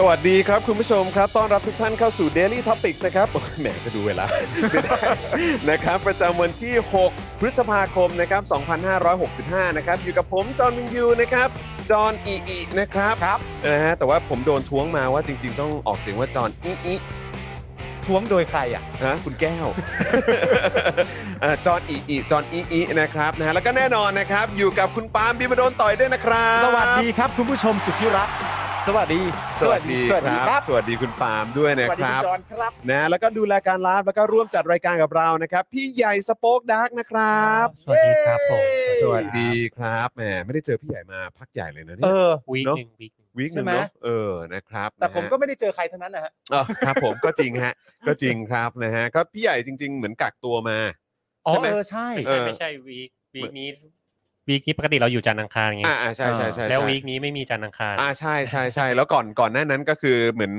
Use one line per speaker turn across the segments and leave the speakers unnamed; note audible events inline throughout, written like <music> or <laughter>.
สวัสดีครับ คุณผู้ชมครับต้อนรับทุกท่านเข้าสู่ Daily Topics นะครับโอ้ย <laughs> แหมก็ดูเวลา ไม่ได้นะครับ ประจำวันที่ 6 พฤษภาคมนะครับ 2565 นะครับ อยู่กับผม จอห์นวินยูนะครับ จอห์นอีอีนะครับครับนะฮะแต่ว่าผมโดนท้วงมาว่าจริง ๆ ต้องออกเสียงว่าจอห์นอีอี
ท้วงโดยใครอ่ะ
นะคุณแก้ว <laughs> เอ่อจอห์นอีอีจอห์นอีอีนะครับนะฮะแล้วก็แน่นอนนะครับ อยู่กับคุณปาล์มบิมาโดนต่อยด้วยนะครับ
สวัสดีครับคุณผู้ชมสุดที่รัก สวัสดี
สวัสดี
สวัส
ค
ดี
รับ สวัสดีคุณปาล์มด้วย
ส
นะ
วัส
ค
ดี
รับ
จอนครับ
นะแล้วก็ดูแลการไลฟ์แล้วก็ร่วมจัดรายการกับเรานะครับ พี่ใหญ่สป็อกดาร์กนะครับ
สวัสดีครับผม
เย้สวัสดีครับแหมไม่ได้เจอพี่ใหญ่มาพักใหญ่เลยนะ
เอ
เนี่ย
อ
วี
เน
ค
อะ
หนึ่งวีคหนึ่ง
วีคหนึ่ง
ใช่ไหม
เนาะเออนะครับ
แต่ผมก็
นะฮะ
ไม่ได้เจอใครทั้งนั้นนะฮะ
เออครับผมก็จริงฮะ ก็จริงครับนะฮะก็พี่ใหญ่จริง ๆ เหมือนกักตัวมา
อ๋อ
ใช่ไหม
เออ ใช่
ไม่
เอ
ใช่
อ
ไม่ใช่วีควีคนี้วีคนี้ปกติเราอยู่จันทร์อังคารไง
อ่าอ่าใช่ใช่ใช่ใช่
แล้ววีคนี้ไม่มีจันทร์อังคาร
อ่าใช่ใช่ใช่แล้วก่อนก่อนหน้านั้นก็คือเหมือน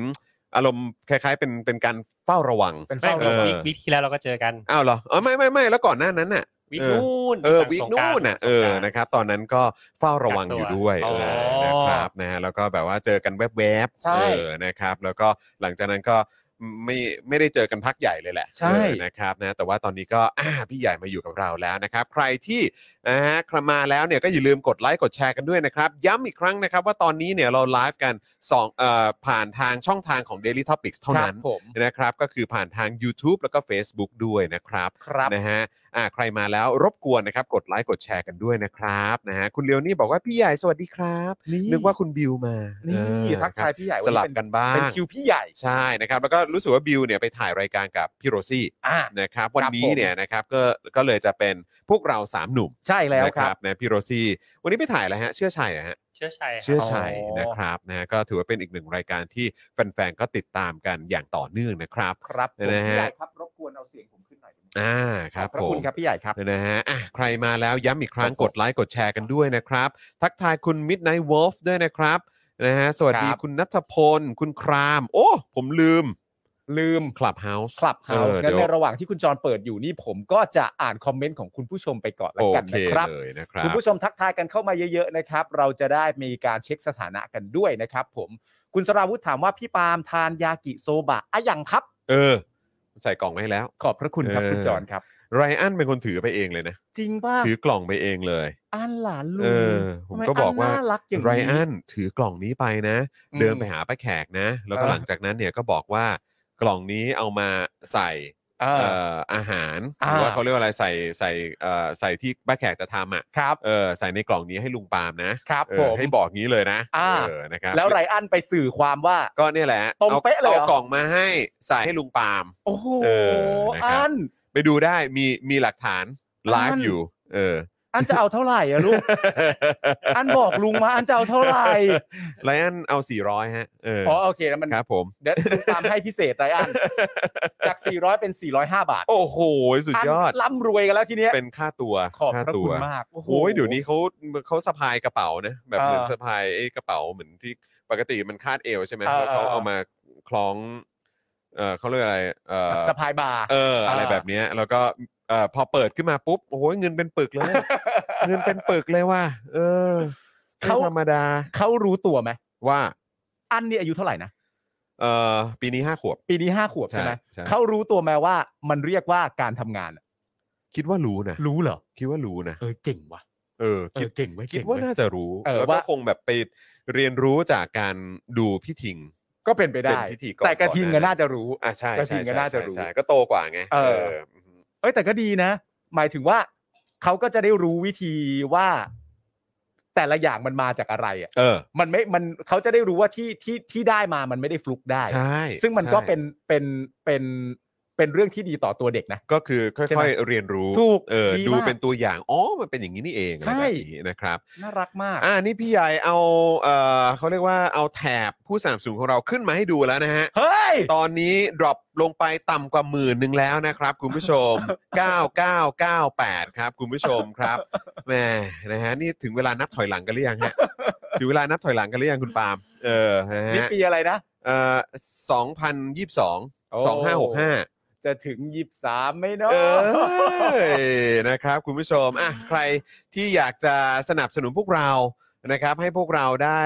อารมณ์คล้าย ๆ เป็นเป็นการเฝ้าระวัง
เป็น
ไม่
เฝ้า
หร
ระ
อก
วัง
วีควีคที่แล้วเราก็เจอกัน
อ้าวเหรอเออไม่ไม่ไม่แล้วก่อนหน้านั้นน่ะ
วีค
เออ
นู่น
เออ
หลัง
วิก
สงกรา
นู่
ต์
นน่ะเออ
หลังสงกราต์
นะครับตอนนั้นก็เฝ้าระวังอยู่ด้วย
กัก
เอ
ตัว
อ
อ๋
นะ
อ
ครับนะแล้วก็แบบว่าเจอกันแวบๆ
ใช่
เออนะครับ แล้วก็หลังจากนั้นก็ไม่ไม่ได้เจอกันพักใหญ่เลยแหละ
ใช่
เออนะครับนะแต่ว่าตอนนี้ก็ <coughs> อ่าพี่ใหญ่มาอยู่กับเราแล้วนะครับ ใครที่นะฮะใครมาแล้วเนี่ยก็อย่าลืมกดไลค์กดแชร์กันด้วยนะครับ ย้ำอีกครั้งนะครับ ว่าตอนนี้เนี่ยเราไลฟ์กันสองเอ่อผ่านทางช่องทางของ Daily Topics เท่านั้น
ครับผม
<laughs> นะครับก็คือผ่านทาง YouTube แล้วก็ Facebook ด้วยนะครับ
ครับ
นะฮะอ่าใครมาแล้วรบกวนนะครับ กดไลค์กดแชร์กันด้วยนะครับนะฮะคุณเลียวนี่บอกว่าพี่ใหญ่สวัสดีครับ
นี่
นึกว่าคุณบิวมา
นี่
เออ
ทักทาย
นะค
พี่ใหญ่
รับส
วัน
ลับ
เป็
กันบ้า
เป็น
ง
คิวพี่ใหญ่
ใช่นะครับแล้วก็รู้สึกว่าบิวเนี่ยไปถ่ายรายการกับพี่โรซี่
อ่า
นะครับวัน
ครับ
นี้
ผม
เนี่ยนะครับก็ก็เลยจะเป็นพวกเราสามหนุ่ม
ใช่แล้ว
นะ
ค
ค
รั
รับ บนะพี่โรซี่วันนี้ไปถ่ายอะไรฮะเชื่อชัยเหรอฮะ
เชื่อชัย
เชื่อ
ครับ
ชัย
อ๋อ
นะครับนะก็ถือว่าเป็นอีกหนึ่งรายการที่แฟนๆ ก็ติดตามกันอย่างต่อเนื่องนะครับ
ครับผม
นะฮะ
พี่ใหญ่ครับรบกวนเอาเสียงผมขึ้นหน่อยได้ไหม
อ่าครับ
ขอพ
ผ
ระคุ
ม
ณครับพี่ใหญ่ครับ
นะฮะอ่ะใครมาแล้วย้ำอีกครั้ง
ครับผม
กดไลค์กดแชร์กันด้วยนะครับ ทักทายคุณ Midnight Wolf ด้วยนะครับนะฮะสวัสดี
ครับ
คุณนัทพล คุณคราม โอ้ ผมลืม
ลืม
c ลับเฮาส์
คลับเฮาส์งั้นในระหว่างที่คุณจอนเปิดอยู่นี่ผมก็จะอ่านคอมเมนต์ของคุณผู้ชมไปก่อน
โอ
แล้วกัน
เค
นะครับ
เลยนะครับ
คุณผู้ชมทักทายกันเข้ามาเยอะๆนะครับ เราจะได้มีการเช็คสถานะกันด้วยนะครับ ผมคุณสราวุธถามว่าพี่ปาล์มทานยากิโซบะอะยังครับ
เออ ใส่กล่องไว้ให้แล้ว
ขอบพระคุณครับ
เออ
คุณจอนครับ
ไรอันเป็นคนถือไปเองเลยนะ
จริงป่ะ
ถือกล่องไปเองเลย
อันหลานลุ
เอง อผ
ทำ
ม
ไ
ก็บอกว่า
นน่ารักอย่าง
ไรอันถือกล่องนี้ไปนะ
อืม
เดินไปหาป้าแขกนะ แล้วก็
เออ
หลังจากนั้นเนี่ยก็บอกว่ากล่องนี้เอามาใส่
เอ
เอ่
อ
ออาหาร
อ่า
หรือว่าเขาเรียกว่าอะไรใส่ใส่เอ่อใส่ที่ป้าแขกจะทำอ่ะ
ครับ
เออใส่ในกล่องนี้ให้ลุงปาล์มนะครับ เอ
ผ
อ
ม
ให้บอกงี้เลยนะ
อ่า
เออนะครับ
แล้วไรอันไปสื่อความว่า
ก็เนี่ยแหละ
ตรงเป๊ะเลยเหรอ
กล่องมาให้ใส่ให้ลุงปาล์ม
โอ้โห
เออนะครับ
อัน
ไปดูได้มีมีหลักฐานไล
อั
ฟ์
น
อยู่เออ
อันจะเอาเท่าไหร่อะลูก อันบอกลุงมาอันจะเอาเท่า
<laughs>
ไหร่
ไรอันเอา400ฮะเออ
อ๋อโอเคแล้วมัน
ครับผม
เดี๋ยวลุงปาล์มให้พิเศษไรอันจาก 400 เป็น 405 บาท
โอ้โหสุดยอด
นร่ำรวยกันแล้วทีเนี้ย
เป็นค่าตัว
ขอบ
ค่า
พระ
ตั
คุ
ว
ณมาก โอ้โห
โอ้ยเดี๋ยวนี้เขาเขาสะพายกระเป๋านะแบบ
อ่า
เหมือนสะพายไอ้กระเป๋าเหมือนที่ปกติมันคาดเอวใช่ไหม
อ่า
แล้วเขา
อ่า
เอามาคล้องเออเขาเรียกอะไรเออ
แบบสะพายบาร์
เอออะไร
อ่า
แบบเนี้ยแล้วก็เออพอเปิดขึ้นมาปุ๊บโอ้ยเงินเป็นปึกเลย เงินเป็นปึกเลยว่ะเออไม่ธรรมดา
เขารู้ตัวไหม
ว่า
อันนี่อายุเท่าไหร่นะ
เอ่อปีนี้ห้าขวบ
ปีนี้ห้าขวบใช่ไหม
ใช่
เขารู้ตัวแม้ว่ามันเรียกว่าการทำงานอะ
คิดว่ารู้นะ
รู้เหรอ
คิดว่ารู้นะ
เออเก่งว่ะ
เออ
เอ
คิด
อเก่งไว้ย
คิด
เก่ง
ว่า
เว้ย
น่าจะรู้
เออ
แล้วก็
ว่า
คงแบบไปเรียนรู้จากการดูพี่ทิง
ก็เป็นไปได้
เป็นพิธีกร
แต่กระทิงก็
ก่อนหน้า
น่าจะรู้
อ่ะใช่
กระทิ
ใช่
งก็
ใช่
น่าจะ
ใช่
รู้
ใช่ก็โตกว่าไง
เออ
อือฮึ
เอ้ยแต่ก็ดีนะ หมายถึงว่าเขาก็จะได้รู้วิธีว่า แต่ละอย่างมันมาจากอะไรอ่ะ
เออ
มันไม่มันเขาจะได้รู้ว่าที่ที่ที่ได้มามันไม่ได้ฟลุกได้
ใช่
ซึ่งมันก็
ใช่
เป็นเป็นเป็นเป็นเรื่องที่ดีต่อตัวเด็กนะ
ก็คือ
ใช่
ค่
ไห
อ
ม
ยๆเรียนรู้
ถูก
เออ
ดี
ดู
มาก
เป็นตัวอย่างอ๋อมันเป็นอย่างนี้นี่เองอะไร
ใช่
แบบนี้นะครับ
น่ารักมาก
อ่านี่พี่ใหญ่เอาเออเขาเรียกว่าเอาแถบผู้สนับสนุนของเราขึ้นมาให้ดูแล้วนะฮะ
เฮ้ย
ตอนนี้ดรอปลงไปต่ำกว่าหมื่นหนึ่งแล้วนะครับ คุณผู้ชม 9998 ครับ คุณผู้ชม
<laughs>
ครับแหมนะฮะนี่ถึงเวลานับถอยหลังกันหรือยังฮะ ถึงเวลานับถอยหลังกันหรือยังคุณปาล์มเออนะ
นี่
ฮะ
ปีอะไรนะ
เอ่อ2022
โอ้
2565
จะถึงยีิบสามไหมเนาะ
เออนะครับ คุณผู้ชมอ่ะใครที่อยากจะสนับสนุนพวกเรานะครับ ให้พวกเราได้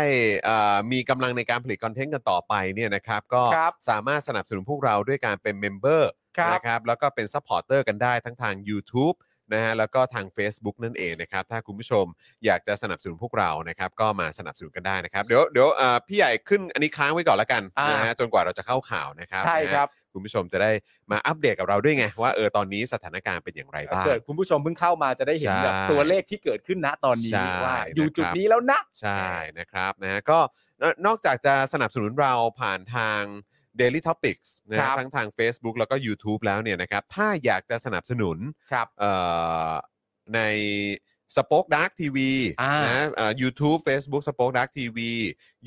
เอ่อมีกำลังในการผลิตคอนเทนต์กันต่อไปเนี่ยนะครับ ก็
ครับ
สามารถสนับสนุนพวกเราด้วยการเป็นเมมเบอร์
ครับ
นะครับแล้วก็เป็นซัพพอร์เตอร์กันได้ทั้งทาง YouTube นะฮะแล้วก็ทาง Facebook นั่นเองนะครับ ถ้าคุณผู้ชมอยากจะสนับสนุนพวกเรานะครับ ก็มาสนับสนุนกันได้นะครับ เดี๋ยวเดี๋ยวเอ่อพี่ใหญ่ขึ้นอันนี้ค้างไว้ก่อนละกันนะฮะจนกว่าเราจะเข้าข่าวนะครับ
ใช่
นะฮะ
ครับ
คุณผู้ชมจะได้มาอัปเดตกับเราด้วยไง ว่าเออตอนนี้สถานการณ์เป็นอย่างไรบ้าง
เกิดคุณผู้ชมเพิ่งเข้ามาจะได้เห็น
ใช่
แบบตัวเลขที่เกิดขึ้นนะตอนนี้
ใช่
ว่า อยู่
นะครับ
จุดนี้แล้วนะ
ใช่นะครับนะฮะก็นนอกจากจะสนับสนุนเราผ่านทาง Daily Topics นะฮะ
ครับ
ทั้งทาง Facebook แล้วก็ YouTube แล้วเนี่ยนะครับ ถ้าอยากจะสนับสนุน
ครับ
เอ่อในสป็อคดักทีวี
อ่าน
นะยูทูบเฟซบุ๊กสป็อคดักทีวี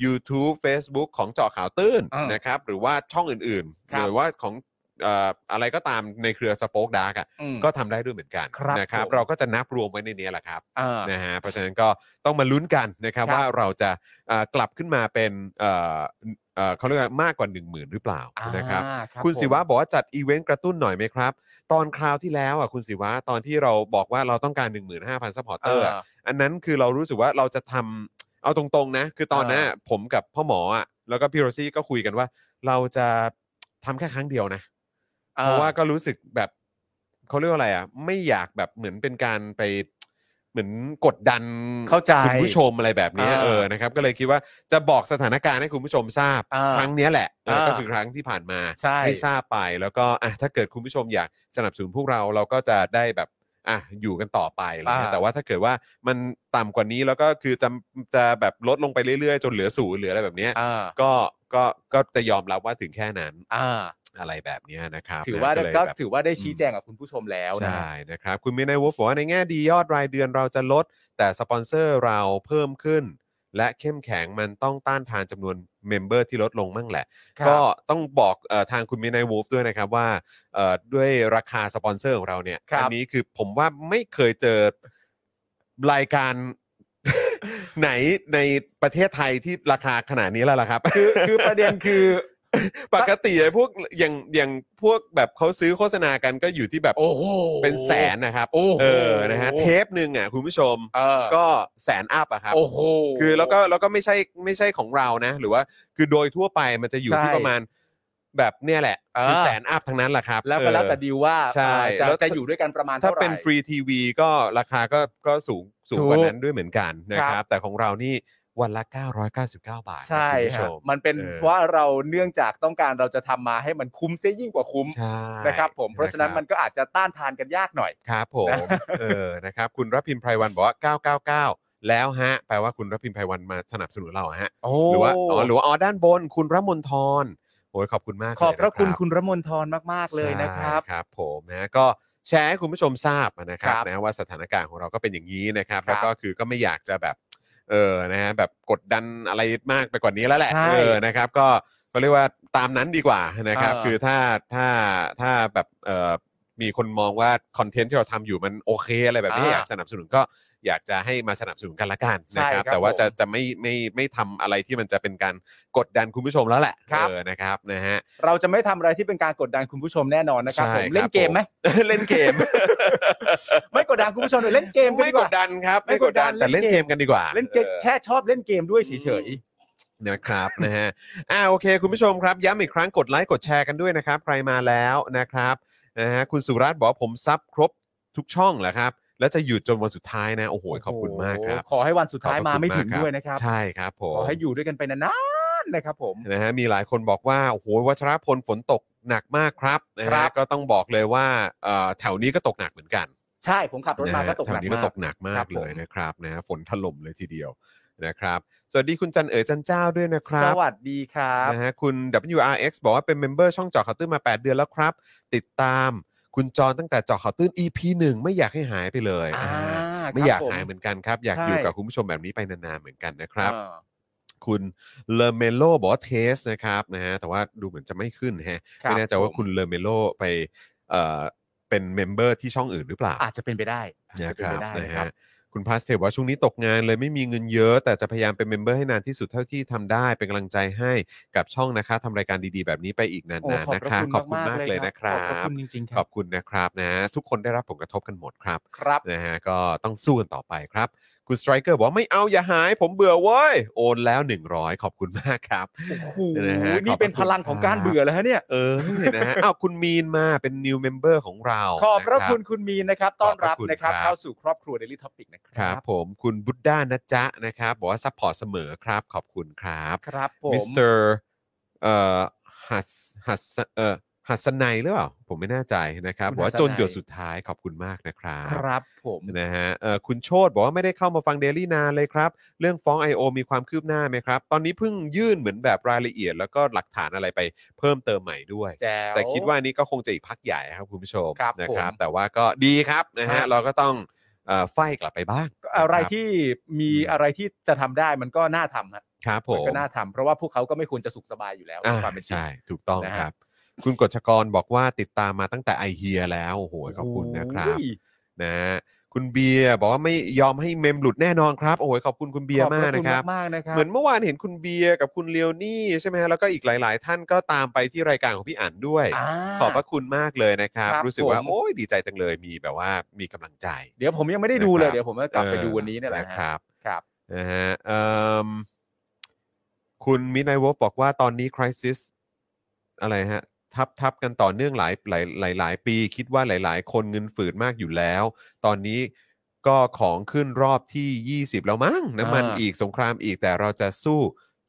ยูทูบเฟซบุ๊กของเจาะข่าวตื้น
อ่าน
นะครับ หรือว่าช่องอื่น
ครั
ๆ
บ
หรือว่าของเอ่ออะไรก็ตามในเครือสป็อคดักอ่ะ
อืม
ก็ทำได้ด้วยเหมือนกัน
ครับ
นะครับ
ผม
เราก็จะนับรวมไว้ในนี้แหละครับ
อ่า
นะฮะเพราะฉะนั้นก็ต้องมาลุ้นกันนะครับ
ครับ
ว่าเราจะเอ่อกลับขึ้นมาเป็นเอ่อเอ่อเขาเรียกว่ามากกว่า 1 0,000 หรือเปล่า
า
นะครับ
รับ
คุณ
ผม
ศิวะบอกว่าจัดอีเวนต์กระตุ้นหน่อยไหมครับ ตอนคราวที่แล้วอ่ะคุณศิวะตอนที่เราบอกว่าเราต้องการ 15,000ซัพพอร์เตอร์อันนั้นคือเรารู้สึกว่าเราจะทำเอาตรงๆนะ คือตอนนั้น
เออ
ผมกับพ่อหมออ่ะแล้วก็พี่โรซี่ก็คุยกันว่า เราจะทำแค่ครั้งเดียวนะ
ออ
เพราะว่าก็รู้สึกแบบเขาเรียกว่าอะไรอ่ะ ไม่อยากแบบเหมือนเป็นการไปเหมือนกดดัน
เข้าใจ
คุณผู้ชมอะไรแบบเนี้ย
อ่า
เออนะครับ ก็เลยคิดว่าจะบอกสถานการณ์ให้คุณผู้ชมทราบ
อ่า
ครั้งเนี้ยแหละเอออา ก็คือครั้งที่ผ่านมา
ใช่
ทราบไปแล้วก็อ่ะถ้าเกิดคุณผู้ชมอยากสนับสนุนพวกเราเราก็จะได้แบบอ่ะอยู่กันต่อไปอะไรเงี้ยแต่ว่าถ้าเกิดว่ามันต่ำกว่านี้แล้วก็คือจะจะแบบลดลงไปเรื่อยๆ จนเหลือศูนย์เหลืออะไรแบบเนี้ย
อ่า
ก็ก็ก็จะยอมรับว่าถึงแค่นั้น
อ่า
อะไรแบบเนี้ยนะครับ
ถือว่า
นะเลย
ก็
แบบ
ถือว่าได้ชี้
อืม
แจงกับคุณผู้ชมแล้วนะ
ใช่นะครับ คุณมินายวุฒิบอกว่าในแง่ดียอดรายเดือนเราจะลด แต่สปอนเซอร์เราเพิ่มขึ้น และเข้มแข็งมันต้องต้านทานจำนวนเมมเบอร์ที่ลดลงมั่งแหละ
ครับ
ก็ต้องบอกเอ่อทางคุณมินายวุฒิด้วยนะครับว่าเอ่อด้วยราคาสปอนเซอร์ของเราเนี่ย
ครับ
อันี้คือผมว่าไม่เคยเจอรายการ <laughs> ไหนในประเทศไทยที่ราคาขนาดนี้แล้วล่ะครับ
คือคือประเด็นคือ
<laughs> ปกติไอ้พวกอย่างอย่างพวกแบบเขาซื้อโฆษณากันก็อยู่ที่แบบ
โอ้โห
เป็นแสนนะครับ
โอ้โห
เออนะฮะเทปหนึ่งอ่ะคุณผู้ชม
เออ
ก็แสนอัพอะครับ
โอ้โห
คือแล้วก็แล้วก็ไม่ใช่ไม่ใช่ของเรานะ หรือว่าคือโดยทั่วไปมันจะอยู่ที่
ใช่
ประมาณแบบเนี่ยแหละ
เออ
คือแสนอัพทั้งนั้นแหละครับ
แล้วก็
เออ
แล้วแต่ดีลว่า
ใช่
อ่าจะ
แล้ว
จะอยู่ด้วยกันประมาณ
ถ้า
เท่าไหร่
เป็นฟรีทีวีก็ราคาก็ก็สูงสูง
ถูก
กว่านั้นด้วยเหมือนกันนะค
ครั
รับ
บ
แต่ของเรานี่วันละ 999 บาทนะ
ใช่
คุณผู้ช
ฮะ
ม
มันเป็น
เออ
เพราะเราเนื่องจากต้องการเราจะทำมาให้มันคุ้มเสียยิ่งกว่าคุ้ม
ใช่
นะครับ ผมเพราะฉะนั้น
คบ
มันก็อาจจะต้านทานกันยากหน่อย
ครับผม
<laughs>
เออ นะครับ คุณรพิมพ์ไพรวันบอกว่า 999 แล้วฮะ แปลว่าคุณรพิมพ์ไพรวันมาสนับสนุนเราอะฮะ หรือว่า อ๋อ หรือว่า อ๋อ ด้านบน คุณระมนทรโอ้ยขอบคุณมากเลย
ขอบพระคุณ
น
คุณระมนทรมาก ๆ เลยนะครับ
ใช่ครับผมนะ ก็แชร์ให้คุณผู้ชมทราบนะครับ
ครับ
นะว่าสถานการณ์ของเราก็เป็นอย่างนี้นะครับ
ครับ
แล้วก็คือก็ไม่อยากจะแบบ เออ นะฮะ แบบกดดันอะไรมากไปกว่านี้แล้วแหละ
ใช่
เออ นะครับ ก็ก็เรียกว่าตามนั้นดีกว่านะครับ
เออ
คือถ้า ถ้า ถ้าแบบ เออ มีคนมองว่าคอนเทนต์ที่เราทำอยู่มันโอเคอะไรแบบนี้
อ่า
อยากสนับสนุนก็อยากจะให้มาสนับสนุนกันละกัน
ใช่
นะค
ครั
รับบ แต่ว่าจะ
ผม
จะไม่ไม่ไม่ทำอะไรที่มันจะเป็นการกดดันคุณผู้ชมแล้วแหละ
ครับ
เออนะครับนะฮะ <laughs>
เราจะไม่ทำอะไรที่เป็นการกดดันคุณผู้ชมแน่นอนนะครับ
ใช่
ผม
ครับ
เล่นเกมไหม
เล่นเกม <laughs>
ไม่กดดันคุณผู้ชมเลยเล่นเกมน
ไม่
ดีก
ก
ว่า
ดดันครับ
ไม่
ไม่
ก
ก
ด
ด
ดั
ดั
น
นแต่เล่น
เล่นเก
เก
ม
มกันดีกว่า
เล่นเกม
ออ
แค่ชอบเล่นเกมด้วยเฉย
นะครับนะฮะอ่าโอเคคุณผู้ชมครับ ย้ำอีกครั้งกดไลค์กดแชร์กันด้วยนะครับ ใครมาแล้วนะครับนะฮะคุณสุรัตน์บอกว่าผมซับครบทุกช่องแล้วครับ แล้วจะหยุดจนวันสุดท้ายนะ โอ้โห ขอบคุณมากครับ
โอ้โหขอให้วันสุดท้าย
ขอบพ
มา
ระคุณ
ไม่ถึง
ก
ด้วยนะครับ
ใช่ครับผม
ขอให้อยู่ด้วยกันไปนานๆนะครับผม
นะฮะมีหลายคนบอกว่าโอ้โหวัชรพลฝนตกหนักมากครับนะ
ครั
ฮะ
บ
ก็ต้องบอกเลยว่าเอ่อแถวนี้ก็ตกหนักเหมือนกัน
ใช่ผมขับรถมา
ะฮะ
ก็ตก
แถ
ห
ว
นัก
นี้ก็
มา
ต
ก
กหนักมา
ครั
ก
บ
เลย
ผม
นะครับนะฮะฝนถล่มเลยทีเดียวนะครับ สวัสดีคุณจันเอ๋ยจันเจ้าด้วยนะค
ส
รับ
วัสดีครับ
นะฮะคุณ WRX บอกว่าเป็นเมมเบอร์ช่องเจอข่าวตื้นมา 8 เดือนแล้วครับ ติดตามคุณจรตั้งแต่เจอข่าวตื้น EP 1 ไม่อยากให้หายไปเลย
อ่า
อ่า
ครับ
ไม่อยาก
ผม
หายเหมือนกันครับอยาก
ใช่
อยู่กับคุณผู้ชมแบบนี้ไปนานๆเหมือนกันนะครับ
อ่า
คุณเลเมโลบอกว่าเทสนะครับนะฮะแต่ว่าดูเหมือนจะไม่ขึ้นฮะ
ครับ
ไม่แน่ใจว่าคุณเลเมโลไปเอ่อเป็นเมมเบอร์ที่ช่องอื่นหรือเปล่า
อาจจะเป็นไปได้อาจ
นะ
จะเป็
คน รั
ไป
บ
ได้
นะ
นะครับ
ฮะคุณพาสเทลบอกว่าช่วงนี้ตกงานเลยไม่มีเงินเยอะ แต่จะพยายามเป็นเมมเบอร์ให้นานที่สุดเท่าที่ทำได้เป็นกำลังใจให้กับช่องนะคะทำรายการดีๆ แบบนี้ไปอีกนานๆนะคะ
โอ้ขอบพระคุณมากๆเลย
นะค
ครั
รั
บบ ขอบพระคุณจริงๆครับ
ขอบคุณนะครับนะฮะทุกคนได้รับผลกระทบกันหมดครับ
ครับ
นะฮะก็ต้องสู้กันต่อไปครับ คุณสไตรเกอร์บอกว่าไม่เอาอย่าหาย ผมเบื่อเว้ย โอนแล้ว 100 ขอบคุณมากครับ
โอ้โห
นะฮะขอบพระคุณ
นี่เป็นพลังของการเบื่อแล้วฮะเนี่ย
เออนะฮะอ้าวคุณมีนมาเป็น new member ของเรา
ขอบพระ
น
คุณคุณมีนนะครับ ต้อนรับ
ขอบพระคุณ
นะครับ
ครับ
เข้าสู่ครอบครัว Daily Topic นะค
ค
รั
รับ
บ
ผมคุณบุตด้านะจ๊ะนะครับ บอกว่าซัพพอร์ตเสมอครับ ขอบคุณครับ
ครับผม
มิสเตอร์เอ่อหัสหัสเอ่อหัสนัยหรือเปล่า ผมไม่แน่ใจนะครับ
คุณ
บอกว่า
หัสนัย
จนหยดสุดท้ายขอบคุณมากนะครับ
ครับผม
นะฮะเอ่อคุณโชตบอกว่าไม่ได้เข้ามาฟัง Daily นานเลยครับ เรื่องฟ้อง I.O. มีความคืบหน้าไหมครับ ตอนนี้เพิ่งยื่นเหมือนแบบรายละเอียด แล้วก็หลักฐานอะไรไปเพิ่มเติมใหม่ด้วย
แจ๋ว
แต่คิดว่านี่ก็คงจะอีกพักใหญ่ครับคุณผู้ชม
ครับ
นะ
ผม
แต่ว่าก็ดีครับนะ
ครั
ฮะ
บ
เราก็ต้องเอ่อไฟกลับไปบ้าง
อะไร
นคบ
ที่มีอะไรที่จะทำได้มันก็น่าทำฮะ
ครับผม
มันก็น่าทำเพราะว่าพวกเขาก็ไม่ควรจะสุขสบายอยู่แล้ว
อ่า
ในความเป็นจริง
ใช่ถูกต้อง
นะฮะ
ครับ คุณกฎชกรบอกว่าติดตามมาตั้งแต่ไอเฮียแล้วโอ้โหขอบคุณนะครับ
โอ้ย
นะฮะคุณเบียร์บอกว่าไม่ยอมให้เมมหลุดแน่นอนครับ โอ้ยขอบคุณคุณเบียร์มากนะครับ
ขอบพระคุณมากๆนะครับ
เหมือนเมื่อวานเห็นคุณเบียร์กับคุณเลียวนี่ใช่ไหมฮะแล้วก็อีกหลาย ๆ ท่านก็ตามไปที่รายการของพี่อั๋นด้วย
อ่า
ขอบพระคุณมากเลยนะครับ
ครับ
รู้สึกว่า
ผม
โอ้ยดีใจจังเลยมีแบบว่ามีกำลังใจ
เดี๋ยวผมยังไม่ได้ดูเลย
นะครับ
เดี๋ยวผมจะกลับไปดูวันนี้เนี่ยแหละ
ออ
ฮะ
ครับ
ครับ
นะฮะเอิ่มคุณมินไนวอฟบอกว่าตอนนี้คริสิสอะไรฮะ ทับทับกันต่อเนื่องหลายหลายหลายหลายปี คิดว่าหลาย ๆ คนเงินฝืดมากอยู่แล้ว ตอนนี้ก็ของขึ้นรอบที่ 20 แล้วมั้งน้ำมันอีกสงครามอีกแต่เราจะสู้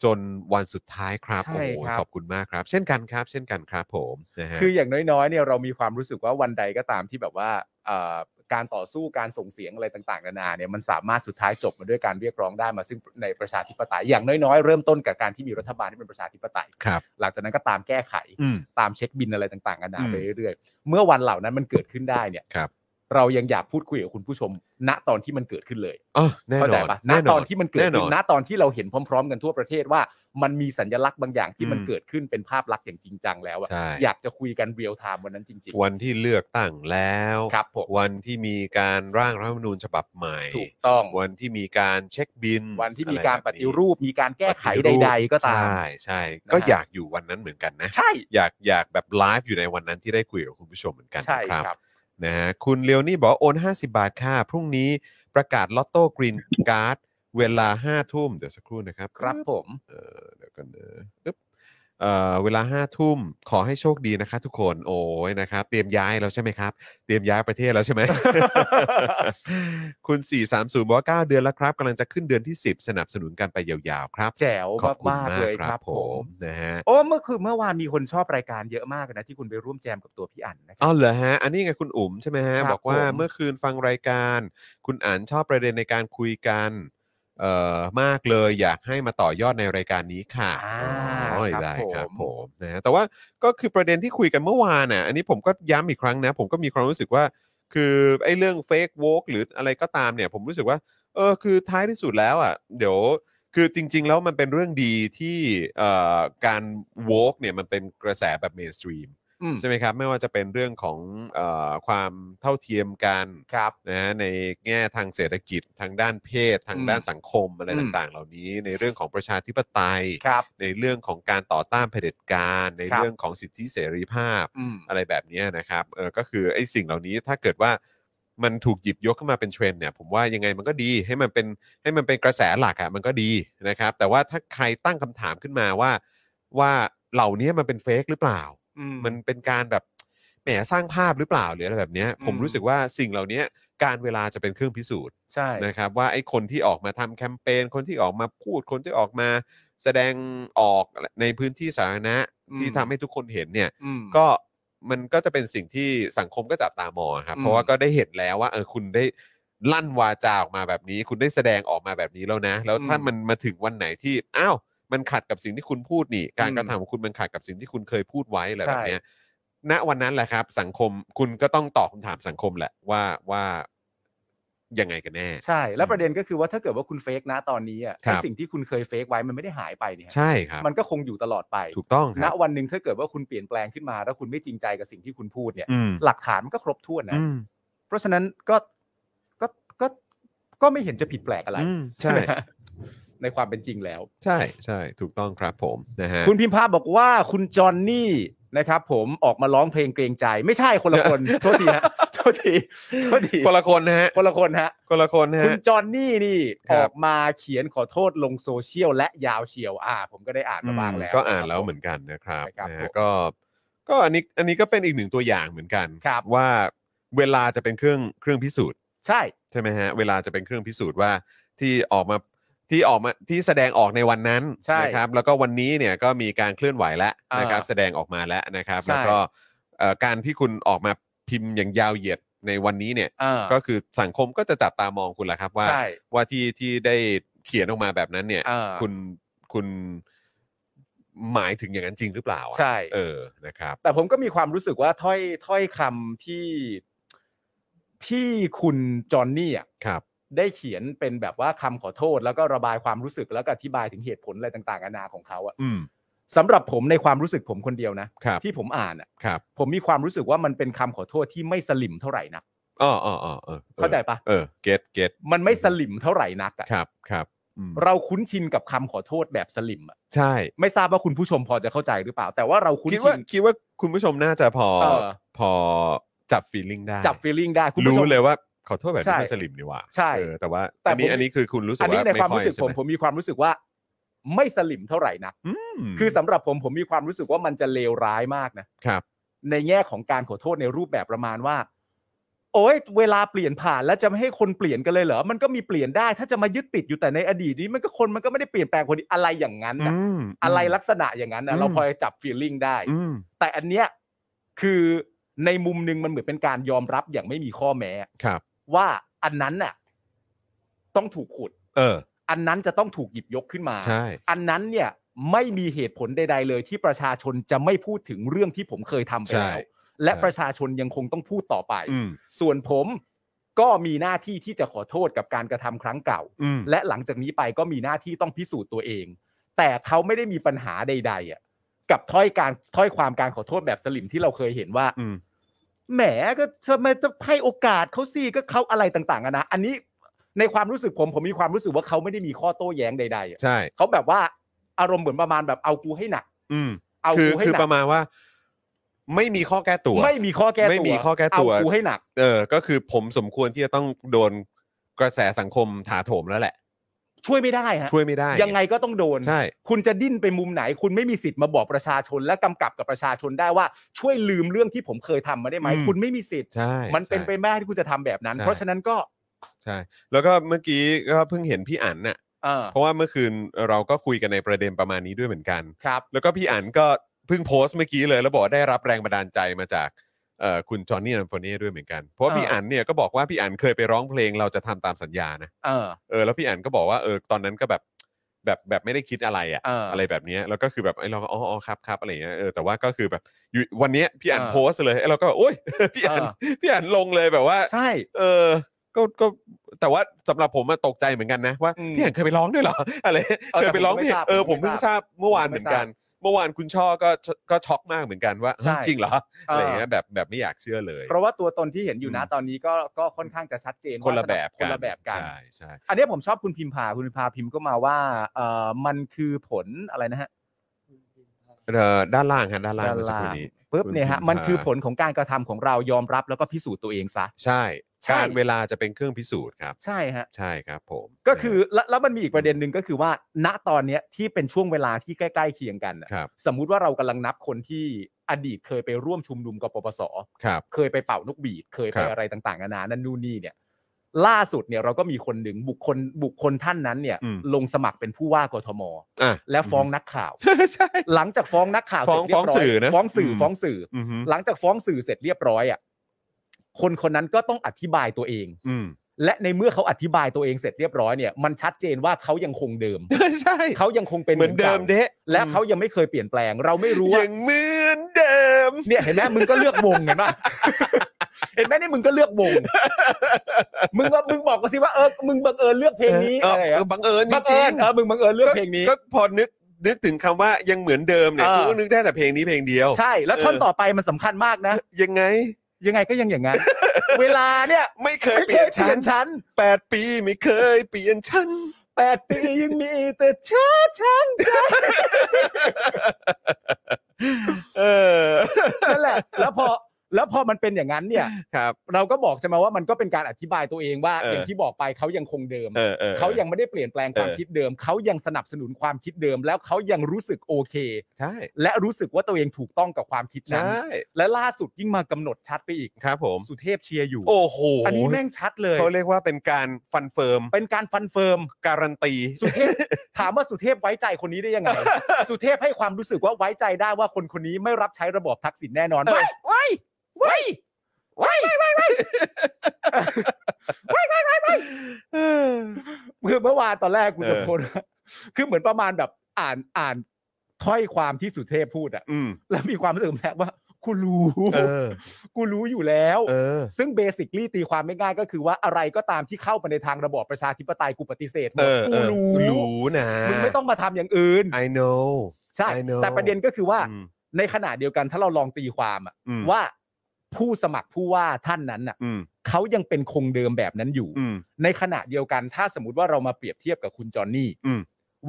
จนวันสุดท้ายครับ
ใช่
โอ้โห
ครับ
ขอบคุณมากครับ เช่นกันครับ เช่นกันครับผมนะฮะ
คืออย่างน้อยๆเนี่ยเรามีความรู้สึกว่าวันใดก็ตามที่แบบว่าเอ่อการต่อสู้การส่งเสียงอะไรต่างๆนานาเนี่ยมันสามารถสุดท้ายจบมาด้วยการเรียกร้องได้มาซึ่งในประชาธิปไตยอย่างน้อยๆ เริ่มต้นกับการที่มีรัฐบาลที่เป็นประชาธิปไตย
ครับ
หลังจากนั้นก็ตามแก้ไข
อืม
ตามเช็คบินอะไรต่างๆนานา
อืม
ไปเรื่อยๆ เมื่อวันเหล่านั้นมันเกิดขึ้นได้เนี่ย
ครับ
เรายังอยากพูดคุยกับคุณผู้ชม ณตอนที่มันเกิดขึ้นเลย
อ๋อแน่
เข้าน ใจ
อน
ปะณ
แ
ตอนที่มันเกิด
แ
ขึ้นณตอนที่เราเห็นพร้อม ๆ กันทั่วประเทศว่า มันมีสัญลักษณ์บางอย่างที่มัน
อืม
เกิดขึ้นเป็นภาพลักษณ์อย่างจริงจังแล้วอะ
ใช่
อยากจะคุยกันเรียลไทม์วันนั้นจริง
วันที่เลือกตั้งแล้ว
ๆ ครับผม
วันที่มีการร่างรัฐธรรมนูญฉบับใหม่
ถูกต้อง
วันที่มีการเช็คบิน
วันที่มี
อะไ
การปฏิรูปมีการแก้ไข
ปฏิรูป
ใด ๆ ก็ตาม
ใช่ใช่
นะฮะ
ก็อยากอยู่วันนั้นเหมือนกันนะ
ใช่
อยากอยากแบบไลฟ์อยู่ในวันนั้นที่ได้คุยกับคุณผู้ชมเหมือนกัน
ใช่
นะครับ นะฮะคุณเลียวนี่บอกว่าโอน 50 บาทค่ะ พรุ่งนี้ประกาศลอตโต้กรีนการ์ดเวลา 5 ทุ่มเดี๋ยวสักครู่นะครับ
ครับผม
เออเดี๋ยวกันเนอะอึ๊บเอ่อเวลาห้าทุ่มขอให้โชคดีนะคะทุกคนโอ้ยนะครับ เตรียมย้ายแล้วใช่ไหมครับ เตรียมย้ายประเทศแล้วใช่ไหม <laughs> คุณ 430บอกว่า9เดือนแล้วครับกำลังจะขึ้นเดือนที่ 10 สนับสนุนกันไปยาวๆ ครับ
แจ๋ว
ขอบคุณ
มาก
มาก
ๆเลย
ค
ค
รั
รั
บบ ผ
ผม ม
นะฮะ
โอ้เมื่อคือเมื่อวานมีคนชอบรายการเยอะมากเลยนะ ที่คุณไปร่วมแจมกับตัวพี่อั๋นนะค
อ๋
รับ
อเหรอฮะ อันนี้ไงคุณอุ๋มใช่ไหมฮะ
ครับ
บอกว่า
ผม
เมื่อคืนฟังรายการ คุณอ่านชอบประเด็นในการคุยกันเอ่อมากเลยอยากให้มาต่อยอดในรายการนี้ค่ะ
อ่า
โอ้ย
ครับ
ได้ครับ
ผม
ผมนะฮะแต่ว่าก็คือประเด็นที่คุยกันเมื่อวานน่ะอันนี้ผมก็ย้ำอีกครั้งนะ ผมก็มีความรู้สึกว่า คือไอ้เรื่องเฟกโวกหรืออะไรก็ตามเนี่ย ผมรู้สึกว่าเออคือท้ายที่สุดแล้วอ่ะเดี๋ยวคือจริง ๆ แล้วมันเป็นเรื่องดีที่เอ่อการโวกเนี่ยมันเป็นกระแสแบบเมนสตรีม
อืม
ใช่ไหมครับ ไม่ว่าจะเป็นเรื่องของเอ่อความเท่าเทียมกัน
ครับ
นะฮะในแง่ทางเศรษฐกิจทางด้านเพศ ทาง
อืม
ด้านสังคมอะไร
อืม
ต่างๆ เหล่านี้ในเรื่องของประชาธิปไตย
ครับ
ในเรื่องของการต่อต้านเผด็จการ ใน
ครับ
เรื่องของสิทธิเสรีภาพ
อืม
อะไรแบบเนี้ยนะครับเออก็คือไอ้สิ่งเหล่านี้ถ้าเกิดว่า มันถูกหยิบยกขึ้นมาเป็นเทรนด์เนี่ยผมว่ายังไงมันก็ดีให้มันเป็นให้มันเป็นกระแสหลักอะมันก็ดีนะครับ แต่ว่าถ้าใครตั้งคำถามขึ้นมาว่า ว่าเหล่านี้มันเป็นเฟกหรือเปล่า
อืม
มันเป็นการแบบแหมสร้างภาพหรือเปล่าหรืออะไรแบบเนี้ย
อืม
ผมรู้สึกว่าสิ่งเหล่านี้การเวลาจะเป็นเครื่องพิสูจน์
ใช่
นะครับว่าไอ้คนที่ออกมาทำแคมเปญคนที่ออกมาพูดคนที่ออกมา แสดงออกในพื้นที่สาธารณะ
อืม
ที่ทำให้ทุกคนเห็นเนี่ย
อืม
ก็มันก็จะเป็นสิ่งที่สังคมก็จับตามองครับ
อืม
เพราะว่าก็ได้เห็นแล้วว่าเออคุณได้ลั่นวาจาออกมาแบบนี้ คุณได้แสดงออกมาแบบนี้แล้วนะ แล้วถ้ามันมาถึงวันไหนที่อ้าวมันขัดกับสิ่งที่คุณพูดนี่ การกระทำของคุณมันขัดกับสิ่งที่คุณเคยพูดไว้อะไรแบบเนี้ยณวันนั้นแหละครับ สังคมคุณก็ต้องตอบคำถามสังคมแหละว่าว่ายังไงกันแน่
ใช่ แล้วประเด็นก็คือว่าถ้าเกิดว่าคุณเฟกนะตอนนี้อ่ะ
ครับ
ไอ้สิ่งที่คุณเคยเฟกไว้มันไม่ได้หายไปเนี่ย
ใช่ครับ
มันก็คงอยู่ตลอดไป
ถูกต้องค
ณ
รับ
วันหนึ่งถ้าเกิดว่าคุณเปลี่ยนแปลงขึ้นมา แล้วคุณไม่จริงใจกับสิ่งที่คุณพูดเนี่ย
อืม
หลักฐานมันก็ครบถ้วนนะ
อืม
เพราะฉะนั้นก็ก็ก็ก็ไม่เห็นจะผิดแปลกอะไร
อืมใช่
ไหมฮะในความเป็นจริงแล้ว
ใช่ใช่ถูกต้องครับผมนะฮะ
คุณพิมพาบอกว่าคุณจอนนี่นะครับ ผมออกมาร้องเพลงเกรงใจ ไม่ใช่คนละคน
<laughs>
โทษทีฮะโทษทีโทษที
คนละคนนะฮะ
คนละคนฮะ
คนละคนนะ
คุณ
ฮะ
จอนนี่นี่
ค
อ
รับ
อกมาเขียนขอโทษลงโซเชียลและยาวเชียว อ่า ผมก็ได้อ่านมาบ้างแล้ว
ก็อ่านแล้วเหมือนกันนะครับ
นะครับ
นะ
ผ
ฮะ
ม
ก็ก็อันนี้อันนี้ก็เป็นอีกหนึ่งตัวอย่างเหมือนกัน
ครับ
ว่าเวลาจะเป็นเครื่องเครื่องพิสูจน์
ใช่
ใช่ไหมฮะเวลาจะเป็นเครื่องพิสูจน์ว่าที่ออกมาที่ออกมาที่แสดงออกในวันนั้น
ใช่
นะครับแล้วก็วันนี้เนี่ยก็มีการเคลื่อนไหวแล้วนะครับแสดงออกมาแล้วนะครับ
ใช่
แล้วก็เอ่อการที่คุณออกมาพิมพ์อย่างยาวเหยียดในวันนี้เนี่ย
อ่า
ก็คือสังคมก็จะจับตามองคุณแหละครับว่า
ใช่
ว่าที่ที่ได้เขียนออกมาแบบนั้นเนี่ย
อ่า
คุณคุณหมายถึงอย่างนั้นจริงหรือเปล่าอะ
ใช่
เออนะครับ
แต่ผมก็มีความรู้สึกว่าถ้อยถ้อยคำที่ที่คุณจอนนี่อ่ะ
ครับ
ได้เขียนเป็นแบบว่าคำขอโทษ แล้วก็ระบายความรู้สึกแล้วก็อธิบายถึงเหตุผลอะไรต่างๆนานาของเขาอ่ะ
อืม
สำหรับผมในความรู้สึกผมคนเดียวนะ
ครับ
ที่ผมอ่านอ่ะ
ครับ
ผมมีความรู้สึกว่ามันเป็นคำขอโทษที่ไม่สลิมเท่าไหร่นัก
อ๋ออ๋ออ๋อออ
เข้าใจปะ
เออเก็ตเก็ต
มันไม่สลิมเท่าไหร่นักอ่ะ
ครับครับอืม
เราคุ้นชินกับคำขอโทษแบบสลิมอ่ะ
ใช่
ไม่ทราบว่าคุณผู้ชมพอจะเข้าใจหรือเปล่า แต่ว่าเราคุ้น
คิด
ชิ
ว่าน คิดว่าคุณผู้ชมน่าจะพอ
เออ
พอจับฟีลลิ่งได้
จับฟีลลิ่งได้คุณผู้
รู้
ชม
เลยว่าขอโทษแบบ
ใช่
นี้มันสลิมดีว่า
ใช่
เออแต่ว่า
แต่
อันนี้
ผม
อันนี้คือคุณรู้สึก
อันนี้
ว่า
ใน
ไม่
ความ
ค่อย
รู้สึก
ใช่
ผ
ไห
ม
ม
ผมมีความรู้สึกว่า ไม่สลิมเท่าไหร่นัก
อืม
คือสำหรับผมผมมีความรู้สึกว่ามันจะเลวร้ายมากนะครับ ในแง่ของการขอโทษในรูปแบบประมาณว่า โอ้ยเวลาเปลี่ยนผ่านแล้วจะไม่ให้คนเปลี่ยนกันเลยเหรอมันก็มีเปลี่ยนได้ ถ้าจะมายึดติดอยู่แต่ในอดีตนี้มันก็คนมันก็ไม่ได้เปลี่ยนแปลงคนนี้อะไรอย่างนั้นนะ
อืม
อะไรลักษณะอย่างนั้น
อื
นะ
ม
เราพอจะจับฟีลลิ่งได้
อืม
แต่อันเนี้ยคือในมุมหนึ่งมันเหมือนเป็นการยอมรับอย่างไม่มีข้อแม้
ครับ
ว่าอันนั้นน่ะต้องถูกขุด
เออ
อันนั้นจะต้องถูกหยิบยกขึ้นมา
ใช่
อันนั้นเนี่ยไม่มีเหตุผลใด ๆ เลยที่ประชาชนจะไม่พูดถึงเรื่องที่ผมเคยทำไป
ใช่
แล้ว และประชาชนยังคงต้องพูดต่อไป
อืม
ส่วนผมก็มีหน้าที่ที่จะขอโทษกับการกระทำครั้งเก่า
อืม
และหลังจากนี้ไปก็มีหน้าที่ต้องพิสูจน์ตัวเอง แต่เขาไม่ได้มีปัญหาใด ๆอ่ะกับถ้อยการถ้อยความการขอโทษแบบสลิมที่เราเคยเห็นว่า
อืม
แหมก็ทำไมจะให้โอกาสเขาสิก็เขาอะไรต่างๆอะนะ อันนี้ในความรู้สึกผมผมมีความรู้สึกว่าเขาไม่ได้มีข้อโต้แย้งใดๆอะ
ใช่
เขาแบบว่าอารมณ์เหมือนประมาณแบบเอากูให้หนัก
อืม
เอา
คือ
กูให้
คือ
หนั
ป
ก
ระมาณว่า ไม่มีข้อแก้ตัว
ไม่มีข้อแก้ตัว
ไม่มีข้อแก้ตัว
เอากูให้หนัก
เออ ก็คือผมสมควรที่จะต้องโดนกระแสสังคมถาโถมแล้วแหละ
ช่วยไม่ได้ฮะ
ช่วยไม่ได้
ยังไงก็ต้องโดน
ใช่
คุณจะดิ้นไปมุมไหน คุณไม่มีสิทธิ์มาบอกประชาชนและกำกับกับประชาชนได้ว่าช่วยลืมเรื่องที่ผมเคยทำมาได้ไหม
อืม
คุณไม่มีสิทธิ์
ใช่
มันเป็นไป
ใช่
ไม่ได้ที่คุณจะทำแบบนั้น
ใช่
เพราะฉะนั้นก็
ใช่ แล้วก็เมื่อกี้ก็เพิ่งเห็นพี่อั๋นน่ะ
เออ
เพราะว่าเมื่อคืนเราก็คุยกันในประเด็นประมาณนี้ด้วยเหมือนกัน
ครับ
แล้วก็พี่อั๋นก็เพิ่งโพสต์เมื่อกี้เลยแล้วบอกว่าได้รับแรงบันดาลใจมาจากเอ่อคุณจอห์นนี่อันโฟเน่ด้วยเหมือนกัน เพราะว่า
เออ
พี่อั๋นเนี่ยก็บอกว่าพี่อั๋นเคยไปร้องเพลงเราจะทำตามสัญญานะ
เออ
เออแล้วพี่อั๋นก็บอกว่าเออตอนนั้นก็แบบแบบแบบไม่ได้คิดอะไรอะ
เอออ
อะไรแบบเนี้ยแล้วก็คือแบบไอ้ยเราก็อ๋ออ๋อครับครับอะไรอย่างเงี้ยเออแต่ว่าก็คือแบบอยู่วันเนี้ยพี่อั๋น
เออ
โพสต์เลยไอ้เราก็แบบโอ๊ย <laughs> พี่อั๋น
เออ
พี่อั๋นลงเลยแบบว่า
ใช่
เออก็ก็แต่ว่าสำหรับผมอะตกใจเหมือนกันนะว่า
อืม
พี่อั๋นเคยไปร้องด้วยเหรอ <laughs> อะไรเคยไปร้องเพลงเออผมเพิ่งทราบเมื่อวานเหมือนกัน เมื่อวานคุณช่อก็ชก็ช็อกมากเหมือนกันว่า
ใช่
จริงเหรออะไรอย่างเงี้ยแบบแบบไม่อยากเชื่อเลย
เพราะว่าตัวตนที่เห็นอยู่นะ
อืม
ตอนนี้ก็ก็ค่อนข้างจะชัดเจน
คนละ
ว่าสำห
แบบ
ค
กัน
นละแบบกัน
ใช่ใช่
อันเนี้ยผมชอบคุณพิมพาคุณพิมพาพิมพ์ก็มาว่าเอ่อมันคือผลอะไรนะฮะ
เออด้านล่างฮะด้านล่างเมื่อสักครู่นี้
ปุ๊บเนี่ยฮะ
คุณพิมพามั
มันคือผลของการกระทำของเรายอมรับแล้วก็พิสูจน์ตัวเองซะ
ใช่
ใช่
การเวลาจะเป็นเครื่องพิสูจน์ครับ
ใช่ฮะ
ใช่ครับผม
ก็คือแล้วแล้วมันมีอีกประเด็นหนึ่งก็คือว่า ณตอนเนี้ยที่เป็นช่วงเวลาที่ใกล้ ๆ เคียงกันน่ะ
ครับ
สมมุติว่าเรากำลังนับคนที่อดีตเคยไปร่วมชุมนุมกปปส
ครับ
เคยไปเป่านกบีดเคย
ครั
ไป
บ
อะไรต่างๆนานานั่นนู่นนี่เนี่ย ล่าสุดเนี่ยเราก็มีคนหนึ่งบุคคลบุคคลท่านนั้นเนี่ย
อืม
ลงสมัครเป็นผู้ว่ากทม
อ่ะ
และฟ้องนักข่าว
<laughs> ใช่
หลังจากฟ้องนักข่าว
ฟ้อง
เสร็จเรียบร้
ฟ้องสื่อนะ
ฟ้องสื่อ
อืม
ฟ้องสื่ออ
อือฮึ
หลังจากฟ้องสื่อเสร็จเรียบร้อยอ่ะคนคนนั้นก็ต้องอธิบายตัวเอง
อืม
และในเมื่อเขาอธิบายตัวเองเสร็จเรียบร้อยเนี่ยมันชัดเจนว่าเขายังคงเดิม
<laughs> ใช่
เขายังคงเป็น
เหมือนเดิม
ก่า
เด้
และเขายังไม่เคยเปลี่ยนแปลง เราไม่รู้ว่า
ยังเหมือนเดิม
เนี่ยเห็นไหมมึงก็เลือกวงเห็นปะ เห็นไหมนี่มึงก็เลือกวง มึงก็มึงบอกกูสิว่าเออมึงบังเอิญเลือกเพลงนี้
เออ
อะไร
เอ
อะ
อบังเอิญจ
บังเอิ
ริ
ญ
ง
เออมึงบังเอิญ
ๆ
เลือกเพลงนี้
ก็พอนึกนึกถึงคำว่ายังเหมือนเดิมเนี่ย
เออ
กูก็นึกได้แต่เพลงนี้เพลงเดียว
ใช่แล้วท่อนต่อไปมันสำคัญมากนะ
ยังไง
ยังไงก็ยังอย่างนั้น <laughs> เวลาเนี่ย
ไม่เคย
ไม่
เป
เค
ลี่ย
ย
น
เป
ฉั
ลี่ย
น
นฉัน
แปดปีไม่เคยเปลี่ยนฉัน
แปดปียังมีแต่เช้าช้าง
เอ <laughs> อ
นั่นแหละ แล้วพอแล้วพอมันเป็นอย่างนั้นเนี่ย
ครับ
เราก็บอกใช่ไหมว่ามันก็เป็นการอธิบายตัวเองว่า
เออ
อ
อ
ย่างที่บอกไปเขายังคงเดิม
เออออออ
เขายังไม่ได้เปลี่ยนแปลงความ
เออ
คิดเดิม เขายังสนับสนุนความคิดเดิม แล้วเขายังรู้สึกโอเค
ใช่
และรู้สึกว่าตัวเองถูกต้องกับความคิดนั้น
ใช่
และล่าสุดยิ่งมากำหนดชัดไปอีก
ครับผม
สุเทพเชียร์อยู่
โอ้โห
อันนี้แม่งชัดเลย
เขาเรียกว่าเป็นการฟันเฟิร์ม
เป็นการฟันเฟิร์ม
การันตี
สุเทพ ถามว่าสุเทพไว้ใจคนนี้ได้ยั
<laughs>
งไง สุเทพให้ความรู้สึกว่าไว้ใจได้ว่าคนคนนี้ไม่รับใช้ระบอบทักษิณแน่นอน
เออ
ไม่ไม่ไม่ไม่ไม่ไม่ไม่ไม่ไม่ไม่คือเมื่อวานตอนแรกกูจะโพสต์ว่า <laughs> คือเหมือนประมาณแบบอ่านอ่านถ้อยความที่สุเทพพูดอะ
อืม
แล้วมีความรู้สึกแบบว่ากูรู้
เออ
กูรู้อยู่แล้ว
เออ
ซึ่งเบสิคลี่ตีความไม่ง่ายก็คือว่าอะไรก็ตามที่เข้าไปในทางระบอบประชาธิปไตยกูปฏิเสธหม
เออ
ดกู
เออ
รู้
รู้นะ
มึงไม่ต้องมาทำอย่างอื่น
ไอ know
ใช่
I know
แต่ประเด็นก็คือว่า
อืม
ในขณะเดียวกันถ้าเราลองตีความอะ
อืม
ว่าผู้สมัครผู้ว่าท่านนั้นน่ะ
อืม
เขายังเป็นคงเดิมแบบนั้นอยู่
อืม
ในขณะเดียวกันถ้าสมมติว่าเรามาเปรียบเทียบกับคุณจอห์นนี่
อืม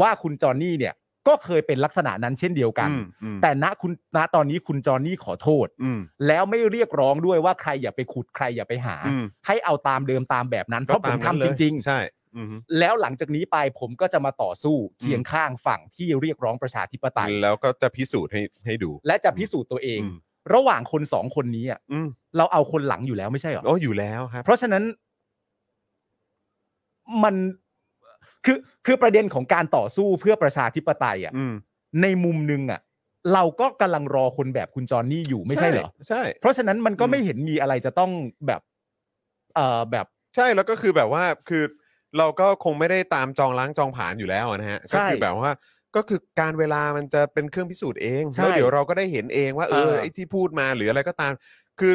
ว่าคุณจอห์นนี่เนี่ยก็เคยเป็นลักษณะนั้นเช่นเดียวกัน
อืมอืม
แต่ณคุณณตอนนี้คุณจอห์นนี่ขอโทษ
อืม
แล้วไม่เรียกร้องด้วยว่าใครอย่าไปขุดใครอย่าไปหา
อืม
ให้เอาตามเดิมตามแบบนั้นเพราะผ
ก็ต
ม
นั้นเล
ทำ
ย
จริง ๆ
ใช่อือฮึ
แล้วหลังจากนี้ไปผมก็จะมาต่อสู้เคียงข้างฝั่งที่เรียกร้องประชาธิปไตย
แล้วก็จะพิสูจน์ให้ให้ดู
และจะพิสูจน์ตัวเอง
อืม
ระหว่างคนสองคนนี้อะ
อืม
เราเอาคนหลังอยู่แล้วไม่ใช่เหรอ
โอ้อยู่แล้วครับ
เพราะฉะนั้น มันคือคือประเด็นของการต่อสู้เพื่อประชาธิปไตยอ่ะ
อืม
ในมุมหนึงอ่ะ เราก็กำลังรอคนแบบคุณจอห์นนี่อยู่ไม่ใช่เหรอ
ใช่
เพราะฉะนั้นมันก็
อืม
ไม่เห็นมีอะไรจะต้องแบบ เอ่อแบบ
ใช่แล้วก็คือแบบว่าคือเราก็คงไม่ได้ตามจองล้างจองผลานอยู่แล้วนะฮะ
ใช่
ก็คือแบบว่าก็คือการเวลามันจะเป็นเครื่องพิสูจน์เอง
ใช่
แล้วเดี๋ยวเราก็ได้เห็นเองว่าเออ
เออ
ไอ้ที่พูดมาหรืออะไรก็ตาม คือ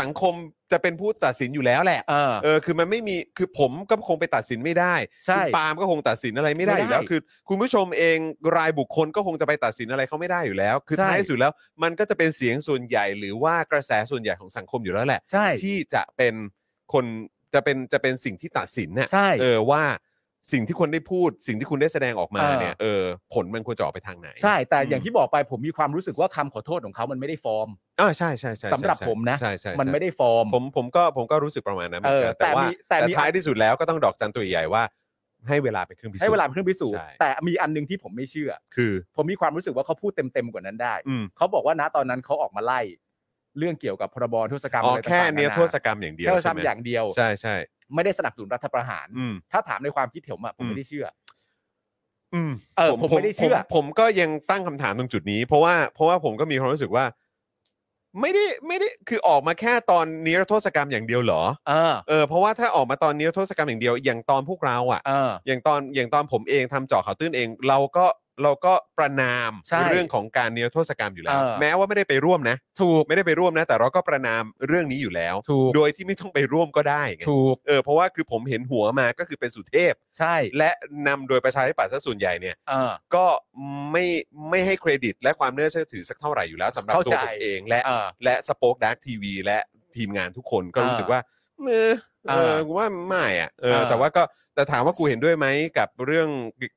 สังคมจะเป็นผู้ตัดสินอยู่แล้วแหละ
เออ
เออคือมันไม่มีคือผมก็คงไปตัดสินไม่ได้
ใช่
คุณปาล์มก็คงตัดสินอะไรไม่ได้
ไม่
อ
ได้
ยู่แล้ว คือ คุณผู้ชมเองรายบุคคลก็คงจะไปตัดสินอะไรเขาไม่ได้อยู่แล้ว คือ
ใช่
ท้ายสุดแล้ว มันก็จะเป็นเสียงส่วนใหญ่ หรือว่ากระแสส่วนใหญ่ของสังคมอยู่แล้วแหละ
ใช่
ที่จะเป็นคนจะเป็นจะเป็นสิ่งที่ตัดสินเนี่ย
ใช่
เออว่าสิ่งที่คุณได้พูด สิ่งที่คุณได้แสดงออกมา
เออ
เนี่ยเออผลมันควรจะออกไปทางไหน
ใช่ แต่
อืม
อย่างที่บอกไปผมมีความรู้สึกว่าคำขอโทษของเขามันไม่ได้ฟอร์ม
อ่าใช่ใช่ใช่ใช่
สำหรับ
ใช่
ผมนะ
ใช่ใช่
มัน
ใช่
ไม่ได้ฟอร์ม
ผมผมก็ผมก็รู้สึกประมาณนั้นเหมือนกัน
เออแต่
แต่ว่า
มีแต่
แต่
มี
ท้ายที่สุดแล้วก็ต้องดอกจันตัวใหญ่ว่า ให้เวลาเป็นเครื่องพิสูจน์
ให้เวลาเป็นเครื่องพิสูจน์
ใช่
แต่มีอันหนึงที่ผมไม่เชื่อ
คือ
ผมมีความรู้สึกว่าเขาพูดเต็มๆกว่านั้นได้
อืม
เขาบอกว่าณตอนนั้นเขาออกมาไล่ เรื่องเกี่ยวกับพรบโทษกรรม
อ๋อ
อะไรต่างๆ
แค่เนี้ย
าา
โทษกรรมอย่างเดียว
แค่
ใช่
ทำ
ไหม
อย่างเดียว
ใช่ใช่
ไม่ได้สนับสนุนรัฐประหาร
อืม
ถ้าถามในความคิดเห็นผมอะผม
อืม
ไม่ได้เชื่อ
อืม
เออผมไม่ได้เชื่อ
ผมผมก็ยังตั้งคำถามตรงจุดนี้ เพราะว่าเพราะว่าผมก็มีความรู้สึกว่า ไม่ได้ไม่ได้คือออกมาแค่ตอนนิรโทษกรรมอย่างเดียวเหรอ
เออ
เออเพราะว่าถ้าออกมาตอนนิรโทษกรรมอย่างเดียวอย่างตอนพวกเราอ่ะ
เออ
อย่างตอนอย่างตอนผมเองทำเจาะข่าวตื้นเอง เราก็เราก็ประนาม
ใช่
เรื่องของการนิรโทษกรรมอยู่แล้ว
เออ
แม้ว่าไม่ได้ไปร่วมนะ
ถูก
ไม่ได้ไปร่วมนะ แต่เราก็ประนามเรื่องนี้อยู่แล้ว
ถูก
โดยที่ไม่ต้องไปร่วมก็ได้ไง
ถูก
เออเพราะว่าคือผมเห็นหัวมาก็คือเป็นสุเทพ
ใช่
และนำโดยประชาธิปัตย์ซะส่วนใหญ่เนี่ย
เออ
ก็ไม่ไม่ให้เครดิตและความเน่าเชื่อถือสักเท่าไหร่อยู่แล้วสำหรับ
เข้า
ตัว
ใจ
ผมเองและ
เออ
และสป็อคดักทีวีและทีมงานทุกคนก็
อ่ารู้
รู้สึกว่าเออเออ
อ่า
กูว่าไม่อ่ะเออ
เออ
แต่ว่าก็แต่ถามว่ากูเห็นด้วยไหมกับเรื่อง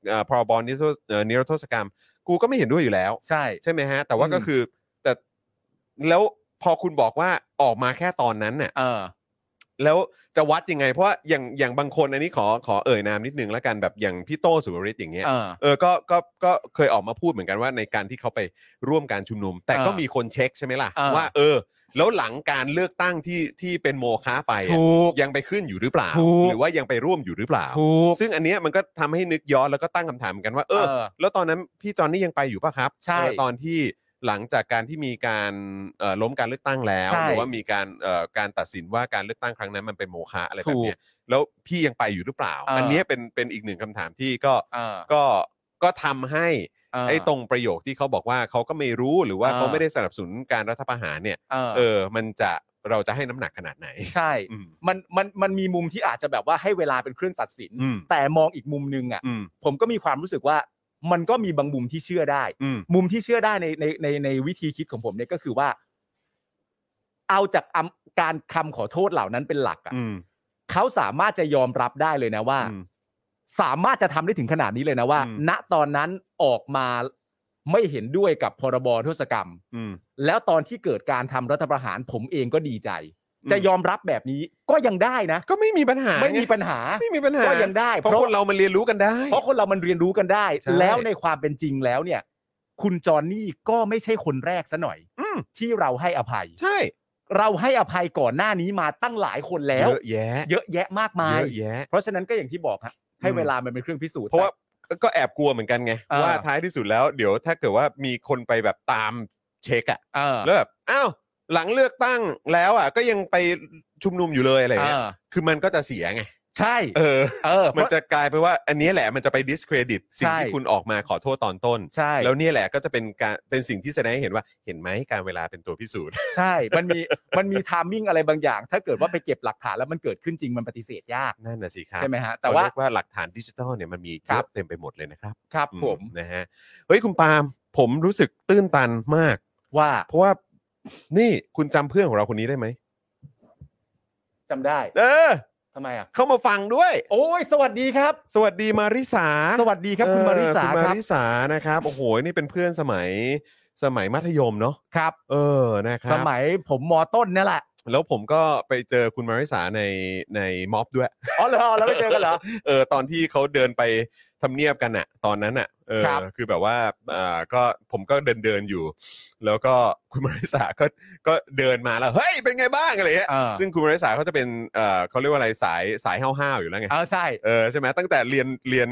เอ่อพรบนิรโทษเอ่อนิรโทษกรรม กูก็ไม่เห็นด้วยอยู่แล้ว
ใช่
ใช่ไหมฮะ แต่ว่าก็
อืม
คือแต่แล้วพอคุณบอกว่าออกมาแค่ตอนนั้นเนี่ย
เออ
แล้วจะวัดยังไง เพราะว่าอย่างอย่างบางคนอันนี้ขอขอเอ่ยนามนิดนึงแล้วกันแบบอย่างพี่โตสุวริตอย่างเงี้ย
เออ
เออ ก็ ก็ ก็เคยออกมาพูดเหมือนกันว่าในการที่เขาไปร่วมการชุมนุม แต่ก็
เออ
มีคนเช็คใช่ไหมล่ะ
เออ
ว่า เออ แล้วหลังการเลือกตั้งที่ที่เป็นโมฆะไปอะ
ถูก
ยังไปขึ้นอยู่หรือเปล่า
ถูก
หรือว่ายังไปร่วมอยู่หรือเปล่า
ถูก
ซึ่งอันเนี้ยมันก็ทำให้นึกย้อนแล้วก็ตั้งคำถามเหมือนกันว่าเอ
เอ
อ
อ
แล้วตอนนั้นพี่จอนนี่ยังไปอยู่ป่ะครับ
ใช่
เออตอนที่หลังจากการที่มีการเอ่อล้มการเลือกตั้งแล้ว
ใช่
หรือว่ามีการเอ่อการตัดสินว่าการเลือกตั้งครั้งนั้นมันเป็นโมฆะอะไรแบบเนี้ยแล้วพี่ยังไปอยู่หรือเปล่า
เอออั
อันเนี้ยเป็นเป็นอีกหนึ่งคำถามที่ก็
เออ
ก็ก็ทำให้
เออ
ไอ้ตรงประโยคที่เขาบอกว่าเขาก็ไม่รู้หรือว่า
เออ
เขาไม่ได้สนับสนุนการรัฐประหารเนี่ย
เออ
เออ มันจะเราจะให้น้ำหนักขนาดไหน
ใช่
อืม
มันมันมันมีมุมที่อาจจะแบบว่าให้เวลาเป็นเครื่องตัดสิน
อืม
แต่มองอีกมุมนึงอ่ะ
อืม
ผมก็มีความรู้สึกว่ามันก็มีบางมุมที่เชื่อได้
อืม
มุมที่เชื่อได้ในในในในวิธีคิดของผมเนี่ยก็คือว่า เอาจากอำการคำขอโทษเหล่านั้นเป็นหลักอะ
อืม
เขาสามารถจะยอมรับได้เลยนะว่า
อืม
สามารถจะทำได้ถึงขนาดนี้เลยนะว่า
อืม
ณตอนนั้นออกมาไม่เห็นด้วยกับพรบโทษกรรม
อืม
แล้วตอนที่เกิดการทำรัฐประหารผมเองก็ดีใจ
อืม
จะยอมรับแบบนี้ก็ยังได้นะ
ก็ไม่มีปัญหา
ไม่มีปัญหา
ไม่มีปัญหา
ก็ยังได้
เพราะคนเรามันเรียนรู้กันได้
เพราะคนเรามันเรียนรู้กันได้
ใช่
แล้วในความเป็นจริงแล้วเนี่ย คุณจอห์นนี่ก็ไม่ใช่คนแรกซะหน่อย
อืม
ที่เราให้อภัย
ใช่
เราให้อภัยก่อนหน้านี้มาตั้งหลายคนแล้ว
เยอะแยะ
เยอะแยะมากมาย
เยอะแยะ
เพราะฉะนั้นก็อย่างที่บอกฮะให้เวลามันเป็นเครื่องพิสูจน์
เพราะว่าก็แอบกลัวเหมือนกันไง
เออ
ว่าท้ายที่สุดแล้ว เดี๋ยวถ้าเกิดว่ามีคนไปแบบตามเช็คอะ
เออ
แล้วแบบอ้าวหลังเลือกตั้งแล้วอ่ะ ก็ยังไปชุมนุมอยู่เลยอะไร
เอ
เงี้ย
อ
คือมันก็จะเสียไง
ใช่
เออ
เออ
มัน
เพราะ
จะกลายไปว่า อันนี้แหละมันจะไป discredit สิ่ง
ใช่
ที่คุณออกมาขอโทษตอนต้น
ใช่
แล้วเนี่ยแหละก็จะเป็นการเป็นสิ่งที่แสดงให้เห็นว่าเห็นไหมการเวลาเป็นตัวพิสูจน์
ใช่มันมี <laughs> มันมีทามมิ่งอะไรบางอย่าง ถ้าเกิดว่าไปเก็บหลักฐานแล้วมันเกิดขึ้นจริงมันปฏิเสธยาก
นั่นน่ะสิครับ
ใช่ไหมฮะแต่ว่า
เขเรียกว่าหลักฐานดิจิทัลเนี่ยมันมีเย
ครั
อะ
บ
เต็มไปหมดเลยนะครับ
ครับ
อื
ผม
นะฮะเฮ้ยคุณปาล์มผมรู้สึกตื้นตันมาก
ว่า
เพราะว่านี่คุณจำเพื่อนของเราคนนี้ได้ไหม
จำได้
เออ
ทำไมอ่ะ
เข้ามาฟังด้วย
โอ้ยสวัสดีครับ
สวัสดีมาริสา
สวัสดีครับคุณ
เออ
มาริสา
คุณ
ค
มา
รับ
ริสานะครับโอ้โหนี่เป็นเพื่อนสมัยสมัยมัธยมเนาะ
ครับ
เออนะครั
ส
บ
มัยผมมอต้นเนี่ยแหละ
แล้วผมก็ไปเจอคุณมาริสาในในม็อบด้วย
<laughs> อ๋อเหรอแล้วไปเจอกันเหรอ
เออตอนที่เขาเดินไปทำเนียบกันอะตอนนั้นอะเออ
ครับ
คือแบบว่าอ่าก็ผมก็เดินเดินๆอยู่ แล้วก็ <laughs> คุณมาริสาก็ก็เดินมาแล้วเฮ้ยเป็นไงบ้างอะไรเงี้ย
เออ
ซึ่งคุณมาริสาเขาจะเป็นเออเขาเรียกว่าอะไรสายสายห้าวๆอยู่แล้วไง
เอาใช่
เออใช่ไหมตั้งแต่เรียนเรียน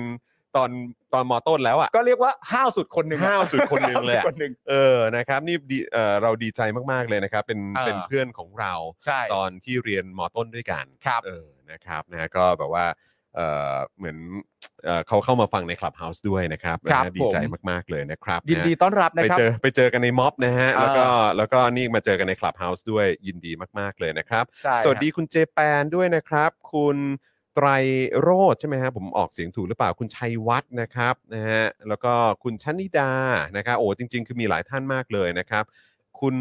ตอนตอนมอต้นแล้วอะ
ก็เรียกว่าห้าวสุดคนหนึ่งอะ
ห้าวสุดคนหนึ่งเลยอะ
ห้าวสุดคนหนึ่ง
เออ นะครับ นี่ดีเอ่อเราดีใจมาก ๆ เลยนะครับ เป็น
เออ
เป็นเพื่อนของเรา
ใช่
ตอนที่เรียนม ต้นด้วยกัน
ครับ
เออ นะครับ นะ ก็แบบว่า เออเหมือนเอ่อเขาเข้ามาฟังในคลับเฮาส์ด้วยนะครับ
ครับ
นะดีใจมาก ๆ เลยนะครับ
ยินดี
ะ
ต้อนรับนะ
ไป
ครับ
เจอ ไปเจอกันในม็อบนะฮะ
เออ
แล้วก็ แล้วก็นี่มาเจอกันในคลับเฮาส์ด้วย ยินดีมาก ๆ เลยนะครับ
ใช่
สวัส
ฮะ
ดีคุณเจแปนด้วยนะครับ คุณไตรโรธใช่ไหมฮะผมออกเสียงถูกหรือเปล่าคุณชัยวัฒน์นะครับนะฮะแล้วก็คุณชนิดานะครับโอ้จริง ๆ คือมีหลายท่านมากเลยนะครับ คุณ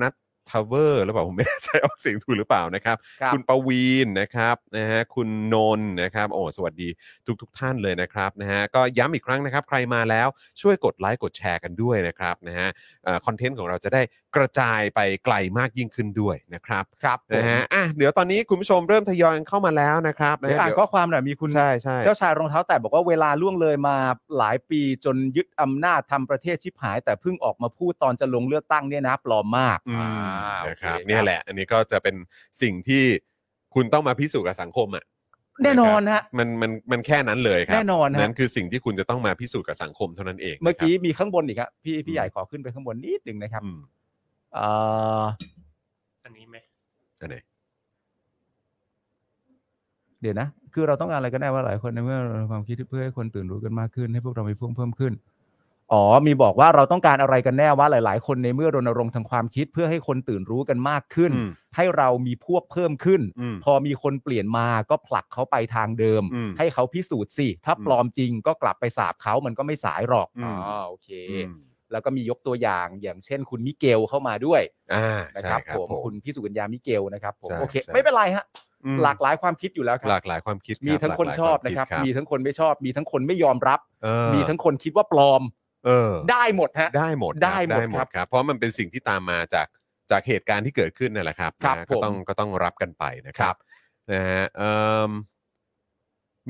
นัททเวอร์หรือเปล่าผมไม่แน่ใจ <laughs> ออกเสียงถูกหรือเปล่านะครับ
ครับ
คุณประวีนนะครับนะฮะคุณนนท์นะครับโอ้สวัสดีทุกทกๆท่านเลยนะครับนะฮะก็ย้ำอีกครั้งนะครับ ใครมาแล้วช่วยกดไลค์กดแชร์กันด้วยนะครับนะฮะคอนเทนต์ของเราจะได้กระจายไปไกลมากยิ่งขึ้นด้วยนะครับ
ครับผม
นะฮะอ่ะเดี๋ยวตอนนี้คุณผู้ชมเริ่มทยอยกันเข้ามาแล้วนะครับนะ
เดี๋ยวอ่าน
เดี๋ยว
ข้อความหน่อยมีคุณ
ใช่ใช่
เจ้าชายรองเท้าแตะบอกว่าเวลาล่วงเลยมาหลายปีจนยึดอำนาจทำประเทศชิบหาย แต่เพิ่งออกมาพูดตอนจะลงเลือกตั้งเนี่ยนะปลอมมาก
อืม
อ่า
นะครับ
โอ
เนี่ยแหละ อันนี้ก็จะเป็นสิ่งที่คุณต้องมาพิสูจน์กับสังคมอ่ะ
แน่นอนฮะ
มันมันมันแค่นั้นเลยครับ
แน่นอนฮะ
นั่นคือสิ่งที่คุณจะต้องมาพิสูจน์กับสังคมเท่านั้นเองนะครับ
เมื่อกี้มีข้างบนอีกครับพี่พี่ใหญ่ขอขึ้นไปข้างบนนิดหนึ่งนะครับ
อืม
เอ่อ
อันนี้ไหม
อันไหน
เดี๋ยวนะ คือเราต้องการอะไรก็ได้ว่าหลายคนในเมื่อเรามีความคิดเพื่อให้คนตื่นรู้กันมากขึ้นให้พวกเรามีพวกเพิ่มขึ้นอ๋อมีบอกว่าเราต้องการอะไรกันแน่ว่าหลาย ๆ คนในเมื่อรณรงค์ทางความคิดเพื่อให้คนตื่นรู้กันมากขึ้น
อืม
ให้เรามีพวกเพิ่มขึ้น
อืม
พอมีคนเปลี่ยนมาก็ผลักเขาไปทางเดิม
อืม
ให้เขาพิสูจน์สิ ถ้า
อืม
ปลอมจริงก็กลับไปสาบเขามันก็ไม่สายหรอก
อืม
โอเค
อืม
แล้วก็มียกตัวอย่างอย่างเช่น คุณมิเกลเข้ามาด้วย
อ่า
นะ
ใช่
ครับ
ครับ
ผม
ผม
คุณพี่สุกัญญามิเกลนะครับผม
ใช่
โอเค
ใช่
ไม่เป็นไรฮะ
อืม
หลากหลายความคิดอยู่แล้วค
ห
รั
ลากหลายความคิดรับ
มีทั้งคน
หลากหลาย
ชอบ
วาด
นะครับ มีทั้งคนไม่ชอบ มีทั้งคนไม่ยอมรับ
เออ
มีทั้งคนคิดว่าปลอม
เออ
ได้หมดฮะ
ได้หมดครับ
ได้หมด
ได้หม
ครั
ด
บ
ครับ เพราะมันเป็นสิ่งที่ตามมาจาก จากเหตุการณ์ที่เกิดขึ้นนั่นแหละครับ
ครับ
นะ
ผ
ก็
ม
ต้องก็ต้องรับกันไปนะครั
ครับ บ
นะฮะเอิ่ม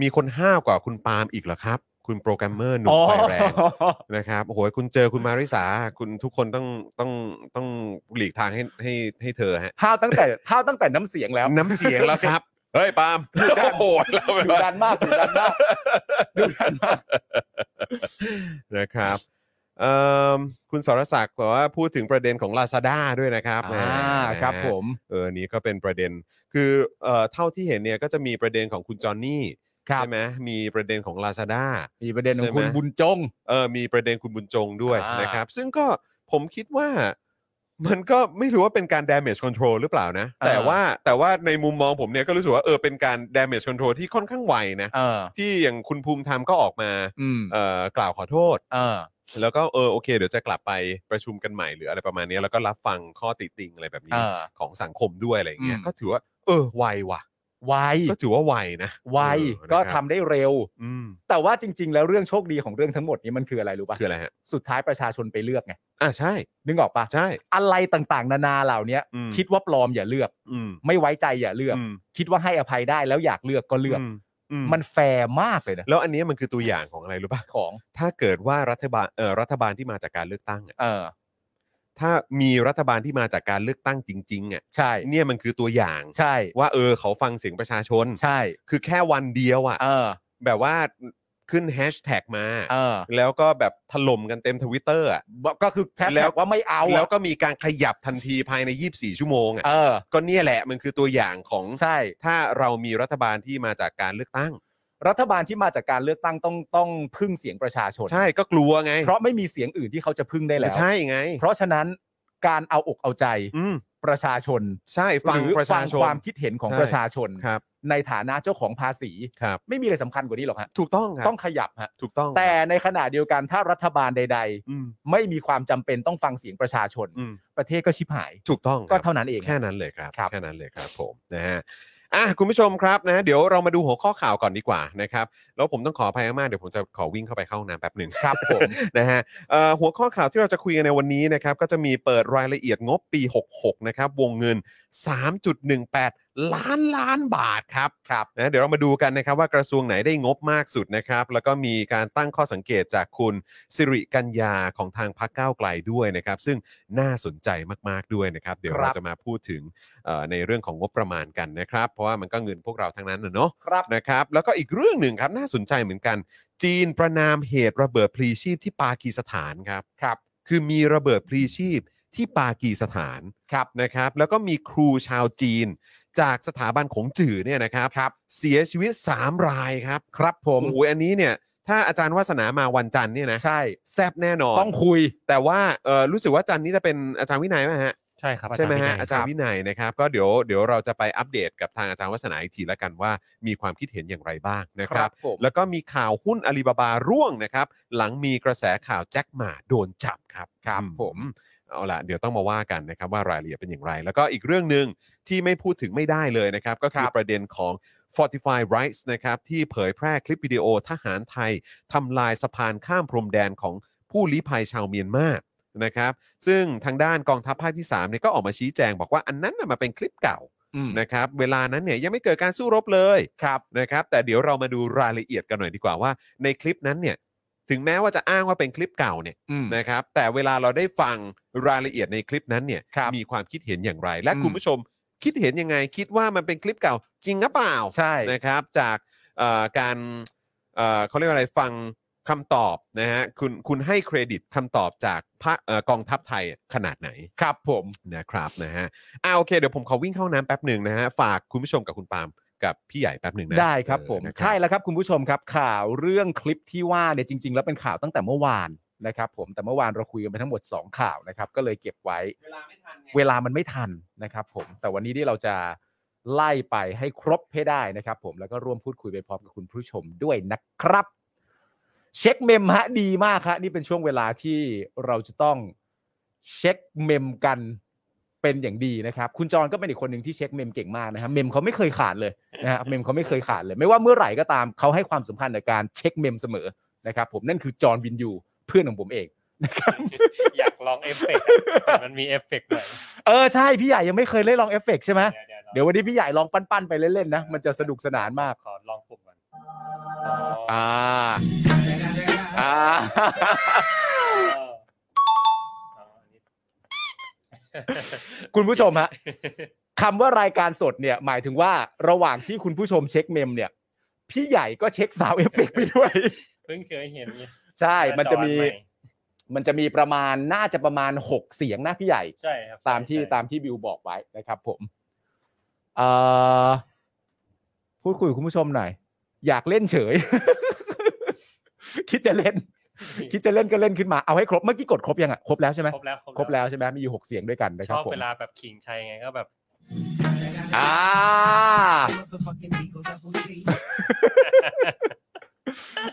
มีคนห้าวกว่าคุณปาล์มอีกเหรอครับ คุณโปรแกรมเมอร์หนุ่มไฟแรง นะครับโอ้โหคุณเจอคุณมาริสาคุณทุกคนต้องต้องต้องหลีกทางให้ให้ให้เธอฮะ
ห้าวตั้งแต่ห้าวตั้งแต่น้ำเสียงแล้ว
น้ำเสียงแล้วครับ เฮ้ยปาล์ม
ดุดัน
โอ้โหแล้วแบบ
ดุดั
ว่าน
มากดุดันมากดุดันมาก
<laughs> นะครับเอิ่มคุณสรศักดิ์บอกว่าพูดถึงประเด็นของ Lazada ด้วยนะครับ
อ่า
นะฮะ
ครับผม
เอออันนี้ก็เป็นประเด็น คือเอ่อเท่าที่เห็นเนี่ยก็จะมีประเด็นของคุณจอห์นนี่
ครับ
ใช่ไหมมีประเด็นของ Lazada
มีประเด็นของคุณ
ใช่ไหม
บุญจง
เออมีประเด็นคุณบุญจงด้วย
อ่าน
นะครับ ซึ่งก็ผมคิดว่ามันก็ไม่รู้ว่าเป็นการ damage control หรือเปล่านะ แต่ว่าแต่ว่าในมุมมองผมเนี่ยก็รู้สึกว่าเออเป็นการ damage control ที่ค่อนข้างไวนะ
เออ
ที่อย่างคุณภูมิธรรมก็ออกมา
อืม
เอ่อกล่าวขอโทษ
เออ
แล้วก็เออโอเค เดี๋ยวจะกลับไปประชุมกันใหม่หรืออะไรประมาณเนี้ยแล้วก็รับฟังข้อติติงอะไรแบบนี้
เออ
ของสังคมด้วยอะไรอย่างเงี้ย
อืม
ก็ถือว่า เออไวว่ะ
ไว
ก็ถือว่าไวนะ
ไว
เออ
ก็
นะค
ทำ
รับ
ได้เร็ว
อืม
แต่ว่าจริง ๆ แล้วเรื่องโชคดีของเรื่องทั้งหมดนี้มันคืออะไรรู้ป่ะ
คืออะไรฮะ
สุดท้ายประชาชนไปเลือกไง
อ่ะใช่
นึกออกป่ะ
ใช่
อะไรต่างๆ นานาเหล่าเนี้ย
อืม
คิดว่าปลอมอย่าเลือก
อืม
ไม่ไว้ใจอย่าเลือก
อืม
คิดว่าให้อภัยได้แล้วอยากเลือกก็เลือก
มอืม
มันแฟร์มากเลยนะ
แล้วอันนี้มันคือตัวอย่างของอะไรรู้ป่ะ
ของ
ถ้าเกิดว่ารัฐบาลเอ่อรัฐบาลที่มาจากการเลือกตั้งอ่ะ
เออ
ถ้ามีรัฐบาลที่มาจากการเลือกตั้งจริงๆอ่ะ
ใช่
เนี่ยมันคือตัวอย่าง
ใช่
ว่าเออเขาฟังเสียงประชาชน
ใช่
คือแค่วันเดียวอ่ะ
เออ
แบบว่าขึ้นแฮชแท็กมา
เออ
แล้วก็แบบถล่มกันเต็มทวิตเตอร์อ่ะ
ก็คือแทบ
แล้ว
ว่าไม่เอาอะ
แล้วก็มีการขยับทันทีภายใน 24 ชั่วโมงอ่ะ
เออ
ก็เนี่ยแหละมันคือตัวอย่างของ
ใช่
ถ้าเรามีรัฐบาลที่มาจากการเลือกตั้ง
รัฐบาลที่มาจากการเลือกตั้งต้องต้องพึ่งเสียงประชาชน
ใช่ก็กลัวไง
เพราะไม่มีเสียงอื่นที่เขาจะพึ่งได้แล้ว
ใช่ไง
เพราะฉะนั้นการเอาอกเอาใจ
อืม
ประชาชน
ใช่ฟัง
หอ
ประชาชน
ฟังความคิดเห็นของ
ใช่
ประชาชน
ครับ
ในฐานะเจ้าของภาษี
ครับ
ไม่มีอะไรสำคัญกว่านี้หรอกฮะ
ถูกต้องครับ
ต้องขยับฮะ
ถูกต้อง
แต่
ครับ
ในขณะเดียวกันถ้ารัฐบาลใด
อืม
ๆ ไม่มีความจำเป็นต้องฟังเสียงประชาชน
อืม
ประเทศก็ชิบหาย
ถูกต้อง
ก็
ครับ
เท่านั้นเอง
แค่นั้นเลยครับ
ครับ
แค่นั้นเลยครับผมนะฮะอ่ะคุณผู้ชมครับนะ เดี๋ยวเรามาดูหัวข้อข่าวก่อนดีกว่านะครับแล้วผมต้องขออภัยมากเดี๋ยวผมจะขอวิ่งเข้าไปเข้าห้องน้ำแป๊บหนึ่ง
ครับผม
<laughs>
<laughs>
นะฮะเอ่อหัวข้อข่าวที่เราจะคุยกันในวันนี้นะครับก็จะมีเปิดรายละเอียดงบปี 66 นะครับวงเงิน 3.18 ล้านล้านบาทครับ
ครับ
นะเดี๋ยวเรามาดูกันนะครับว่ากระทรวงไหนได้งบมากสุดนะครับ แล้วก็มีการตั้งข้อสังเกตจากคุณสิริกัญญาของทางพรรคก้าวไกลด้วยนะครับ ซึ่งน่าสนใจมากๆด้วยนะครับ เดี๋ยวเราจะมาพูดถึงเอ่อในเรื่องของงบประมาณกันนะครับ เพราะว่ามันก็เงินพวกเราทั้งนั้นนะเนาะ
ครับ
นะครับแล้วก็อีกเรื่องหนึ่งครับน่าสนใจเหมือนกัน จีนประนามเหตุระเบิดพลีชีพที่ปากีสถานครับ
ครับ
คือมีระเบิดพลีชีพที่ปากีสถาน
ครับ
นะครับแล้วก็มีครูชาวจีน จากสถาบันของจื่อเนี่ยนะครับ
ครับ
เสียชีวิต 3 รายครับ
ครับผ
ผม มโอ้ยอันนี้เนี่ยถ้าอาจารย์วาสนามาวันจันทร์เนี่ยนะ
ใช่
แซบแน่นอน
ต้องคุย
แต่ว่าเอ่อรู้สึกว่าจันทร์นี้จะเป็นอาจารย์วินัยไหมฮะ
ใช่ครับ
ใช่ไหมฮะ
วินั
อาจารย์วินัยนะครับก็เดี๋ยวเดี๋ยวเราจะไปอัปเดตกับทางอาจารย์วัฒนาอีกทีละกันว่ามีความคิดเห็นอย่างไรบ้างนะค
ค
รั
รับ บผม
แล้วก็มีข่าวหุ้นอาลีบาบาร่วงนะครับ หลังมีกระแสข่าวแจ็คหมาโดนจับครับ
ครับ
อืม
ผม
เอาล่ะเดี๋ยวต้องมาว่ากันนะครับว่ารายละเอียดเป็นอย่างไร แล้วก็อีกเรื่องหนึ่งที่ไม่พูดถึงไม่ได้เลยนะครับ ก็คือ
ครับ
ประเด็นของ Fortify Rights นะครับที่เผยแพร่คลิปวิดีโอทหารไทยทำลายสะพานข้ามพรมแดนของผู้ลี้ภัยชาวเมียนมา นะครับซึ่งทางด้านกองทัพภาคที่3เนี่ยก็ออกมาชี้แจงบอกว่าอันนั้นน่ะมาเป็นคลิปเก่า
อืม
นะครับเวลานั้นเนี่ยยังไม่เกิดการสู้รบเลย
ครับ
นะครับแต่เดี๋ยวเรามาดูรายละเอียดกันหน่อยดีกว่าว่า ในคลิปนั้นเนี่ยถึงแม้ว่าจะอ้างว่าเป็นคลิปเก่าเนี่ย
อืม
นะครับแต่เวลาเราได้ฟังรายละเอียดในคลิปนั้นเนี่ย
ครับ
มีความคิดเห็นอย่างไร และ
อืม
คุณผู้ชมคิดเห็นยังไง คิดว่ามันเป็นคลิปเก่าจริงหรือเปล่า
ใช่
นะครับจากเอ่อการเอ่อเขาเรียกว่าอะไรฟังคำตอบนะฮะคุณคุณให้เครดิตคำตอบจากพระเอ่อกองทัพไทยขนาดไหน
ครับผม
นะครับนะฮะอ่าโอเคเดี๋ยวผมขอวิ่งเข้าห้องน้ำแป๊บหนึ่งนะฮะฝากคุณผู้ชมกับคุณปาล์มกับพี่ใหญ่แป๊บหนึ่งนะ
ได้ครับ
เออ
ผม
นะ
ใช่แล้วครับคุณผู้ชมครับ ข่าวเรื่องคลิปที่ว่าเนี่ยจริง ๆ แล้วเป็นข่าวตั้งแต่เมื่อวานนะครับผมแต่เมื่อวานเราคุยกันไปทั้งหมด 2 ข่าวนะครับ ก็เลยเก็บไว้
เวลาไม่ทันไง
เวลามันไม่ทันนะครับผมแต่วันนี้ที่เราจะไล่ไปให้ครบให้ได้นะครับผมแล้วก็ร่วมพูดคุยไปพร้อมกับคุณผู้ชมด้วยนะครับ เช็คเมมฮะดีมากฮะนี่เป็นช่วงเวลาที่เราจะต้องเช็คเมมกันเป็นอย่างดีนะครับ คุณจรก็เป็นอีกคนหนึ่งที่เช็คเมมเก่งมากนะครับเมมเขาไม่เคยขาดเลยนะฮะเมมเขาไม่เคยขาดเลย ไม่ว่าเมื่อไหร่ก็ตามเขาให้ความสำคัญในการเช็คเมมเสมอนะครับ ผมนั่นคือจอร์นวินยูเพื่อนของผมเองนะครับ
อยากลองเอฟเฟกต์อะแต่มันมีเอฟเฟกต์ด้วย
เ เออใช่พี่ใหญ่ยังไม่เคยเล่นลองเอฟเฟกต์ใช่ไหม
เดี๋ยวๆ
เดี๋ยววันนี้พี่ใหญ่ลองปั้นๆไปเล่นๆนะมันจะสนุกสนานมาก
ขอลองปุ่มก่อน
อ่าอ่า <laughs>
อ๋ออ๋ออันนี้
คุณผู้ชมฮะ คำว่ารายการสดเนี่ย หมายถึงว่าระหว่างที่คุณผู้ชมเช็คเมมเนี่ย พี่ใหญ่ก็เช็คสาวเอฟเฟกต์ไปด้วย <laughs>
เพิ่งเคยเห็นเนี่ย
ใช่มันจะมี
หาอให
มันจะมีประมาณน่าจะประมาณ 6 เสียงนะพี่ใหญ่
ใช่ครับ
ตามที่
ใช่
ตามที่บิวบอกไว้นะครับผมเอ่อพูดคุยกับคุณผู้ชมหน่อย อยากเล่นเฉย <laughs> คิดจะ
<laughs>
เล่น คิดจะเล่นก็เล่นขึ้นมาเอาให้ครบเมื่อกี้กดครบยังอ่ะครบแล้วใช่ไหม
ครบแล้ว
ครบแล้วใช่ไหมมีอยู่หกเสียงด้วยกันนะค
ช
รับ
อบ
ผม
เวลาแบบขิงใครไงก็แบบ <laughs>
อ่า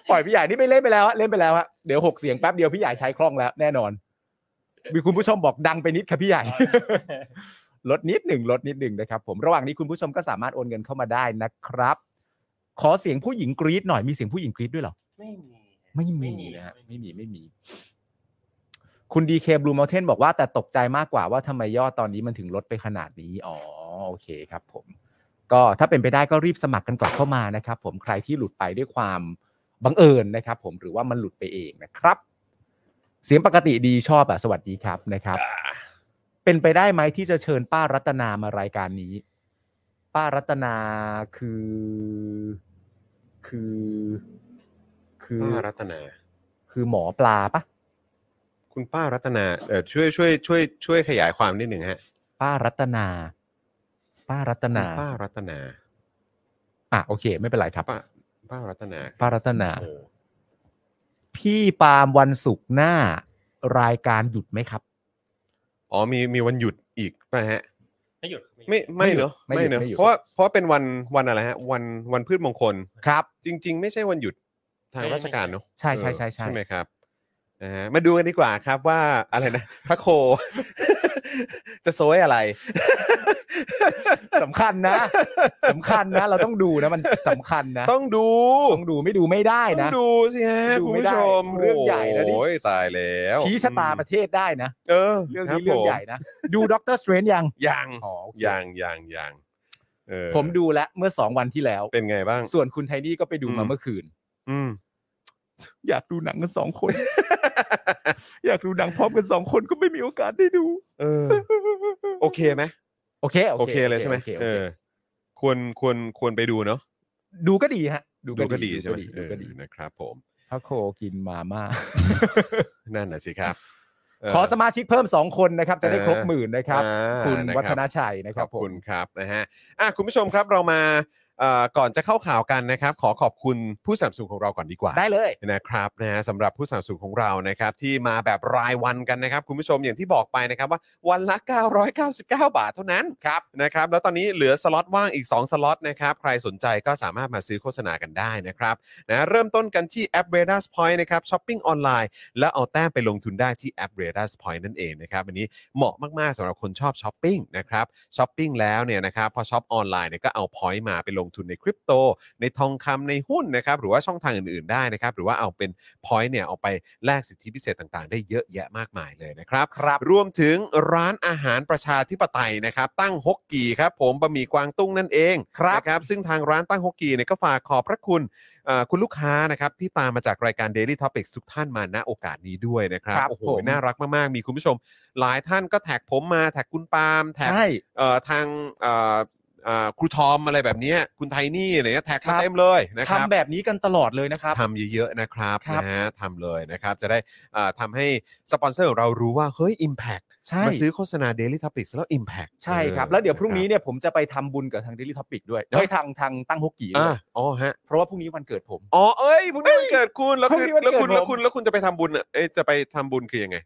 ปล่อยพี่ใหญ่นี่ไม่เล่นไปแล้วอะเล่นไปแล้วฮะเดี๋ยวหกเสียงแป๊บเดียวพี่ใหญ่ใช้คล่องแล้วแน่นอน มีคุณผู้ชมบอกดังไปนิดค่ะพี่ใหญ่ ลดนิดหนึ่งลดนิดหนึ่งนะครับผมระหว่างนี้คุณผู้ชมก็สามารถโอนเงินเข้ามาได้นะครับ ขอเสียงผู้หญิงกรี๊ดหน่อยมีเสียงผู้หญิงกรี๊ดด้วยเหรอ
ไม่มี
ไม่มีนะฮะไม่มีไม่มี คุณดีเคบลูม t เทนบอกว่าแต่ตกใจมากกว่าว่าทำไมยอดตอนนี้มันถึงลดไปขนาดนี้ อ๋อ โอเคครับผม ก็ถ้าเป็นไปได้ก็รีบสมัครกันกลับเข้ามานะครับผมใครที่หลุดไปด้วยความบังเอิญนะครับผมหรือว่ามันหลุดไปเองนะครับ เสียงปกติดีชอบอะสวัสดีครับนะครับ เป็นไปได้ไหมที่จะเชิญป้ารัตนามารายการนี้ ป้ารัตนาคือ คือ คือ
ป้ารัตนา
คือหมอปลาปะ
คุณป้ารัตนาเออช่วยช่วยช่วยช่วยขยายความนิดหนึ่งฮะ
ป้ารัตนา ป้ารัต
คุณ
นา
ป้ารัตนา
อ่ะโอเค ไม่เป็นไรครับ
ป้าป้ารัตนา
ป้ารัตนา
โอ้
พี่ปาล์มวันศุกร์หน้า รายการหยุดไหมครับ
อ๋อมีมีวันหยุดอีกป่ะฮะ
ไม่หยุดครับ
ไม่ไม่เนอะ
ไม่หยุด
ไม่เนอะ
ไม่หยุด
เพราะว่าเพราะว่าเป็นวันวันอะไรฮะ วันวันพืชมงคล
ครับ
จริง ๆ ไม่ใช่วันหยุดทางราชการเนอะ
ใช่ใช่ใช่
เออ
ใช่
ใช่ไหมครับนะฮะมาดูกันดีกว่าครับว่าอะไรนะพระโค <laughs> จะโซย
<laughs>
อะไร
สำคัญนะ <laughs> สำคัญนะ เราต้องดูนะมันสำคัญนะ
ต้องดู
ต้องดูไม่ดูไม่ได้
ต้อ
นะ
งดูสิฮะ
ดู
คุณ
ไม่
ผู้
ได้
ชม
เรื่องใหญ่นะนี่
โอ้ยตายแล้ว
ชี้ชะตาประเทศได้นะ
เออ
เรื่อง
คบ
นี้เรื่องใหญ่นะ ดูด็อกเตอร์สเตรนยัง
ผมยัง
อ๋อโอเค
ยังยังยังเออ
ผมดูแล้วเมื่อสองวันที่แล้ว
เป็นไงบ้าง
ส่วนคุณไทนี่ก็ไปดู
อื
มาม เมื่อคืน
อืม
อยากดูหนังกันสองคน อยากดูหนังพร้อมกันสองคนก็ไม่มีโอกาสได้ดู
เออ โอเคไหม
โอเค
โอเคเลยใช่ไหม
โอคโอ
เอ
เค
อ ควรควรควรไปดูเนาะ
ดูก็ดีฮะ
ดูก็ดีใช่ไหม
ดูก็ดี
เออนะครับ ผม
พระโคกินมาม่า
นั่นน่ะสิครับเ
ขอสมาชิกเพิ่มสองคนนะครับ จะได้ครบ
เออ
หมื่นนะครับ
อ่า
คุณ
ะรับ
วัฒนาชัยนะค
ข
รั
อ
บบ ผ
คุ
ม
ณครับนะฮะอ่ะคุณผู้ชมครับเรามาเอ่อก่อนจะเข้าข่าวกันนะครับ ขอขอบคุณผู้สนับสนุนของเราก่อนดีกว่า
ได้เลย
นะครับนะฮะสำหรับผู้สนับสนุนของเรานะครับ ที่มาแบบรายวันกันนะครับ คุณผู้ชมอย่างที่บอกไปนะครับว่าวันละ 999 บาทเท่านั้นครับนะครับแล้วตอนนี้เหลือสล็อตว่างอีก 2 สล็อตนะครับ ใครสนใจก็สามารถมาซื้อโฆษณากันได้นะครับนะเริ่มต้นกันที่แอป r a d a r s Point นะครับช้อปปิ้งออนไลน์แล้วเอาแต้มไปลงทุนได้ที่แอป r a d a r s Point นั่นเองนะครับอันนี้เหมาะมาก ๆสำหรับคนชอบช้อปปิ้งนะครับช้อปปิ้งแล้วเนี่ยนะครับพอช้อปออนไลน์เนี่ยก็เอา point มาไปลงทุนในคริปโต ในทองคำในหุ้นนะครับหรือว่าช่องทางอื่นๆได้นะครับ หรือว่าเอาเป็น point เนี่ยเอาไปแลกสิทธิพิเศษต่างๆ ได้เยอะแยะมากมายเลยนะครับ
ครับ
รวมถึงร้านอาหารประชาธิปไตยนะครับ ตั้งฮกกีครับ ผมบะหมี่กวางตุ้งนั่นเอง
ครับ
นะครับ ซึ่งทางร้านตั้งฮกกีเนี่ยก็ฝากขอบพระคุณเอ่อคุณลูกค้านะครับ ที่ตามมาจากรายการ Daily Topics ทุกท่านมาณโอกาสนี้ด้วยนะครับ
ครับ
โอ้โห
ผม
น่ารักมากๆ มีคุณผู้ชม หลายท่านก็แท็กผมมาแท็กคุณปาล์มแท็ก
ใช่
เอ่อทางเอ่อเอ่อครูทอมอะไรแบบเนี้ยคุณไทนี่อะไรเงี้ยแท็ก
ครั
มา
บ
เต็มเลยนะครับ
ทำแบบนี้กันตลอดเลยนะครับ
ทำเยอะๆนะครับ
ครับ
นะฮะทำเลยนะครับ จะได้อ่าทำให้สปอนเซอร์ของเรารู้ว่า เฮ้ย Impact
ใช่
มาซื้อโฆษณา Daily Topics แล้ว Impact
ใช่ครั
อ
บ
อ
แล้วเดี๋ยวพรุ่งนี้
ะ
เนี่ยผมจะไปทำบุญกับทาง Daily Topic ด้วย
เนอะ
เฮ้ยทางทางตั้งฮกกี้
ค
ด้
รับ
ว
อ่าย อ๋อฮะ
เพราะว่าพรุ่งนี้วันเกิดผม
อ๋อ เอ้ยพรุ่งนี้วันเกิดคุณแล้ว
พรุ่
คื
ง
อ
นี้วัน
แล้ว
เกิด
คุณแล้ว
ผม
คุณแล้วคุณจะไปทำบุญอ่ะเอ้ยจะไปทำบุญคือยังไง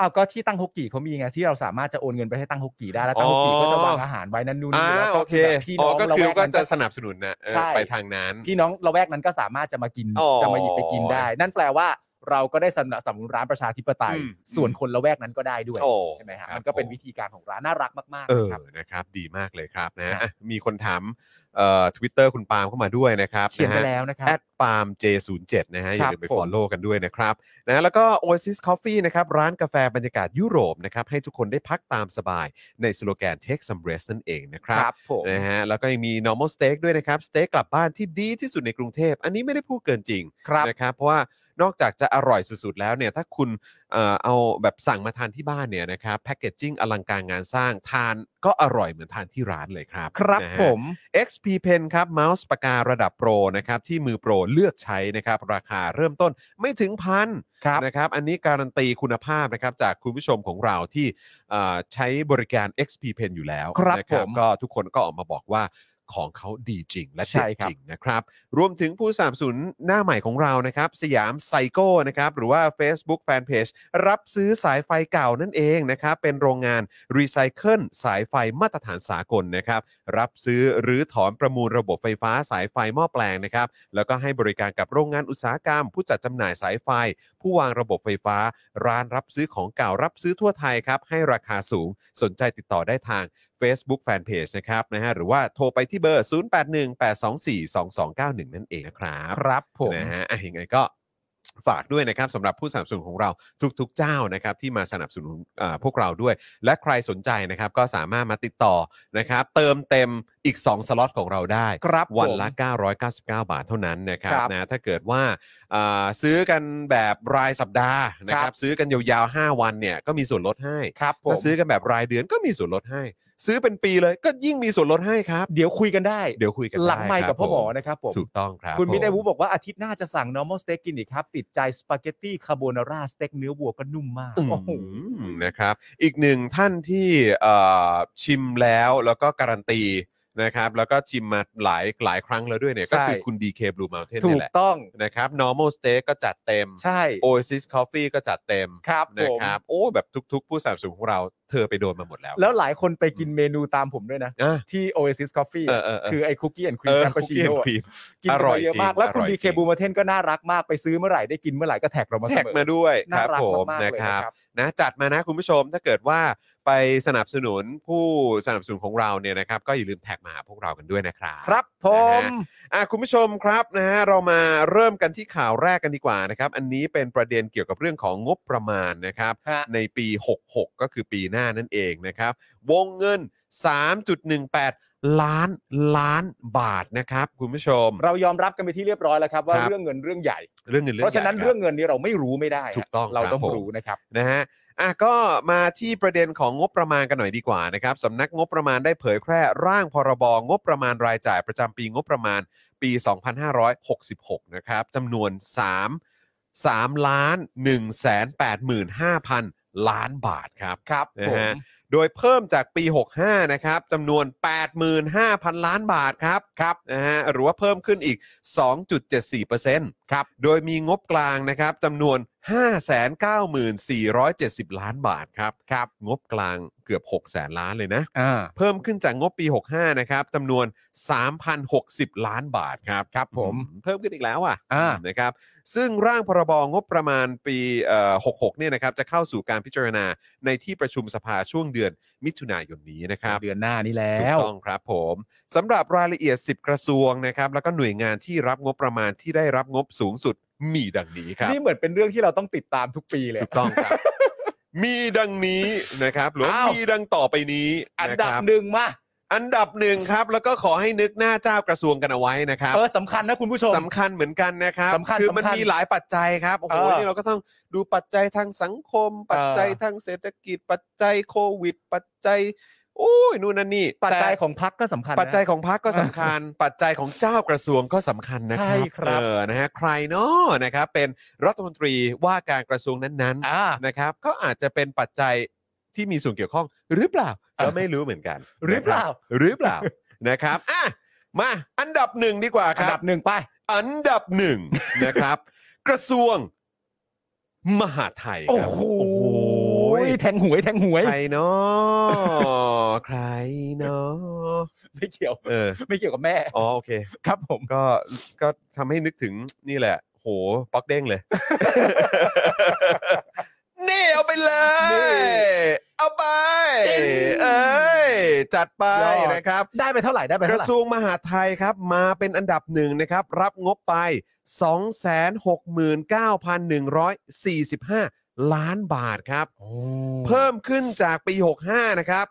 อ้าวก็ที่ตั้งฮกกี้เขามีไงที่เราสามารถจะโอนเงินไปให้ตั้งฮกกี้ได้แล้วตั้งฮกกี้
อ๋อ
ก็จะวางอาหารไว้นั่นนู่น
อ่า
นี่แล้ว
โอ
ก็
เค
คือแบบพี่
อ๋
น้
อ
อง
ก็
เรา
คือ
แวก
ก็
นั้น
จะสนับสนุนนะเออ
ใช่
ไปทางนั้น
พี่น้องละแวกนั้นก็สามารถจะมากิน
อ๋อ
จะมาหยิบไปกินได้ นั่นแปลว่า เราก็ได้สนับสนุนร้านประชาธิปไตย
อืม
ส่วนคนละแวกนั้นก็ได้ด้วย
โอ้
ใช่ไหมฮะ
ครับ
มันก็เป็น
ผม
วิธีการของร้านน่ารักมาก
เออ
ๆนะครับ
นะครับดีมากเลยครับนะ
ครับ
อ่ะมีคนถามทวิตเตอร์คุณปาล์มเข้ามาด้วยนะครับ
เขียน
ะ
ไป
ฮะ
แล้วนะครับ
แอดปาล์ม J07 นะฮะอย่าลืมไป
ครับผม
follow กันด้วยนะครับนะแล้วก็ Oasis Coffee นะครับ ร้านกาแฟบรรยากาศยุโรปนะครับ ให้ทุกคนได้พักตามสบายในสโลแกน Take some rest นั่นเองนะครับ
ผม
นะฮะแล้วก็ยังมี normal steak ด้วยนะครับ สเต็กกลับบ้านที่ดีที่สุดในกรุงเทพ อันนี้ไม่ได้พูดเกินจริง
ครับ
นะครับ เพราะว่านอกจากจะอร่อยสุดๆ แล้วเนี่ย ถ้าคุณเอ่อเอาแบบสั่งมาทานที่บ้านเนี่ยนะครับแพคเกจจิ้งอลังการงานสร้างทานก็อร่อยเหมือนทานที่ร้านเลยครับ
ครับ
นะฮะ
ผม
XP Pen ครับเมาส์ปากการะดับโปรนะครับที่มือโปรเลือกใช้นะครับ ราคาเริ่มต้นไม่ถึงพัน
ครับ
นะครับ อันนี้การันตีคุณภาพนะครับจากคุณผู้ชมของเราที่เอ่อใช้บริการ XP Pen อยู่แล้ว
ครับ
นะ
ผม
ก็ทุกคนก็ออกมาบอกว่าของเขาดีจริงและ
ใช่
เด็ด
ครับ
จริงนะครับ รวมถึงผู้สนับสนุนหน้าใหม่ของเรานะครับ สยามไซโก้นะครับ หรือว่า Facebook Fanpage รับซื้อสายไฟเก่านั่นเองนะครับ เป็นโรงงานรีไซเคิลสายไฟมาตรฐานสากลนะครับ รับซื้อหรือถอนประมูลระบบไฟฟ้าสายไฟหม้อแปลงนะครับ แล้วก็ให้บริการกับโรงงานอุตสาหกรรม ผู้จัดจำหน่ายสายไฟ ผู้วางระบบไฟฟ้า ร้านรับซื้อของเก่ารับซื้อทั่วไทยครับ ให้ราคาสูงสนใจติดต่อได้ทาง Facebook Fanpage นะครับนะฮะหรือว่าโทรไปที่เบอร์ 0818242291 นั่นเองนะครับ
ครับผม
นะฮะอ่ะยังไงก็ฝากด้วยนะครับสำหรับผู้สนับสนุนของเราทุกๆเจ้านะครับที่มาสนับสนุนเอ่อพวกเราด้วย และใครสนใจนะครับก็สามารถมาติดต่อนะครับเติมเต็มอีก 2 สล็อตของเราได้
ครับ
วัน
ผม
ละ 999 บาทเท่านั้นนะครับ
ครับ
นะถ้าเกิดว่าอ่าซื้อกันแบบรายสัปดาห์นะค
ครั
รับบ ซื้อกันยาวๆ 5 วันเนี่ยก็มีส่วนลดให้
ครับผม
ถ้าซื้อกันแบบรายเดือนก็มีส่วนลดให้ ซื้อเป็นปีเลยก็ยิ่งมีส่วนลดให้ครับ
เดี๋ยวคุยกันได้
เดี๋ยวคุยกัน
หลังไมค์
ด้
กับพ่อหมอ
ผ
นะครับผม
ถูกต้องครับ
คุณมิ
ผ
ไดาวุบอกว่าอาทิตย์หน้าจะสั่ง normal steak กินอีกครับ ติดใจสปาเกตตี้คาโบนาร่าสเต็กเนื้อวัวก็นุ่มมาก
อืม
โอ้โห
นะครับ อีกหนึ่งท่านที่เอ่อชิมแล้วแล้วก็การันตีนะครับ แล้วก็ชิมมาหลายหลายครั้งแล้วด้วยเนี่ยก็
ใช่
คือคุณ DK Blue Mountain
ถู
นี่
ก
แหละ
ต้อง
นะครับ normal steak ก็จัดเต็ม
ใช่
Oasis Coffee ก็จัดเต็ม
ครับ
นะ
ผม
ครับ โอ้ แบบทุกๆ ผู้สนับสนุนของเราเธอไปโดนมาหมดแล้ว
แล้วหลายคนไปกินเมนูตามผมด้วยนะ
อ่ะ
ที่ Oasis Coffee
เออเออเออ
คือไอ้คุกกี้แอนครี
เออ
มแคป
คุ
ปาก ชิ
กี้
โน่
ครีม
กิน
อ
ไป
ร่อย
เยอะมาก
จริง
แล้ว
อ
คุณ
ร่อย
ดีเค
จริง
บูมาเทนก็น่ารักมากไปซื้อเมื่อไหร่ได้กินเมื่อไหร่ก็แท็กเรามาเส
แท็ก
มอ
มาด้วยค
น่า
รับ
รัก
ผม
มากๆ
นะ
เลย
ค
นะ
รับ
ครับ
นะจัดมานะคุณผู้ชมถ้าเกิดว่าไปสนับสนุนผู้สนับสนุนของเราเนี่ยนะครับ ก็อย่าลืมแท็กมาหาพวกเรากันด้วยนะครับ
ครับผม
นะฮะ อ่ะคุณผู้ชมครับนะฮะเรามาเริ่มกันที่ข่าวแรกกันดีกว่านะครับ อันนี้เป็นประเด็นเกี่ยวกับเรื่องของงบประมาณนะครับ
ฮะ
ในปี 66 ก็คือปีหน้านั่นเองนะครับ วงเงิน 3.18 ล้านล้านบาทนะครับ คุณผู้ชม
เรายอมรับกันไปที่เรียบร้อยแล้วครับว่า
ครับ
เรื่องเงินเรื่องใหญ่
เรื่องเงินเรื่อง
เพราะฉะนั้น
ใหญ่คบ
เรื่องเงินนี้เราไม่รู้ไม่ได้ฮะ
ถูกต้อง
เรา
ครับ
ต้อง
ผม
รู้นะครับ
นะฮะ อ่ะก็มาที่ประเด็นของงบประมาณกันหน่อยดีกว่านะครับสำนักงบประมาณได้เผยแพร่ร่างพรบงบประมาณรายจ่ายประจำปีงบประมาณปี 2566 นะครับจำนวน 3 3ล้าน185,000 ล้านบาทครับ
ครับ
นะ
ผม
ฮะ โดยเพิ่มจากปี 65 นะครับจำนวน 85,000 ล้านบาทครับครับนะฮะหรือว่าเพิ่มขึ้นอีก 2.74%ครับโดยมีงบกลางนะครับจำนวน 594,470 ล้านบาทครับครับ งบกลางเกือบ 600,000 ล้านเลยนะ
อ่า
เพิ่มขึ้นจากงบปี 65 นะครับจำนวน 3,060 ล้านบาทครับ
ครับผม
อืเพิ่มขึ้นอีกแล้วอ่ะ
อ่า
นะครับ ซึ่งร่างพรบงบประมาณปีเอ่อ66 เนี่ยนะครับ จะเข้าสู่การพิจารณาในที่ประชุมสภาช่วงเดือนมิถุนายนนี้นะครับ
เดือนหน้านี้แล้
ถูก
ว
ต้องครับผมสำหรับรายละเอียด 10 กระทรวงนะครับ แล้วก็หน่วยงานที่รับงบประมาณที่ได้รับงบสูงสุดมีดังนี้ครับ
นี่เหมือนเป็นเรื่องที่เราต้องติดตามทุกปีเลย
ถูกต้อง
<laughs>
ครับ มีดังนี้นะครับหรือว่า
อ้าว
มีดังต่อไปนี้
อัน
นะ
ดับ
ครับ
หนึ่งมา
อันดับหนึ่งครับ แล้วก็ขอให้นึกหน้าเจ้ากระทรวงกันเอาไว้นะครับ
เออสำคัญนะคุณผู้ชม
สำคัญเหมือนกันนะครับ
สำคัญ
คือมัน
สำคัญ
มีหลายปัจจัยครับโอ้โห
เออ
นี่เราก็ต้องดูปัจจัยทางสังคม ปัจจัย
เออ
ทางเศรษฐกิจ ปัจจัยโควิด ปัจจัยโอ้ยนู่นนั่นนี่
ปัจจัย
แต่
ของพักก็สำคัญนะ
ปัจจัยของพรรคก็สำคัญ ปัจจัยของเจ้ากระทรวงก็สำคัญนะครั
ใช่ครับ
เออนะฮะใครเนาะนะครับ เป็นรัฐมนตรีว่าการกระทรวงนั้น
อ่า
ๆนะครับ ก็อาจจะเป็นปัจจัยที่มีส่วนเกี่ยวข้องหรือเปล่าก็ไม่รู้เหมือนกัน
หรือเปล่า
นะครับหรือเปล่า นะครับ อ่ะ มา อันดับหนึ่งดีกว่า
อั
คนรั
ดั
บ
บหนึ่งไป
อันดับหนึ่ง <laughs> นะครับ กระทรวงมหาดไทย
โอ้
ครับ
โห
โอ้ย
แทงหวยแทงหวย
ใครเนาะ <laughs> ใครเนาะ
ไม่เกี่ยว
เออ
ไม่เกี่ยวกับแม่
อ๋อ โอเค
ครับผม
ก็ ก็ทำให้นึกถึงนี่แหละ โ
โหป๊อกเด้งเลย นี่เอาไปเล
นี่
ย เอาไป
จริง
เอ้ย จัดไป
ยอด
นะครับ
ได้ไปเท่าไหร่ได้ไป
ก
เท่า
ระ
ไหร่
ทรวงมหาดไทยครับ มาเป็นอันดับหนึ่งนะครับ รับงบไป 269,145 ล้านบาทครับ เพิ่มขึ้นจากปี 65 นะครับ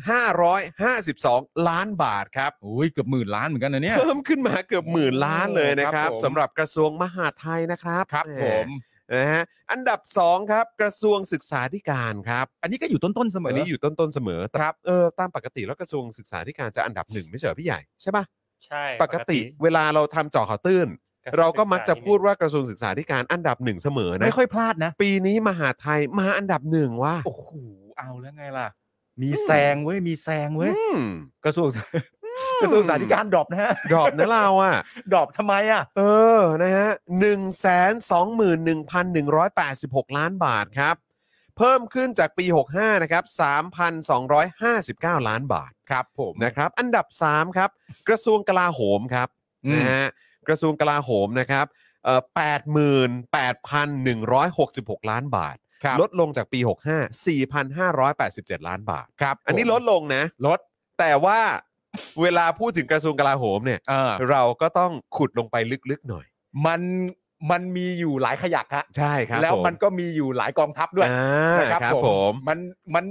9,552 ล้านบาทครับ
โอ้ยเกือบหมื่นล้านเหมือนกันนะเนี่ย
เพิ่มขึ้นมาเกือบหมื่นล้านเลยนะครับ
ครับผม
สำหรับกระทรวงมหาดไทยนะครับ
ครับ
แห
ผม
นะฮะอันดับ 2 ครับ กระทรวงศึกษาธิการครับ
อันนี้ก็อยู่ต้นๆเสมอ
อั
อั
นนี้อยู่ต้นๆเสมอแต่
ครับ
เออตามปกติแล้วกระทรวงศึกษาธิการจะอันดับหนึ่งไม่ใช่เหรอพี่ใหญ่ใช่ปะ
ใช่
ปกติเวลาเราทำเจาะข่าวตื้น เราก็มักจะพูดว่ากระทรวงศึกษาธิการอันดับหนึ่งเสมอนะ
ไม่ค่อยพลาดนะ
ปีนี้มหาไทยมาอันดับหนึ่งว่ะ
โอ้โห เอาแล้วไงล่ะ มีแซงเว้ย มีแซงเว้ย
อืม
กระทรวง กระทรวงสาธิการดรอปนะฮะ
ดรอปนะเราอ่ะ
ดรอปทำไมอ่ะ
เออ นะฮะหนึ่งแสนสองหมื่นหนึ่งพันหนึ่งร้อยแปดสิบหกล้านบาทครับ เพิ่มขึ้นจากปี 65 นะครับ 3,259 ล้านบาท
ครับผม
นะครับ อันดับ 3 ครับ กระทรวงกลาโหมครับ
อืม
นะฮะกระทรวงกลาโหมนะครับเอ่อ88,166 ล้านบาท
ครับ
ลดลงจากปี 65 4,587 ล้านบาท
ครับ
อันนี้
ผม
ลดลงนะ
ลด
แต่ว่าเวลาพูดถึงกระทรวงกลาโหมเนี่ย
เออ
เราก็ต้องขุดลงไปลึกๆหน่อย
มัน มันมีอยู่หลายขยักฮะ
ใช่ครับ
แล้ว
ผ
มันก็มีอยู่หลายกองทัพด้วย
อ่า
นะครับ
ครับผม
มัน มัน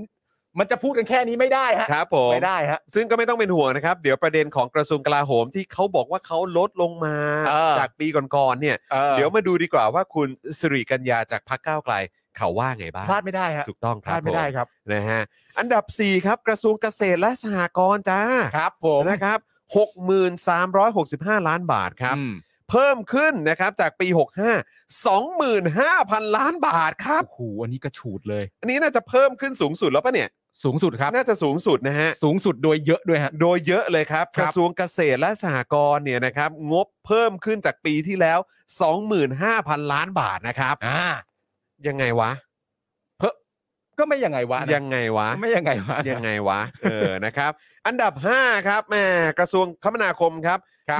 มันจะพูดกันแค่นี้ไม่ได้ฮะ
ครับผม
ไม่ได้ฮะ
ซึ่งก็ไม่ต้องเป็นห่วงนะครับ เดี๋ยวประเด็นของกระทรวงกลาโหมที่เขาบอกว่าเขาลดลงมา
เออ
จากปีก่อนๆเนี่ย
ออ
เดี๋ยวมาดูดีกว่าว่าคุณสิริกัญญาจากพรรคก้าวไกลเขาว่าไงบ้าง
พลาดไม่ได้ฮะ
ถูกต้องค
พ
รับ
ลาดไม่ได้
ผ
ครับ
นะฮะอันดับ 4 ครับ กระทรวงเกษตรและสหกรณ์จ้า
ครับผม
นะครับ6365 ล้านบาทครับ
อืม
เพิ่มขึ้นนะครับจากปี 65 25,000 ล้านบาทครับ
โอ้โห อันนี้กระฉูดเลย
อันนี้น่าจะเพิ่มขึ้นสูงสุดแล้วปะเนี่ย
สูงสุดครับ
น่าจะสูงสุดนะฮะ
สูงสุดโดยเยอะด้วยฮะ
โดยเยอะเลยครับ
ค
ก
รับ
ระทรวงเกษตรและสหกรณ์เนี่ยนะครับ งบเพิ่มขึ้นจากปีที่แล้ว 25,000 ล้านบาทนะครับ
อ่า
ยังไงวะ
ก็ไม่ยังไงวะนะ
ยังไงวะ
ไม่ยังไงวะนะ
<laughs> ยังไงวะ เออ นะครับ อันดับ 5 ครับแหมกระทรวงคมนาคมครับ
ครับ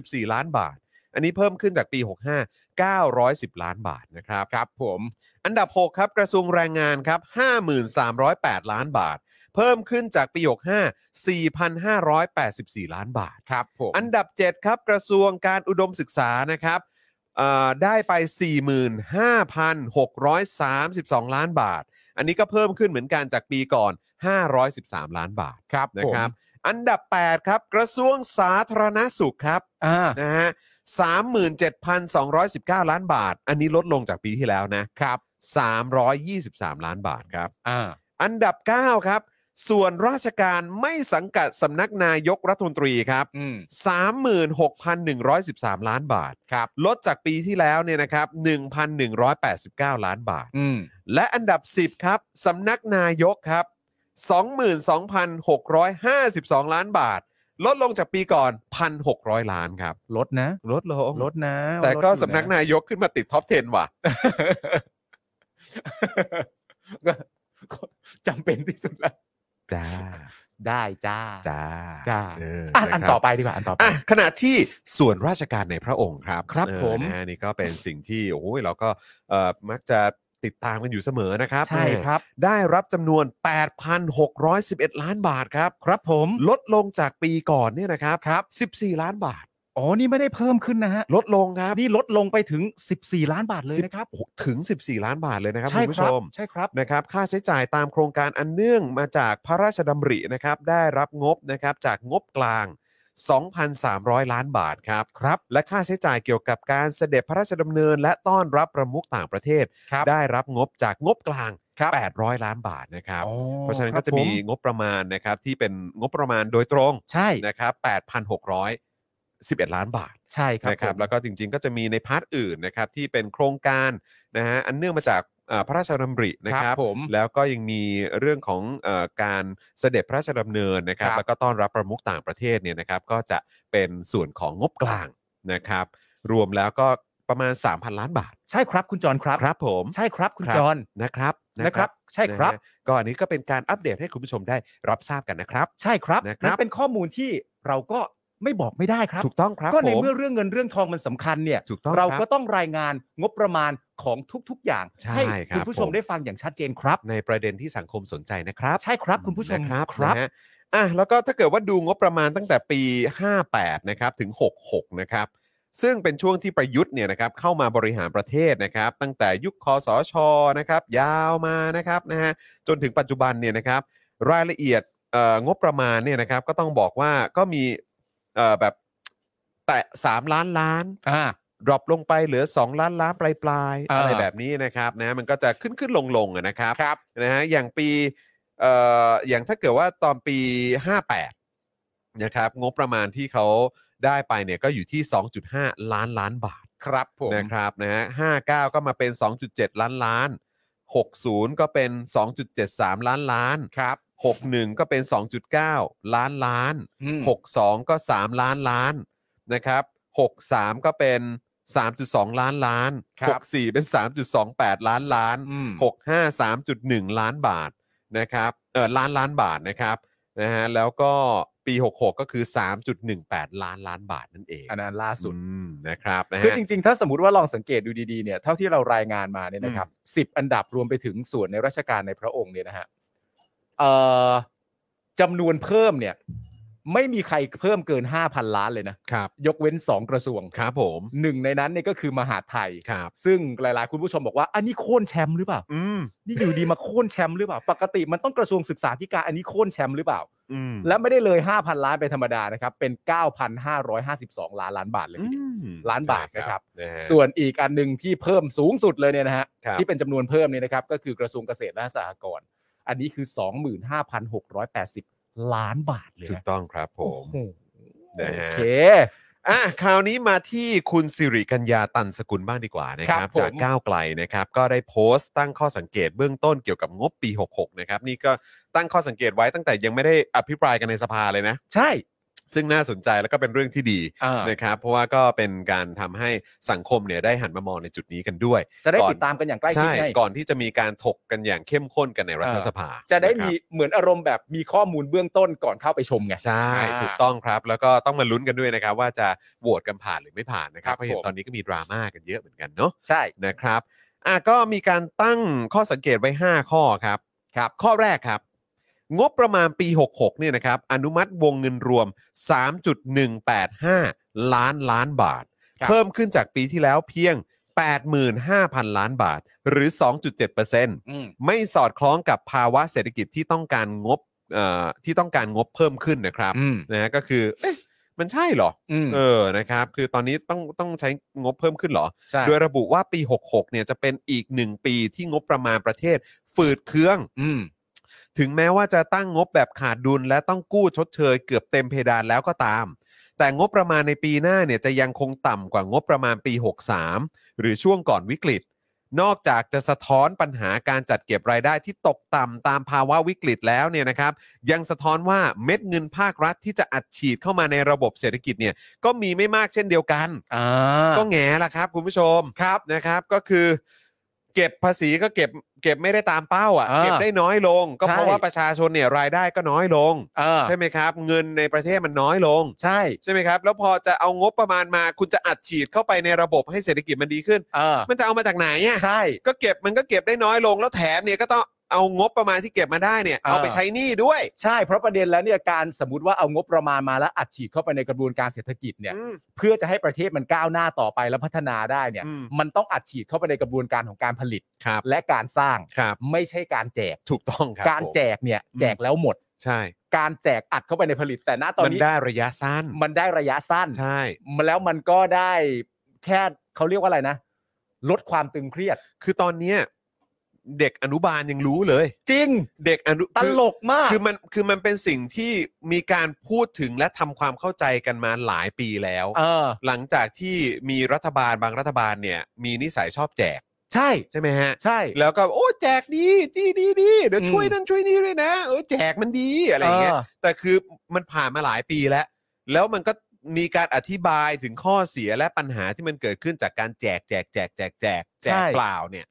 58,064 ล้านบาท อันนี้เพิ่มขึ้นจากปี 65 910 ล้านบาทนะครับ
ครับผม
อันดับ 6 ครับ กระทรวงแรงงานครับ 5308 ล้านบาท เพิ่มขึ้นจากปี 65 4,584 ล้านบาท
ครับผม
อันดับ 7 ครับ กระทรวงการอุดมศึกษานะครับเอ่อได้ไป 45,632 ล้านบาท อันนี้ก็เพิ่มขึ้นเหมือนกันจากปีก่อน 513 ล้านบาท
ครับผม
นะครับ อันดับ 8 ครับ กระทรวงสาธารณสุขครับ
อ่า
นะฮะ37,219 ล้านบาท อันนี้ลดลงจากปีที่แล้วนะ
ครับ
323 ล้านบาทครับ
อ่า
อันดับ 9 ครับ ส่วนราชการไม่สังกัดสำนักนายกรัฐมนตรีครับ
อืม
36,113 ล้านบาท
ครับ
ลดจากปีที่แล้วเนี่ยนะครับ 1,189 ล้านบาท
อืม
และอันดับ 10 ครับสำนักนายกครับ 22,652 ล้านบาท ลดลงจากปีก่อน 1,600 ล้านครับ
ลดนะ
ลดลง
ลดนะ
แต่ก็
ลดอยู่ะ
สำนัก <laughs> นายกขึ้นมาติดท็อป 10 ว่ะ
ก็ก็จำเป็นที่สุดแล้ว
จ้า
ได้จ้า
จ้า
จ้า
เออ
อ่ะ
ะ
อัน
ครับ
ต่อไปดีกว่าอันต่อไป
อ่ะขณะที่ส่วนราชการในพระองค์ครับ
ครับ
เออ
ผม
นะฮะนี่ก็เป็นสิ่งที่โอ้ยเราก็เอ่อมักจะติดตามกันอยู่เสมอนะครับ
ใช่
แหม
ครับ
ได้รับจำนวน 8,611 ล้านบาทครับ
ครับผม
ลดลงจากปีก่อนเนี่ยนะครับ
ครับ
14 ล้านบาท
อ๋อนี่ไม่ได้เพิ่มขึ้นนะฮะ
ลดลงครับ
นี่ลดลงไปถึง 14 ล้านบาทเลยนะครับ
โอ้โหถึง 14 ล้านบาทเลยนะครับ
ใช่
คุณผู้
ครั
ช
บ
ม
ใช่ครับ
นะครับค่าใช้จ่ายตามโครงการอันเนื่องมาจากพระราชดำรินะครับได้รับงบนะครับจากงบกลาง 2,300 ล้านบาทครับ
ครับ
และค่าใช้จ่ายเกี่ยวกับการเสด็จพระราชดำเนิน และต้อนรับประมุขต่างประเทศ
ครับ
ได้รับงบจากงบกลาง
ครับ
800 ล้านบาทนะครับ
อ๋อ
เพราะฉะนั้น
ค
ก็
บ
จะมี
ผ
งบประมาณนะครับที่เป็นงบประมาณโดยตรง
ใช่
นะครับ8,611 ล้านบาท
ใช่ครับ
นะครับ
ผม
แล้วก็จริงๆ ก็จะมีในพาร์ทอื่นนะครับที่เป็นโครงการนะฮะอันเนื่องมาจากเอ่อพระราชดำรินะค
ค
รั
รับ บผม
แล้วก็ยังมีเรื่องของเออการเสด็จพระราชดำเนินนะครับ
ครับ
แล้วก็ต้อนรับประมุขต่างประเทศเนี่ยนะครับ ก็จะเป็นส่วนของงบกลางนะครับ รวมแล้วก็ประมาณ 3,000 ล้านบาท
ใช่ครับ คุณจรครับ
ครับผม
ใช่ครับคุณ
ครั
จ
บ
ร
นะครับ
นะครับ ใช่ครับ
นะฮะก็อันนี้ก็เป็นการอัปเดตให้คุณผู้ชมได้รับทราบกันนะครับ
ใช่ครับ
นะครับ
นั่นเป็นข้อมูลที่เราก็ ไม่บอกไม่ได้ครับ
ถูกต้องครับ
ก็
ผ
ใน
ม
เมื่อเรื่องเงินเรื่องทองมันสำคัญเนี่ย
ถูกต้อง
เรา
คบ
ก็ต้องรายงานงบประมาณของทุกๆ อย่าง
ใช่ครับ
คุณผู้ช
ผม ม
ได้ฟังอย่างชัดเจนครับ
ในประเด็นที่สังคมสนใจนะครับ
ใช่ครับคุณผู้ชม
นะครับนะฮะอ่ะแล้วก็ถ้าเกิดว่าดูงบประมาณตั้งแต่ปี 58 นะครับ ถึง 66 นะครับ ซึ่งเป็นช่วงที่ประยุทธ์เนี่ยนะครับเข้ามาบริหารประเทศนะครับ ตั้งแต่ยุคคอสชนะครับ ยาวมานะครับนะฮะจนถึงปัจจุบันเนี่ยนะครับ รายละเอียดเอ่องบประมาณเนี่ยนะครับ ก็ต้องบอกว่าก็มีเอ่อแบบแตะ 3 ล้านล้าน
อ่า
ดรอปลงไปเหลือ 2 ล้านล้านปลายปลายๆ
อ่า
อะไรแบบนี้นะครับนะมันก็จะขึ้นขึ้นลงลงอะนะครับ
ครับ
นะฮะอย่างปีเอ่ออย่างถ้าเกิดว่าตอนปี 58นะครับงบประมาณที่เขาได้ไปเนี่ยก็อยู่ที่ 2.5 ล้านล้านบาท
ครับผม
นะครับนะฮะ59 ก็มาเป็น 2.7 ล้านล้าน 60 ก็เป็น 2.73 ล้านล้าน
ครับ
61 ก็เป็น 2.9 ล้านล้าน
อืม
62 ก็ 3 ล้านล้านนะครับ63 ก็เป็น 3.2 ล้านล้าน64 เป็น 3.28 ล้านล้าน
อืม
65 3.1 ล้านบาทนะครับเออล้านล้านบาทนะครับนะฮะแล้วก็ปี 66 ก็คือ 3.18 ล้านล้านบาทนั่นเอง
อันนั้นล่าสุด
อืมนะครับนะ
คือ
ฮะ
จริงๆ ถ้าสมมติว่าลองสังเกตดูดีๆ เนี่ย เท่าที่เรารายงานมาเนี่ยนะครับสิบอันดับรวมไปถึงส่วนในราชการในพระองค์เนี่ยนะฮะเอ่อจำนวนเพิ่มเนี่ย ไม่มีใครเพิ่มเกิน 5,000 ล้านเลยนะ
ครับ
ยกเว้น 2 กระทรวง
ครับผม
หนึ่งในนั้นเนี่ยก็คือมหาดไทย
ครับ
ซึ่งหลายๆ คุณผู้ชมบอกว่า อันนี้โค่นแชมป์หรือเปล่า
อืม
นี่อยู่ดีมาโค่นแชมป์หรือเปล่า ปกติมันต้องกระทรวงศึกษาธิการอันนี้โค่นแชมป์หรือเปล่า
อืม
และไม่ได้เลย 5,000 ล้านเป็นธรรมดานะครับ เป็น 9,552 ล้านล้านบาทเลยทีเดียว ล้านบาทนะครับ
นะฮะ
ส่วนอีกอันหนึ่งที่เพิ่มสูงสุดเลยเนี่ยนะฮะ
ครับ
ที่เป็นจำนวนเพิ่มเนี่ยนะครับ ก็คือกระทรวงเกษตรและสหกรณ์อันนี้คือ 25,680 ล้านบาทเลย
ถูก
นะ
ต้องครับผ
โอ้
ม
โห
นะ
โอ
ฮะ
เค
อ่ะคราวนี้มาที่คุณสิริกัญญาตันสกุลบ้างดีกว่านะค
ค
รั
รั
บบ
ผม
จากก้าวไกลนะครับก็ได้โพสต์ตั้งข้อสังเกตเบื้องต้นเกี่ยวกับงบปี 66 นะครับนี่ก็ตั้งข้อสังเกตไว้ตั้งแต่ยังไม่ได้อภิปรายกันในสภาเลยนะ
ใช่
ซึ่งน่าสนใจแล้วก็เป็นเรื่องที่ดี
อ่า
นะครับเพราะว่าก็เป็นการทำให้สังคมเนี่ยได้หันมามองในจุดนี้กันด้วย
จะได้
ก่อน
ติดตามกันอย่างใกล้ชิดไง
ก่อนที่จะมีการถกกันอย่างเข้มข้นกันในรัฐ
อ่า
สภา
จะได้
นครับ
มีเหมือนอารมณ์แบบมีข้อมูลเบื้องต้นก่อนเข้าไปชมไง
ใช่
อ่า
ถูกต้องครับ แล้วก็ต้องมาลุ้นกันด้วยนะครับ ว่าจะโหวตกันผ่านหรือไม่ผ่านนะครับ
ครับ
เพราะเห็น
ผม
ตอนนี้ก็มีดราม่ากันเยอะเหมือนกันเนาะ
ใช่
นะครับอ่ะก็มีการตั้งข้อสังเกตไว้ 5 ข้อครับ
ครับ
ข้อแรกครับ งบประมาณปี 66เนี่ยนะครับอนุมัติวงเงินรวม 3.185 ล้านล้านบาท
ครับ
เพิ่มขึ้นจากปีที่แล้วเพียง 85,000 ล้านบาท หรือ 2.7%
อืม
ไม่สอดคล้องกับภาวะเศรษฐกิจที่ต้องการงบเอ่อที่ต้องการงบเพิ่มขึ้นนะครับ
อืม
นะฮะก็คือเอ๊ะมันใช่เหรอ
อืม
เออนะครับ คือตอนนี้ต้องต้องใช้งบเพิ่มขึ้นเหรอ
ใช่
โดยระบุว่าปี 66เนี่ยจะเป็นอีกหนึ่งปีที่งบประมาณประเทศ ฝืดเคือง
อืม
ถึงแม้ว่าจะตั้งงบแบบขาดดุล และต้องกู้ชดเชยเกือบเต็มเพดานแล้วก็ตาม แต่งบประมาณในปีหน้าเนี่ยจะยังคงต่ำกว่างบประมาณปี 63 หรือช่วงก่อนวิกฤต นอกจากจะสะท้อนปัญหาการจัดเก็บรายได้ที่ตกต่ำตามภาวะวิกฤตแล้วเนี่ยนะครับ ยังสะท้อนว่าเม็ดเงินภาครัฐที่จะอัดฉีดเข้ามาในระบบเศรษฐกิจเนี่ยก็มีไม่มากเช่นเดียวกัน
อ่า
ก็แง่ละครับคุณผู้ชม
ครับ
นะครับก็คือ เก็บภาษีก็เก็บเก็บไม่ได้ตามเป้าอ่ะ
อ่า
เก็บได้น้อยลง ก็
ใช่
เพราะว่าประชาชนเนี่ยรายได้ก็น้อยลง
อ่า
ใช่ไหมครับ เงินในประเทศมันน้อยลง
ใช่
ใช่ไหมครับ แล้วพอจะเอางบประมาณมา คุณจะอัดฉีดเข้าไปในระบบให้เศรษฐกิจมันดีขึ้น
อ่า
มันจะเอามาจากไหนอ่ะ
ใช่
ก็เก็บมันก็เก็บได้น้อยลงแล้วแถมเนี่ยก็ต้องเอางบประมาณที่เก็บมาได้เนี่ย
อ่า
เอาไปใช้หนี้ด้วย
ใช่เพราะประเด็นแล้วเนี่ยการสมมติว่าเอางบประมาณมาแล้วอัดฉีดเข้าไปในกระบวนการเศรษฐกิจเนี่ย
อืม
เพื่อจะให้ประเทศมันก้าวหน้าต่อไปและพัฒนาได้เนี่ย
อืม
มันต้องอัดฉีดเข้าไปในกระบวนการของการผลิต
ครับ
และการสร้าง
ครับ
ไม่ใช่การแจก
ถูกต้องครับ
การ
ผม
แจกเนี่ยแจกแล้วหมด
ใช่
การแจกอัดเข้าไปในผลิต แต่ณตอน
มัน
นี้
ได้ระยะสั้น
มันได้ระยะสั้น
ใช่
มันแล้วมันก็ได้แค่เขาเรียกว่าอะไรนะ ลดความตึงเครียด
คือตอนเนี้ยเด็กอนุบาลยังรู้เลย
จริง
เด็กอนุ
ตลกมา
คือก คือมันคือมันเป็นสิ่งที่มีการพูดถึงและทำความเข้าใจกันมาหลายปีแล้ว
เออ
หลังจากที่มีรัฐบาลบางรัฐบาลเนี่ย มีนิสัยชอบแจก
ใช่
ใช่ไหมฮะ
ใช่
แล้วก็โอ้แจกดีดีดีดีเดี๋ยว
อืม
ช่วยนั่นช่วยนี่ด้วยนะเออแจกมันดีอะไรอย่างเงี้ยแต่คือมันผ่านมาหลายปีแล้ว แล้วมันก็มีการอธิบายถึงข้อเสียและปัญหาที่มันเกิดขึ้นจากการแจกแจกแจกแจกแจกแจกเปล่าเนี่ย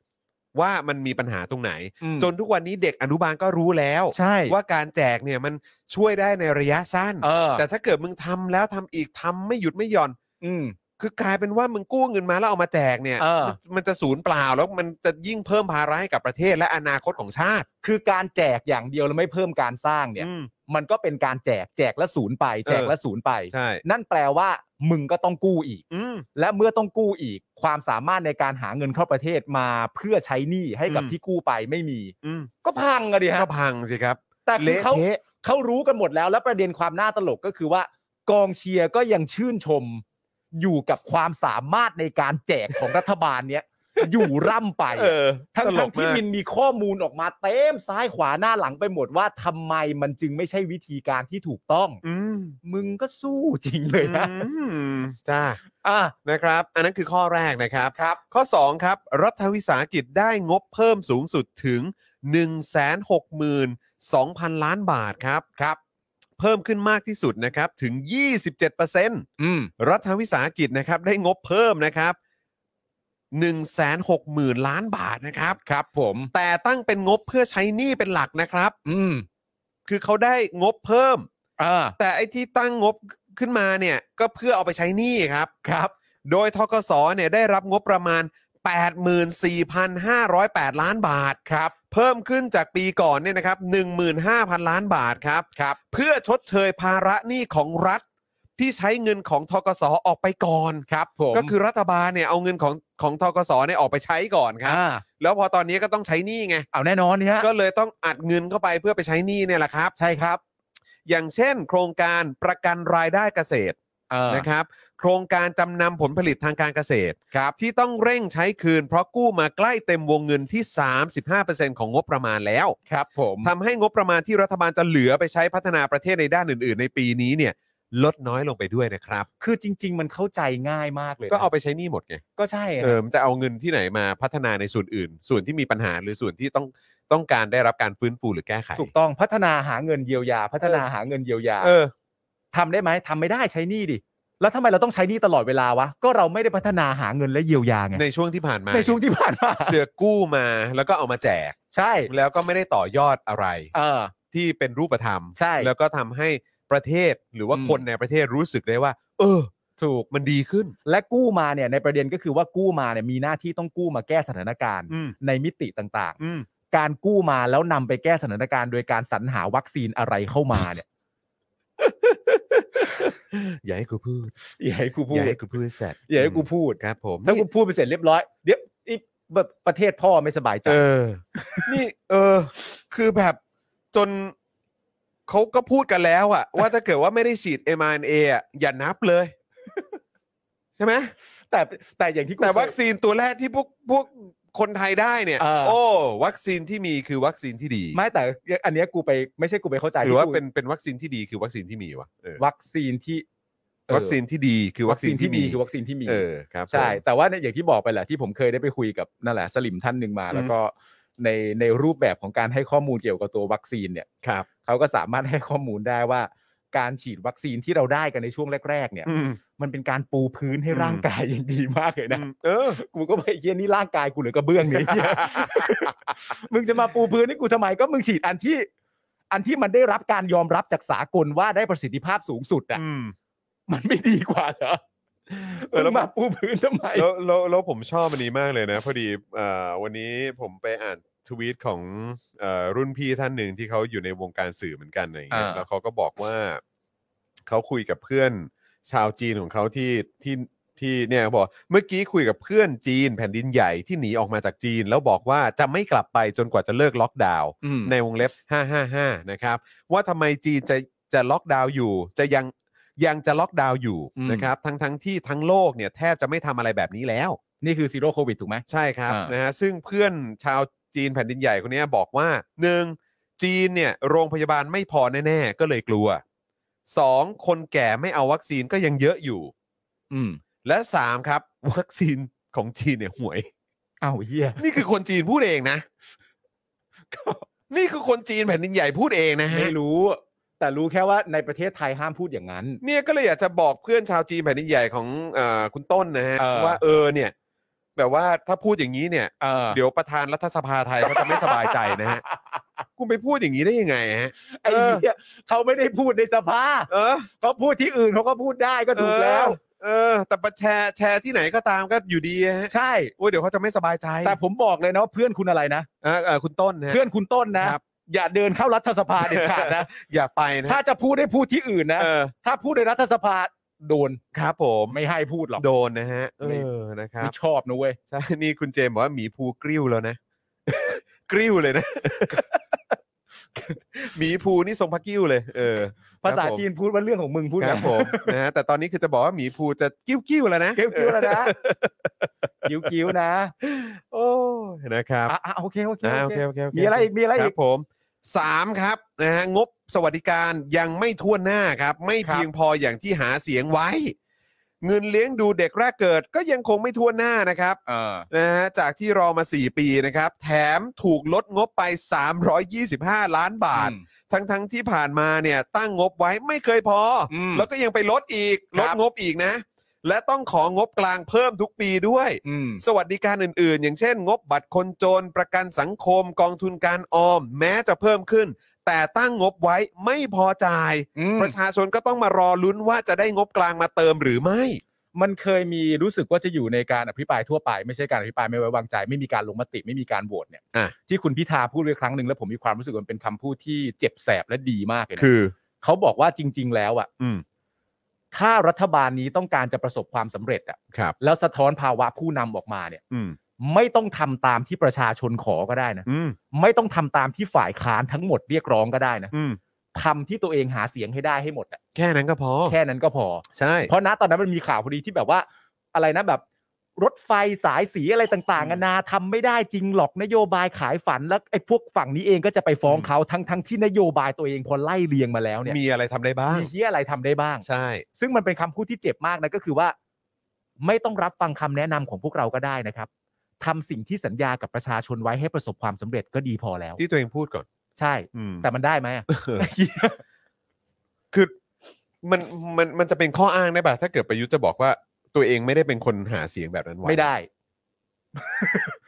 ว่ามันมีปัญหาตรงไหน
อืม
จนทุกวันนี้เด็กอนุบาลก็รู้แล้ว
ใช่
ว่าการแจกเนี่ยมันช่วยได้ในระยะสั้น
เออ
แต่ถ้าเกิดมึงทำแล้วทำอีกทำไม่หยุดไม่หย่อน
อืม
คือกลายเป็นว่ามึงกู้เงินมาแล้วเอามาแจกเนี่ย
เออ
มันมันจะศูนย์เปล่าแล้วมันจะยิ่งเพิ่มภาระให้กับประเทศและอนาคตของชาติ
คือการแจกอย่างเดียวแล้วไม่เพิ่มการสร้างเนี่ย
อืม
มันก็เป็นการแจกแจกและศูนย์ไป แจก
เออ
และศูนย์ไป
ใช่
นั่นแปลว่า มึงก็ต้องกู้อีก
อืม
และเมื่อต้องกู้อีก ความสามารถในการหาเงินเข้าประเทศมาเพื่อใช้หนี้ให้กับ
อืม
ที่กู้ไปไม่มี
อืม
ก็พังอะดิฮะ
ก็พังสิครับ
แต่คือ
เละ
เขา
เทะ
เขารู้กันหมดแล้ว และประเด็นความน่าตลกก็คือว่า กองเชียร์ก็ยังชื่นชม อยู่กับความสามารถในการแจกของรัฐบาลเนี้ย <laughs> อยู่ร่ำไป
เออ
ทั้ง
ตล
ทั้
ก
งที่
มาก
มินมีข้อมูลออกมาเต็มซ้ายขวาหน้าหลังไปหมดว่าทำไมมันจึงไม่ใช่วิธีการที่ถูกต้อง
อืม
มึงก็สู้จริงเลยนะ
อืมจ้า
อ่ะ
นะครับ อันนั้นคือข้อแรกนะครับ
ครับ
ข้อ 2 ครับ รัฐวิสาหกิจได้งบเพิ่มสูงสุดถึง 162,000 ล้านบาทครับครับ เพิ่มขึ้นมากที่สุดนะครับ ถึง 27%
อืม
รัฐวิสาหกิจนะครับ ได้งบเพิ่มนะครับ 160,000 ล้านบาทนะครับ
ครับผม
แต่ตั้งเป็นงบเพื่อใช้หนี้เป็นหลักนะครับ
อืม
คือเขาได้งบเพิ่ม
อ่า
แต่ไอ้ที่ตั้งงบขึ้นมาเนี่ยก็เพื่อเอาไปใช้หนี้ครับ
ครับ
โดยทกสเนี่ยได้รับงบประมาณ 84,508 ล้านบาท
ครับ
เพิ่มขึ้นจากปีก่อนเนี่ยนะครับ15,000 ล้านบาทครับ
ครับ
เพื่อชดเชยภาระหนี้ของรัฐ ที่ใช้เงินของทกสออกไปก่อน
ครับผม
ก็คือรัฐบาลเนี่ยเอาเงินของของทกสเนี่ยออกไปใช้ก่อนครับ
อ่า
แล้วพอตอนนี้ก็ต้องใช้หนี้ไง
เอาแน่นอนเนี่ย
ก็เลยต้องอัดเงินเข้าไปเพื่อไปใช้หนี้เนี่ยแหละครับ
ใช่ครับ
อย่างเช่น โครงการประกันรายได้เกษตร
เออ
นะครับ โครงการจำนำผลผลิตทางการเกษตร
ครับ
ที่ต้องเร่งใช้คืนเพราะกู้มาใกล้เต็มวงเงินที่ 35%ของงบประมาณแล้ว
ครับผม
ทำให้งบประมาณที่รัฐบาลจะเหลือไปใช้พัฒนาประเทศในด้านอื่น ๆ ในปีนี้เนี่ย ลดน้อยลงไปด้วยนะครับ
คือจริง ๆ มันเข้าใจง่ายมากเลยนะ
ก็เอาไปใช้หนี่หมดไง
ก็ใช่
เออมันจะเอาเงินที่ไหนมาพัฒนาในส่วนอื่น ส่วนที่มีปัญหาหรือส่วนที่ต้องต้องการได้รับการฟื้นฟูหรือแก้ไข
ถูกต้องพัฒนาหาเงินเยียวยา พัฒนาหาเงินเยียวยา
เออ
ทำได้ไหมทำไม่ได้ใช้หนี้ดิ แล้วทำไมเราต้องใช้หนี้ตลอดเวลาวะ ก็เราไม่ได้พัฒนาหาเงินและเยียวยาไง
ในช่วงที่ผ่านมา
ในช่วงที่
<laughs>
ผ่านมา
เสือกกู้มาแล้วก็เอามาแจก
ใช่
แล้วก็ไม่ได้ต่อยอดอะไร
เออ
ที่เป็นรูปธรรม
ใช่
แล้วก็ทำให้ประเทศหรือว่า
อืม
คนในประเทศรู้สึกได้ว่า เออ
ถูก
มันดีขึ้น
และกู้มาเนี่ยในประเด็นก็คือว่ากู้มาเนี่ยมีหน้าที่ต้องกู้มาแก้สถานการณ์
อืม
ในมิติต่าง
อืม
ๆ การกู้มาแล้วนำไปแก้สถานการณ์ โดยการสรรหาวัคซีนอะไรเข้ามาเนี่ย
<laughs> อย่าให้กูพูด
อย่าให้กูพู
อ
ด
ย่าให้กูพูดแซด
อย่าให้กูพูด
ครับผม
ถ้ากูพูดไปเสร็จเรียบร้อย เดี๋ยวอีแบบประเทศพ่อไม่สบายใจ
เออ นี่เออ คือแบบจนเขาก็พูดกันแล้ว
<laughs>
อะว่าถ้าเกิดว่าไม่ได้ฉีด m r n a อะอย่านับเลย <laughs> ใช่ไหม
แต่แต่อย่างที่กู
แต่
เคย
วัคซีนตัวแรกที่พวกพวกคนไทยได้เนี่ย
เออ
โอ้ วัคซีนที่มีคือวัคซีนที่ดี
ไม่แต่อันเนี้ยกูไปไม่ใช่กูไปเข้าใจ
หรือว่า
ที่กู
เป็นเป็นวัคซีนที่ดีคือวัคซีนที่มีวะเออ
วัคซีนที่เออ
วัคซีนที่ดีคือวั
วั
ค
ค
ซี
ซี
น
น
ที่
ที่
มี
มีคือวัคซีนที่มี
เออครับผม
ใช่ แต่ว่าเนี่ยอย่างที่บอกไปแหละที่ผมเคยได้ไปคุยกับนั่นแหละสลิมท่านหนึ่งมา
อืม
แล้วก็ในในรูปแบบของการให้ข้อมูลเกี่ยวกับตัววัคซีนเนี่ย
ครับ
เขาก็สามารถให้ข้อมูลได้ว่า การฉีดวัคซีนที่เราได้กันในช่วงแรก ๆ เนี่ย
อืม
มันเป็นการปูพื้นให้
อืม
ร่างกายอย่างดีมากเลยนะ
เอ <laughs> อ
กูก็ไปเฮียนี่ร่างกายกูเหลือกระเบื้องเนี่ย มึงจะมาปูพื้นให้กูทำไมก็มึงฉีดอันที่ อันที่มันได้รับการยอมรับจากสากลว่าได้ประสิทธิภาพสูงสุดอะ
อืม
มันไม่ดีกว่าเหรอ
เออแล้ว
มึงมาปูพื้นทำไม
แล้วแล้วแล้วผมชอบอันนี้มากเลยนะ พอดีเอ่อวันนี้ผมไปอ่านทวีตของเอ่อรุ่นพี่ท่านหนึ่งที่เขาอยู่ในวงการสื่อเหมือนกันอะไรอย่างเงี้ย
อ่า
แล้วเขาก็บอกว่า เขาคุยกับเพื่อนชาวจีนของเขาที่ที่ที่เนี่ยเขาบอกเมื่อกี้คุยกับเพื่อนจีน แผ่นดินใหญ่ที่หนีออกมาจากจีน แล้วบอกว่าจะไม่กลับไปจนกว่าจะเลิกล็อกดาวน์ ในวงเล็บ 555 นะครับ ว่าทำไมจีนจะจะล็อกดาวน์อยู่ จะยังยังจะล็อกดาวน์อยู่
อืม
นะครับ ทั้งทั้งที่ทั้งโลกเนี่ยแทบจะไม่ทำอะไรแบบนี้แล้ว
นี่คือซีโร่โควิดถูกไหม
ใช่ครับ
อ่าน
นะฮะซึ่งเพื่อนชาวจีนแผ่นดินใหญ่คนเนี้ยบอกว่า 1. จีนเนี่ยโรงพยาบาลไม่พอแน่ๆ ก็เลยกลัว 2. คนแก่ไม่เอาวัคซีนก็ยังเยอะอยู่
อืม
และ 3 ครับ <laughs> วัคซีนของจีนเนี่ยห่วย
อ้าวเฮีย
นี่คือคนจีนพูดเองนะ <laughs> นี่คือคนจีนแผ่นดินใหญ่พูดเองนะฮะ
ไม่รู้ แต่รู้แค่ว่าในประเทศไทยห้ามพูดอย่างนั้น
เนี่ยก็เลยอยากจะบอกเพื่อนชาวจีนแผ่นดินใหญ่ของเออคุณต้นนะฮะ
เออ
ว่าเออเนี่ย แบบว่าถ้าพูดอย่างนี้เนี่ย
เออ
เดี๋ยวประธานรัฐสภาไทยเขาจะไม่สบายใจนะ
<laughs>
ฮะ คุณไปพูดอย่างนี้ได้ยังไงฮะ
ไอ้เหี้ยเขาไม่ได้พูดในสภา
เออ
เขาพูดที่อื่นเขาก็พูดได้ก็ถูกแล้ว
เออ แต่ประแชร์แชร์ที่ไหนก็ตามก็อยู่ดีฮะ
ใช่
โอ้ยเดี๋ยวเขาจะไม่สบายใจ
แต่ผมบอกเลยนะว่าเพื่อนคุณอะไรนะ
เออเออคุณต้นนะฮะ
เพื่อนคุณต้นนะ
ครับ
อย่าเดินเข้ารัฐสภาเด็ดขาดนะ
อย่าไปนะ
ถ้าจะพูดได้พูดที่อื่นนะ
เออ
ถ้าพูดในรัฐสภาโดน
ครับผม
ไม่ให้พูดหรอก
โดนนะฮะเอ
ไม่
อนะครับ
ไม่ชอบนะเว้ย
ใช่ <laughs> นี่คุณเจมส์บอกว่าหมีภูกริ้วแล้วนะ <laughs> กริ้วเลยนะ <laughs> หมีภูนี่ทรงพระกิ้วเลย เออ
ภาษาจีนพูดว่าเรื่องของมึงพูด
ค
นะ
รับผมนะฮะแต่ตอนนี้คือจะบอกว่าหมีภูจะกิ้วกิ้วๆแล้วนะ
กิ้วกิ้วๆแล้วนะกิ้วกิ้วๆนะ
โอ้ยนะครับ
อ่ะอ่ะโอเคโอเค
อ่า
โอ
โอ
เค
เคโอเคโเค
มีอะไรอีกมีอะไร
ค
อี
รั
ก
บผมสามครับนะฮะงบสวัสดิการยังไม่ทั่วหน้าครับ ไม่
ครับ
เพียงพออย่างที่หาเสียงไว้ เงินเลี้ยงดูเด็กแรกเกิดก็ยังคงไม่ทั่วหน้านะครับ
เออ
นะฮะจากที่รอมา 4 ปีนะครับ แถมถูกลดงบไป 325 ล้านบาท
อืม
ทั้งทั้งๆที่ผ่านมาเนี่ยตั้งงบไว้ไม่เคยพออ
ม
แล้วก็ยังไปลดอีก
ค
ล
รั
ด
บ
งบอีกนะ และต้องของงบกลางเพิ่มทุกปีด้วย
อืม
สวัสดิการอื่น ๆ อย่างเช่น งบบัตรคนจน ประกันสังคม กองทุนการออม แม้จะเพิ่มขึ้น แต่ตั้งงบไว้ไม่พอจ่าย
อืม
ประชาชนก็ต้องมารอลุ้นว่าจะได้งบกลางมาเติมหรือไม่
มันเคยมีรู้สึกว่าจะอยู่ในการอภิปรายทั่วไป ไม่ใช่การอภิปรายไม่ไว้วางใจ ไม่มีการลงมติไม่มีการโหวตเนี่ย
อ่ะ
ที่คุณพิธาพูดไว้ครั้งหนึ่งแล้วผมมีความรู้สึกว่ามันเป็นคำพูดที่เจ็บแสบและดีมากเลยนะ
คือ
เขาบอกว่าจริง ๆ แล้วอ่ะ
อืม
ถ้ารัฐบาลนี้ต้องการจะประสบความสำเร็จอ่ะ
ครับ
แล้วสะท้อนภาวะผู้นำออกมาเนี่ย
อืม
ไม่ต้องทำตามที่ประชาชนขอก็ได้นะ
อืม
ไม่ต้องทำตามที่ฝ่ายค้านทั้งหมดเรียกร้องก็ได้นะ
อืม
ทำที่ตัวเองหาเสียงให้ได้ให้หมดอะ
แค่นั้นก็พอ
แค่นั้นก็พอ
ใช่
เพราะนะตอนนั้นมันมีข่าวพอดีที่แบบว่า อะไรนะแบบ รถไฟสายสีอะไรต่างๆนานาทำไม่ได้จริงหรอกนโยบายขายฝันแล้วไอ้พวกฝั่งนี้เองก็จะไปฟ้องเขาทั้งทั้งๆที่นโยบายตัวเองพอไล่เรียงมาแล้วเนี่ย
มีอะไรทำได้บ้าง
มีเฮียอะไรทำได้บ้าง
ใช่
ซึ่งมันเป็นคำพูดที่เจ็บมากนะก็คือว่า ไม่ต้องรับฟังคำแนะนำของพวกเราก็ได้นะครับทำสิ่งที่สัญญากับประชาชนไว้ให้ประสบความสำเร็จก็ดีพอแล้ว
ที่ตัวเองพูดก่อน <laughs>
ใช่
อืม
แต่มันได้ไหมอะ
เออคือมันมันมันจะเป็นข้ออ้างได้ป่ะถ้าเกิดประยุทธ์จะบอกว่าตัวเองไม่ได้เป็นคนหาเสียงแบบนั้นว้
ไม่ได้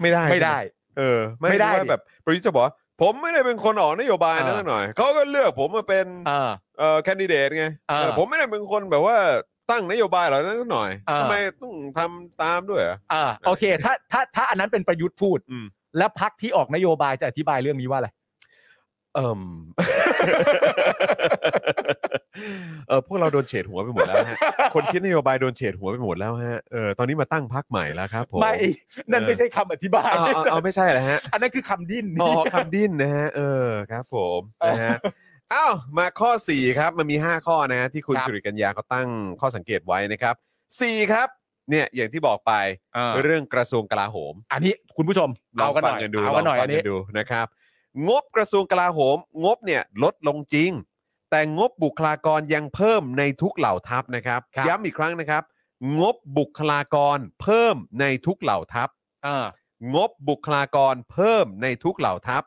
ไม่ได้
ไม่
ใช่ห
ได้
เออไม่
ไม่ได้
ได้ว่า
ดิ
แบบประยุทธ์จะบอกว่าผมไม่ได้เป็นคนออกนโยบายนะ
เออ
สักหน่อยเขาก็เลือกผมมาเป็น
เออ
เอ่อแคนดิเดตไง
เออ
เออผมไม่ได้เป็นคนแบบว่าตั้งนโยบายเหล่านั้นสักหน่อย
เออ
ทำไมต้องทำตามด้วยเหรอ
เออโอเค ถ้าถ้าถ้าอันนั้นเป็นประยุทธ์พูด
อืม
แล้วพักที่ออกนโยบายจะอธิบายเรื่องนี้ว่าอะไร
เอิ่ม <laughs> เออพวกเราโดนเฉดหัวไปหมดแล้วฮะ คนคิดนโยบายโดนเฉดหัวไปหมดแล้วฮะเออตอนนี้มาตั้งพักใหม่แล้วครับผม
ไม่ <laughs> นั่นไม่ใช่คำอธิบาย
เอาเอาเอาไม่ใช่เหรอฮะ
อันนั้นคือคำดิ้น
อ๋อคำดิ้นนะฮะ เออครับผมนะฮะอ้าวมาข้อ 4 ครับ มันมี 5 ข้อนะฮะที่คุณ
ครับ
สุริกัญญาเขาตั้งข้อสังเกตไว้นะครับ 4 ครับ เนี่ยอย่างที่บอกไป
เออ
เรื่องกระทรวงกลาโหม
อันนี้คุณผู้ชม
ลอ
เอา
ง
กันห
ฟั
น่
ง
อย
กันดู
เอากันหน่อย
ล
อั
ง
น
ฟัง
นี้
กันดูนะครับ งบกระทรวงกลาโหม งบเนี่ยลดลงจริง แต่งบบุคลากรยังเพิ่มในทุกเหล่าทัพนะครับ
ครับ
ย้ำอีกครั้งนะครับ งบบุคลากรเพิ่มในทุกเหล่าทัพ
เออง
บบุคลากรเพิ่มในทุกเหล่าทัพ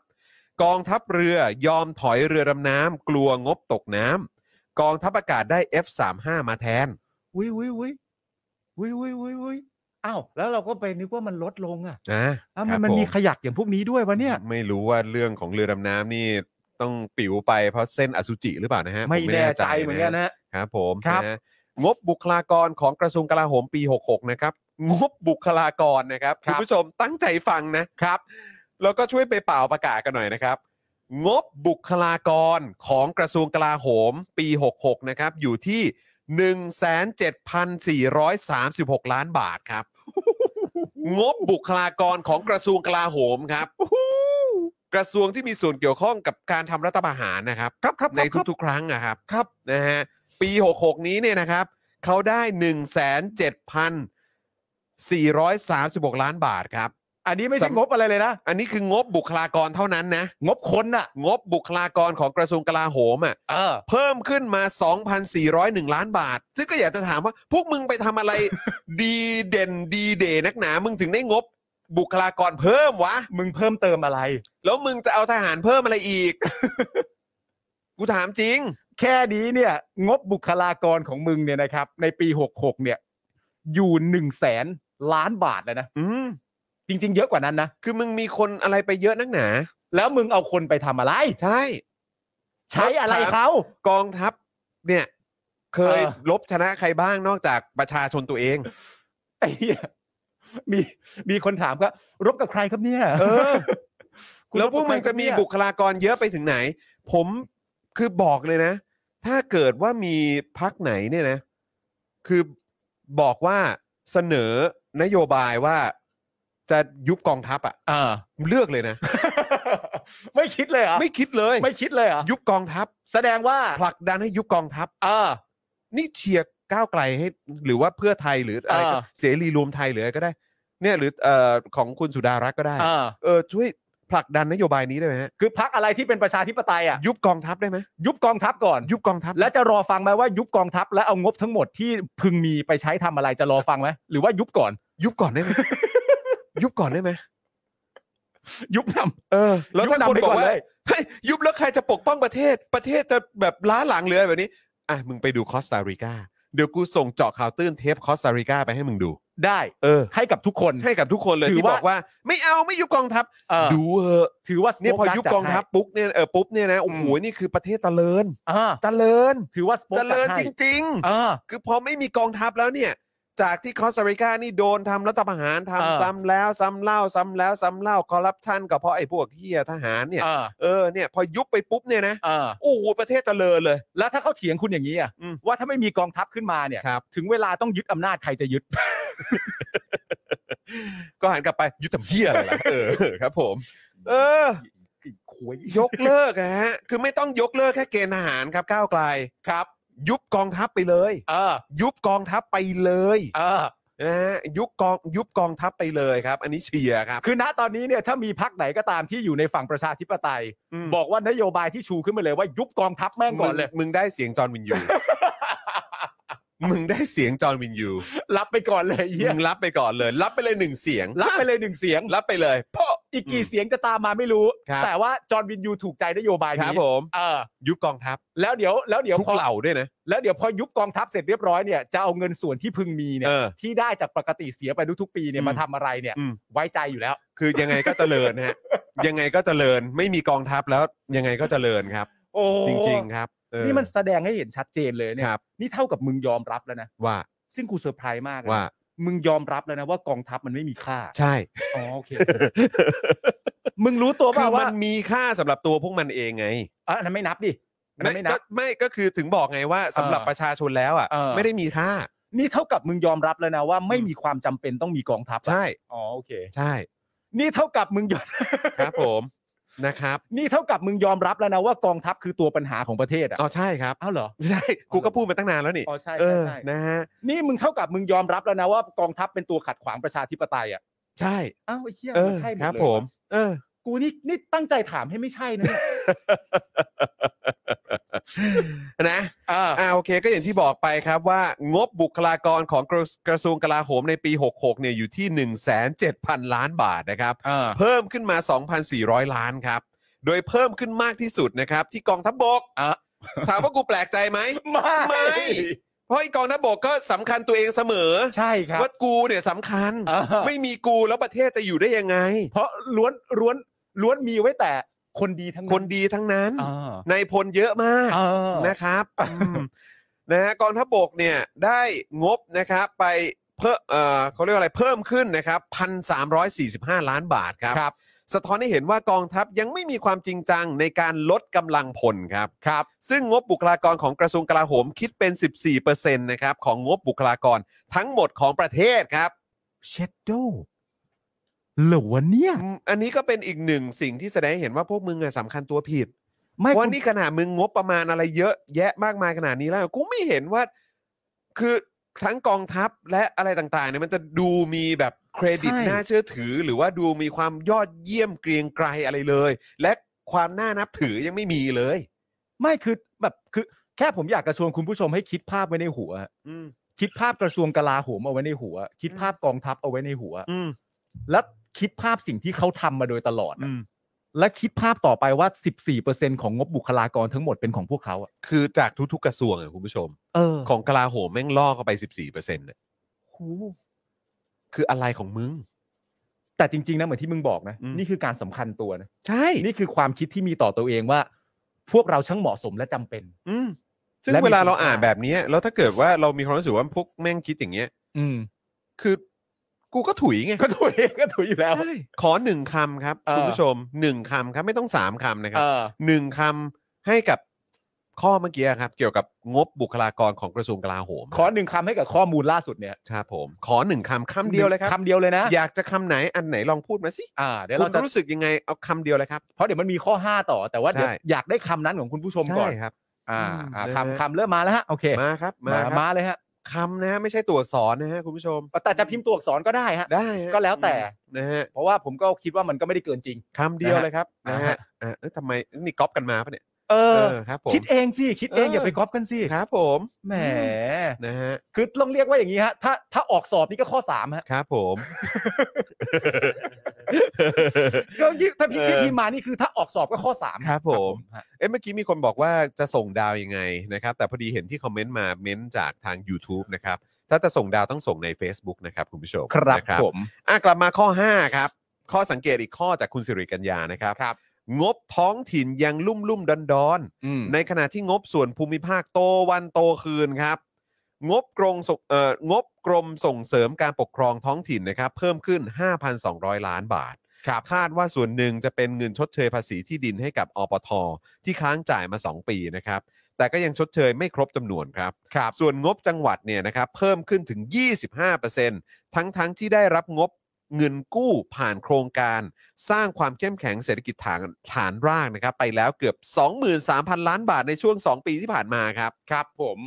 กองทัพเรือยอมถอยเรือดำน้ำกลัวงบตกน้ำกองทัพอากาศได้ F35 มาแทน
อุ้ยอุ้ยอุ้ยอุ้ยอุ้ยอุ้ยอุ้ยอ้าวแล้วเราก็ไปนึกว่ามันลดลงอ่ะ
นะ
อ้าว
ค
มั
รับ
นมันมี
ผ
ขยักอย่างพวกนี้ด้วยวะเนี่ย
ไม่รู้ว่าเรื่องของเรือดำน้ำนี่ต้องปิวไปเพราะเส้นอสุจิหรือเปล่านะฮะผ
ไม่แน่ใจ
ะฮะ
เหมือนกันนะ
ครับผม
ครับ
นะฮะงบบุคลากรของกระทรวงกลาโหมปี 66 นะครับ งบบุคลากรนะครับ คุณผู้ชมตั้งใจฟังนะครับ แล้วก็ช่วยไปเป่าประกาศกันหน่อยนะครับ งบบุคลากรของกระทรวงกลาโหมปี 66 นะครับ อยู่ที่ 17,436 ล้านบาทครับ งบบุคลากรของกระทรวงกลาโหมครับ กระทรวงที่มีส่วนเกี่ยวข้องกับการทำรัฐประหารนะครับ
ครับครับ
ในทุกๆ ครั้งนะครับ
ครับ
นะฮะปี 66 นี้เนี่ยนะครับเขาได้ 1 7 4 3 6 ล้านบาทครับ
อันนี้ไม่ใช่
สำ
งบอะไรเลยนะ
อันนี้คืองบบุคลากรเท่านั้นนะ
งบคนน่ะ
งบบุคลากรของกระทรวงกลาโหมอ่ะ
เออ
เพิ่มขึ้นมา 2,401 ล้านบาท ซึ่งก็อยากจะถามว่า พวกมึงไปทำอะไร ดีเด่นดีเดนักหนา มึงถึงได้งบบุคลากรเพิ่มวะ
มึงเพิ่มเติมอะไร
แล้วมึงจะเอาทหารเพิ่มอะไรอีก กูถามจริง
แค่นี้เนี่ย งบบุคลากรของมึงเนี่ยนะครับ ในปี 66 เนี่ย อยู่1นึ่งแสน ล้านบาทแล้วนะ
อืม
จริง ๆ เยอะกว่านั้นนะ
คือมึงมีคนอะไรไปเยอะนักหนา
แล้วมึงเอาคนไปทำอะไร
ใช่
ใช้อะไรเขา
กองทัพเนี่ย เคย
เออ
ลบชนะใครบ้างนอกจากประชาชนตัวเอง
ไอ้เหี้ยมีมีคนถามก็รบกับใครครับเนี่ย
เออ
คุณ
แล้วพวกมึงจะมีบุ
รบ
คลากรเยอะไปถึงไหน ผมคือบอกเลยนะ ถ้าเกิดว่ามีพักไหนเนี่ยนะ คือบอกว่าเสนอนโยบายว่าจะยุบกองทัพอะ
กับใครอ่า
เลือกเลยนะ
ไม่คิดเลยเหรอ่ะ
ไม่คิดเลย
ไม่คิดเลยเหรอ่ะ
ยุบกองทัพ
แสดงว่า
ผลักดันให้ยุบกองทัพ
เออ
นี่เชียร์ก้าวไกลให้ หรือว่าเพื่อไทยหรืออะไรก็
อ่า
เสรีรวมไทยหรืออะไรก็ได้ เนี่ยหรือเอ่อของคุณสุดารัตน์ก็ได้
เออ
เออช่วยผลักดันนโยบายนี้ได้ไหมฮะ
คือพักอะไรที่เป็นประชาธิปไตยอ่ะ
ยุบกองทัพได้ไหม
ยุบกองทัพก่อน
ยุบกองทัพ
แล้วจะรอฟังไหมว่ายุบกองทัพแล้วเอางบทั้งหมดที่พึงมีไปใช้ทำอะไรจะรอฟังไหมหรือว่ายุบก่อน
ยุบก่อน <laughs> ได้ไหม ยุบก่อนได้ไหม
ยุบนำ
เออ แล้วถ้าคน
ยุำไป
บอกว่า
เลย
เฮ้ยยุบแล้วใครจะปกป้องประเทศ ประเทศจะแบบล้าหลังหรืออะไรแบบนี้ อ่ะ มึงไปดูคอสตาริกาเดี๋ยวกูส่งเจาะข่าวตื้นเทปคอสตาริกาไปให้มึงดู
ได้
เออ
ให้กับทุกคน
ให้กับทุกคนเลย
ถือ
ที่บ
ว่า
อกว่า ไม่เอาไม่ยุบกองทัพ
เออ
ดูเถอะ
ถือว่า
เนี่ยพอ
โป๊ก
ยุบ
จัด
กองทัพ
ให้
ปุ๊บเนี่ยเออปุ๊บเนี่ยนะโอ้โห
อืม
นี่คือประเทศเจริญ
อ่า
เจริญ
ถือว่าสปอ
เจ
จัด
ริญ
ให้
จริง ๆ
เออ
คือพอไม่มีกองทัพแล้วเนี่ย จากที่คอสตาริกานี่โดนทำรัฐประหาร
เออ
ทำซ้ำแล้วซ้ำเล่าซ้ำแล้วซ้ำเล่าคอร์รัปชันก็เพราะไอ้พวกเฮียทหารเนี่ย
เออ
เออเนี่ยพอยุบไปปุ๊บเนี่ยนะ
เออ
โอ้โหประเทศเจริญเลย
แล้วถ้าเขาเถียงคุณอย่างนี้อ่ะ
อืม
ว่าถ้าไม่มีกองทัพขึ้นมาเนี่ย
ครับ
ถึงเวลาต้องยึดอำนาจใครจะยึด
ก็หันกลับไปยุบทำเฮียอะไรล่ะเออครับผม เออ
คุย
ยกเลิกนะฮะคือไม่ต้องยกเลิกแค่เกณฑ์ทหารครับก้าวไกลครับ ยุบกองทัพไปเลย
เออ
ยุบกองทัพไปเลย
เออ
นะฮะยุบกองยุบกองทัพไปเลยครับ อันนี้เชียร์ครับ
คือณตอนนี้เนี่ยถ้ามีพักไหนก็ตามที่อยู่ในฝั่งประชาธิปไตย
ม
บอกว่านโยบายที่ชูขึ้นมาเลยว่ายุบกองทัพแม่งก่อนเลย
มึงมึงได้เสียงจอห์น
<laughs>
วินยู มึงได้เสียงจอห์นวินยู
รับไปก่อนเลยเฮีย
มึงรับไปก่อนเลย รับไปเลยหนึ่งเสียง
รับไปเลยหนึ่งเสียง
<laughs> รับไปเลยเพราะ
อีกกี่เสียงจะตามมาไม่รู้
ครับ
แต่ว่าจอห์นวินยูถูกใจนโยบาย
ครับ
นี้
ผม
เออ
ยุบกองทัพ
แล้วเดี๋ยวแล้วเดี๋ยว
ทุก
พอ
เหล่าด้วยนะ
แล้วเดี๋ยวพอยุบกองทัพเสร็จเรียบร้อยเนี่ยจะเอาเงินส่วนที่พึงมีเนี่ย
เออ
ที่ได้จากปกติเสียไปทุกๆปีเนี่ย
อืม
มาทำอะไรเนี่ย
อืม
ไว้ใจอยู่แล้ว
คือยังไงก็เจริญ
<laughs>
ฮะ ยังไงก็เจริญไม่มีกองทัพแล้วยังไงก็เจริญครับ
โอ้
จริง ๆ ครับเออ
นี่มันแสดงให้เห็นชัดเจนเลยเนี่
ค
ย
รับ
นี่เท่ากับมึงยอมรับแล้วนะ
ว่า
ซึ่งกูเซอร์ไพรส์มากเลย
ว่า
มึงยอมรับแล้วนะว่ากองทัพมันไม่มีค่า
ใช่
อ๋อโอเค มึงรู้ตัว
คื
เปล่า
อมั
ว่าน
มีค่าสำหรับตัวพวกมันเองไง
อ่ะอันนั้นไม่นับดิอันนั้นไม่นั
ก็
บ
ไม่ก็คือถึงบอกไงว่าสำหรับ
เออ
ประชาชนแล้วอ่ะ
เออ
ไม่ได้มีค่า
นี่เท่ากับมึงยอมรับแล้วนะว่าไม่มีความจำเป็นต้องมีกองทัพอะ
ใช่
อ๋อโอเค
ใช่
นี่เท่ากับมึงย <laughs> อม
ครับผม <laughs> นะครับ
นี่เท่ากับมึงยอมรับแล้วนะว่ากองทัพคือตัวปัญหาของประเทศอ่ะ
อ๋อใช่ครับ <laughs>
อ้าวเหรอ
ใช่กูก็พูดมาตั้งนานแล้วนี่
อ๋อใช่
เอ
ใช่
อ
ใช่
นะฮะ
นี่มึงเท่ากับมึงยอมรับแล้วนะว่ากองทัพเป็นตัวขัดขวางประชาธิปไตยอ่ะ
ใช่
อ้าวไอ้เหี้ย
เออ
ใช่หมด
ครับ
เลย
ผ
วะ
ม เออ <laughs>
กูนี่นี่ตั้งใจถามให้ไม่ใช่นะเนี่ย
นะ
อ่า
อ่าโอเคก็อย่างที่บอกไปครับว่างบบุคลากรของกระกระทรวงกลาโหมในปี 66 เนี่ยอยู่ที่ 17,000 ล้านบาทนะครับ
อ่า
เพิ่มขึ้นมา 2,400 ล้านครับ โดยเพิ่มขึ้นมากที่สุดนะครับ ที่กองทัพบก
อ่ะ
<laughs> ถามว่ากูแปลกใจไหม ไม่ เพราะไอ้กองทัพบกก็สำคัญตัวเองเสมอ
ใช่ครับ
ว่ากูเนี่ยสำคัญ
อ่า
ไม่มีกูแล้วประเทศจะอยู่ได้ยังไง
เพราะล้วนล้วนล้วนมีไว้แต่คนดีทั้ง
คนดีทั้งนั้น
อ่าน
ายพลเยอะมาก
อ่า
นะครับอืมนะฮะกองทัพบกเนี่ยได้งบนะครับไปเพิ่มเอ่อเขาเรียกว่าอะไรเพิ่มขึ้นนะครับ1,345 ล้านบาทครับ
ครับ
สะท้อนให้เห็นว่ากองทัพยังไม่มีความจริงจังในการลดกำลังพลครับ
ครับ
ซึ่งงบบุคลากรของกระทรวงกลาโหมคิดเป็น 14%นะครับของงบบุคลากรทั้งหมดของประเทศครับ
เชดโดเหรอวะเนี่ย
อืมอันนี้ก็เป็นอีกหนึ่งสิ่งที่แสดงให้เห็นว่าพวกมึงอะสำคัญตัวผิด
ไม่
ว่า
คุณ
นี่ขนาดมึงงบประมาณอะไรเยอะแยะมากมายขนาดนี้แล้ว กูไม่เห็นว่า คือทั้งกองทัพและอะไรต่างๆเนี่ยมันจะดูมีแบบเครดิต
ใช่
น่าเชื่อถือ หรือว่าดูมีความยอดเยี่ยมเกรียงไกรอะไรเลย และความน่านับถือยังไม่มีเลย
ไม่คือแบบคือแค่ผมอยากจะชวนคุณผู้ชมให้คิดภาพไว้ในหัว
อืม
คิดภาพกระทรวงกลาโหมเอาไว้ในหัว คิดภาพกองทัพเอาไว้ในหัว
อืม
และคิดภาพสิ่งที่เขาทำมาโดยตลอด
อื
อะ
ม
และคิดภาพต่อไปว่า 14%ของงบบุคลากรทั้งหมดเป็นของพวกเขาอะ
คือจากทุกๆกระทรวงอะคุณผู้ชม <laughs>
เออ
ของกลาโหมแม่งล่อเข้าไป 14%เปอร์เซ็นต์
หู
คืออะไรของมึง
แต่จริงๆนะเหมือนที่มึงบอกนะ
อืม
นี่คือการสำคัญตัวนะ
ใช่
นี่คือความคิดที่มีต่อตัวเองว่า พวกเราช่างเหมาะสมและจำเป็น
อืมซึ่ง
และมี
เวลาเรา
คุณค่า
อ่านแบบเนี้ยแล้วถ้าเกิดว่าเรามีความรู้สึกว่าพวกแม่งคิดอย่างเงี้ย
อืม
คือ กูก็ถุยไง
ก็ถุยก็ถุยอยู่แล้ว
ใช่ขอหนึ่งคำครับ
เออ
คุณผู้ชมหนึ่งคำครับไม่ต้องสามคำนะครั
เอบ อ
หนึ่งคำให้กับข้อเมื่อกี้ครับ เกี่ยวกับงบบุคลากรของกระทรวงกลาโหม
ขอหนึ่งคำให้กับข้อมูลล่าสุดเนี่ย
ครับผม ขอหนึ่งคำคำเดียวเลยครับ
คำเดียวเลยนะ
อยากจะคำไหนอันไหนลองพูดมาสิ
อ่าเดี๋ยว
คุ
เรา
ณ
จะ
รู้สึกยังไงเอาคำเดียวเลยครับ
เพราะเดี๋ยวมันมีข้อ 5 ต่อ แต่ว่าเดี๋ยว
ใช่
อยากได้คำนั้นของคุณผู้ชมก่อน
ใช่ครับ
อ่าอ่า
อืมนะฮะ
คำคำเริ่มมาแล้วฮะโอเค
มาครับมาครับ
มาเลยฮะ
คำนะไม่ใช่ตัวอักษรนะฮะคุณผู้ชม
แต่จะพิมพ์ตัวอักษรก็ได้ฮะ
ได้ฮะ
ก็แล้วแต่
นะฮะ
เพราะว่าผมก็คิดว่ามันก็ไม่ได้เกินจริง
คำเดียวเลยครับ
นะ
นะ
ฮะ
ฮะอ่ะเอ้ยทำไมนี่ก๊อปกันมาปะเนี่ย
เออ
ครับผม
คิดเองสิคิดเอง
เออ
อ
อ
ย่าไปก๊อปกันสิ
ครับผม
แหม
นะฮะ
คือต้องเรียกว่าอย่างนี้ฮะถ้าถ้าออกสอบนี่ก็ข้อสามฮะ
ครับผม
<laughs> ก็ยิ่งถ้าพี่
เออ
ที่พี่มานี่คือถ้าออกสอบก็ข้อสาม
ครับผม
ฮะ
เอ๊ะเมื่อกี้มีคนบอกว่าจะส่งดาวยังไงนะครับ แต่พอดีเห็นที่คอมเมนต์มาเม้นจากทาง YouTube นะครับ ถ้าจะส่งดาวต้องส่งใน Facebook นะครับคุณผู้ชม
ครับ
นะ
ผม
อ่ะกลับมาข้อ 5 ครับ ข้อสังเกตอีกข้อจากคุณสิริกัญญานะครับ
ครับ
งบท้องถิ่นยังลุ่มลุ่มดอนดอน
อืม
ๆในขณะที่งบส่วนภูมิภาคโตวันโตคืนครับ งบกรงส่งเอ่องบกรมส่งเสริมการปกครองท้องถิ่นนะครับ เพิ่มขึ้น 5,200 ล้านบาท
ครับ
คาดว่าส่วนหนึ่งจะเป็นเงินชดเชยภาษีที่ดินให้กับอปท ที่ค้างจ่ายมา 2 ปีนะครับ แต่ก็ยังชดเชยไม่ครบจำนวนครับ
ครับ
ส่วนงบจังหวัดเนี่ยนะครับเพิ่มขึ้นถึง 25%ทั้งทั้งๆที่ได้รับงบเงินกู้ผ่านโครงการ สร้างความเข้มแข็งเศรษฐกิจฐานฐานรากนะครับ ไปแล้วเกือบ 23,000 ล้านบาทในช่วง 2 ปีที่ผ่านมาครับ
ครับผม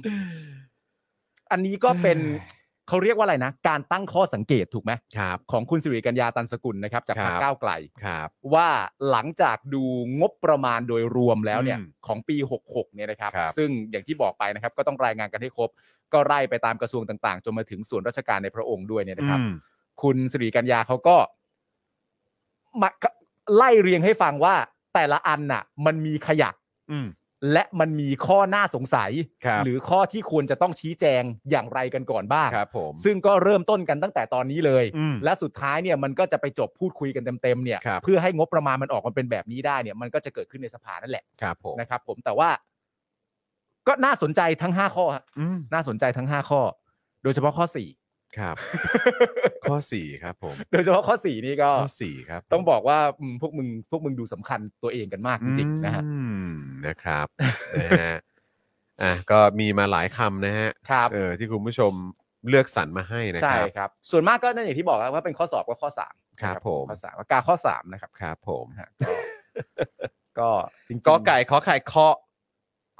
อันนี้ก็เป็นเขาเรียกว่าอะไรนะ การตั้งข้อสังเกตถูกไหม
ครับ
ของคุณสิริกัญญาตันสกุลนะครับ จากพรร
ค
ครับ ก้าวไกล
ครับ
ว่าหลังจากดูงบประมาณโดยรวมแล้วเนี่ย
อืม
ของปี 66 เนี่ยนะครับ
ครับ
ซึ่งอย่างที่บอกไปนะครับก็ต้องรายงานกันให้ครบ ก็ไล่ไปตามกระทรวงต่างๆ จนมาถึงส่วนราชการในพระองค์ด้วยเนี่ยนะครับ
อืม
คุณสิริกัญญาเขาก็มาไล่เรียงให้ฟังว่า แต่ละอันน่ะ มันมีขยัก
อืม
และมันมีข้อน่าสงสัย
ครับ
หรือข้อที่ควรจะต้องชี้แจงอย่างไรกันก่อนบ้าง
ครับผม
ซึ่งก็เริ่มต้นกันตั้งแต่ตอนนี้เลย
อืม
และสุดท้ายเนี่ยมันก็จะไปจบพูดคุยกันเต็มๆเนี่ย
ครับ
เพื่อให้งบประมาณมันออกมาเป็นแบบนี้ได้เนี่ย มันก็จะเกิดขึ้นในสภานั่นแหละ
ครับผม
นะครับ ผมแต่ว่า ก็น่าสนใจทั้งห้าข้อฮะ
อืม
น่าสนใจทั้งห้าข้อ โดยเฉพาะข้อสี่ <laughs>
ครับ ข้อ 4 ครับผม
โดยเฉพาะข้อสี่นี่ก็
ข้อสี่ครับผม
ต้องบอกว่าอืมพวกมึงพวกมึงดูสำคัญตัวเองกันมากจริงๆนะฮะ
อืมนะครับ นะฮะอ่ะก็มีมาหลายคำนะฮะ
ครับ
เออที่คุณผู้ชมเลือกสรรมาให้นะค
ใช่
รับ
ครับ ส่วนมากก็นั่นอย่างที่บอกครับว่าเป็นข้อสอบก็ข้อสาม
ครับผม
ข้อสามปากกาข้อสามนะครับ
ครับผม
นะฮะ
<laughs>
ก็ก็จริงๆ
กอไก่ขอไข่เคาะ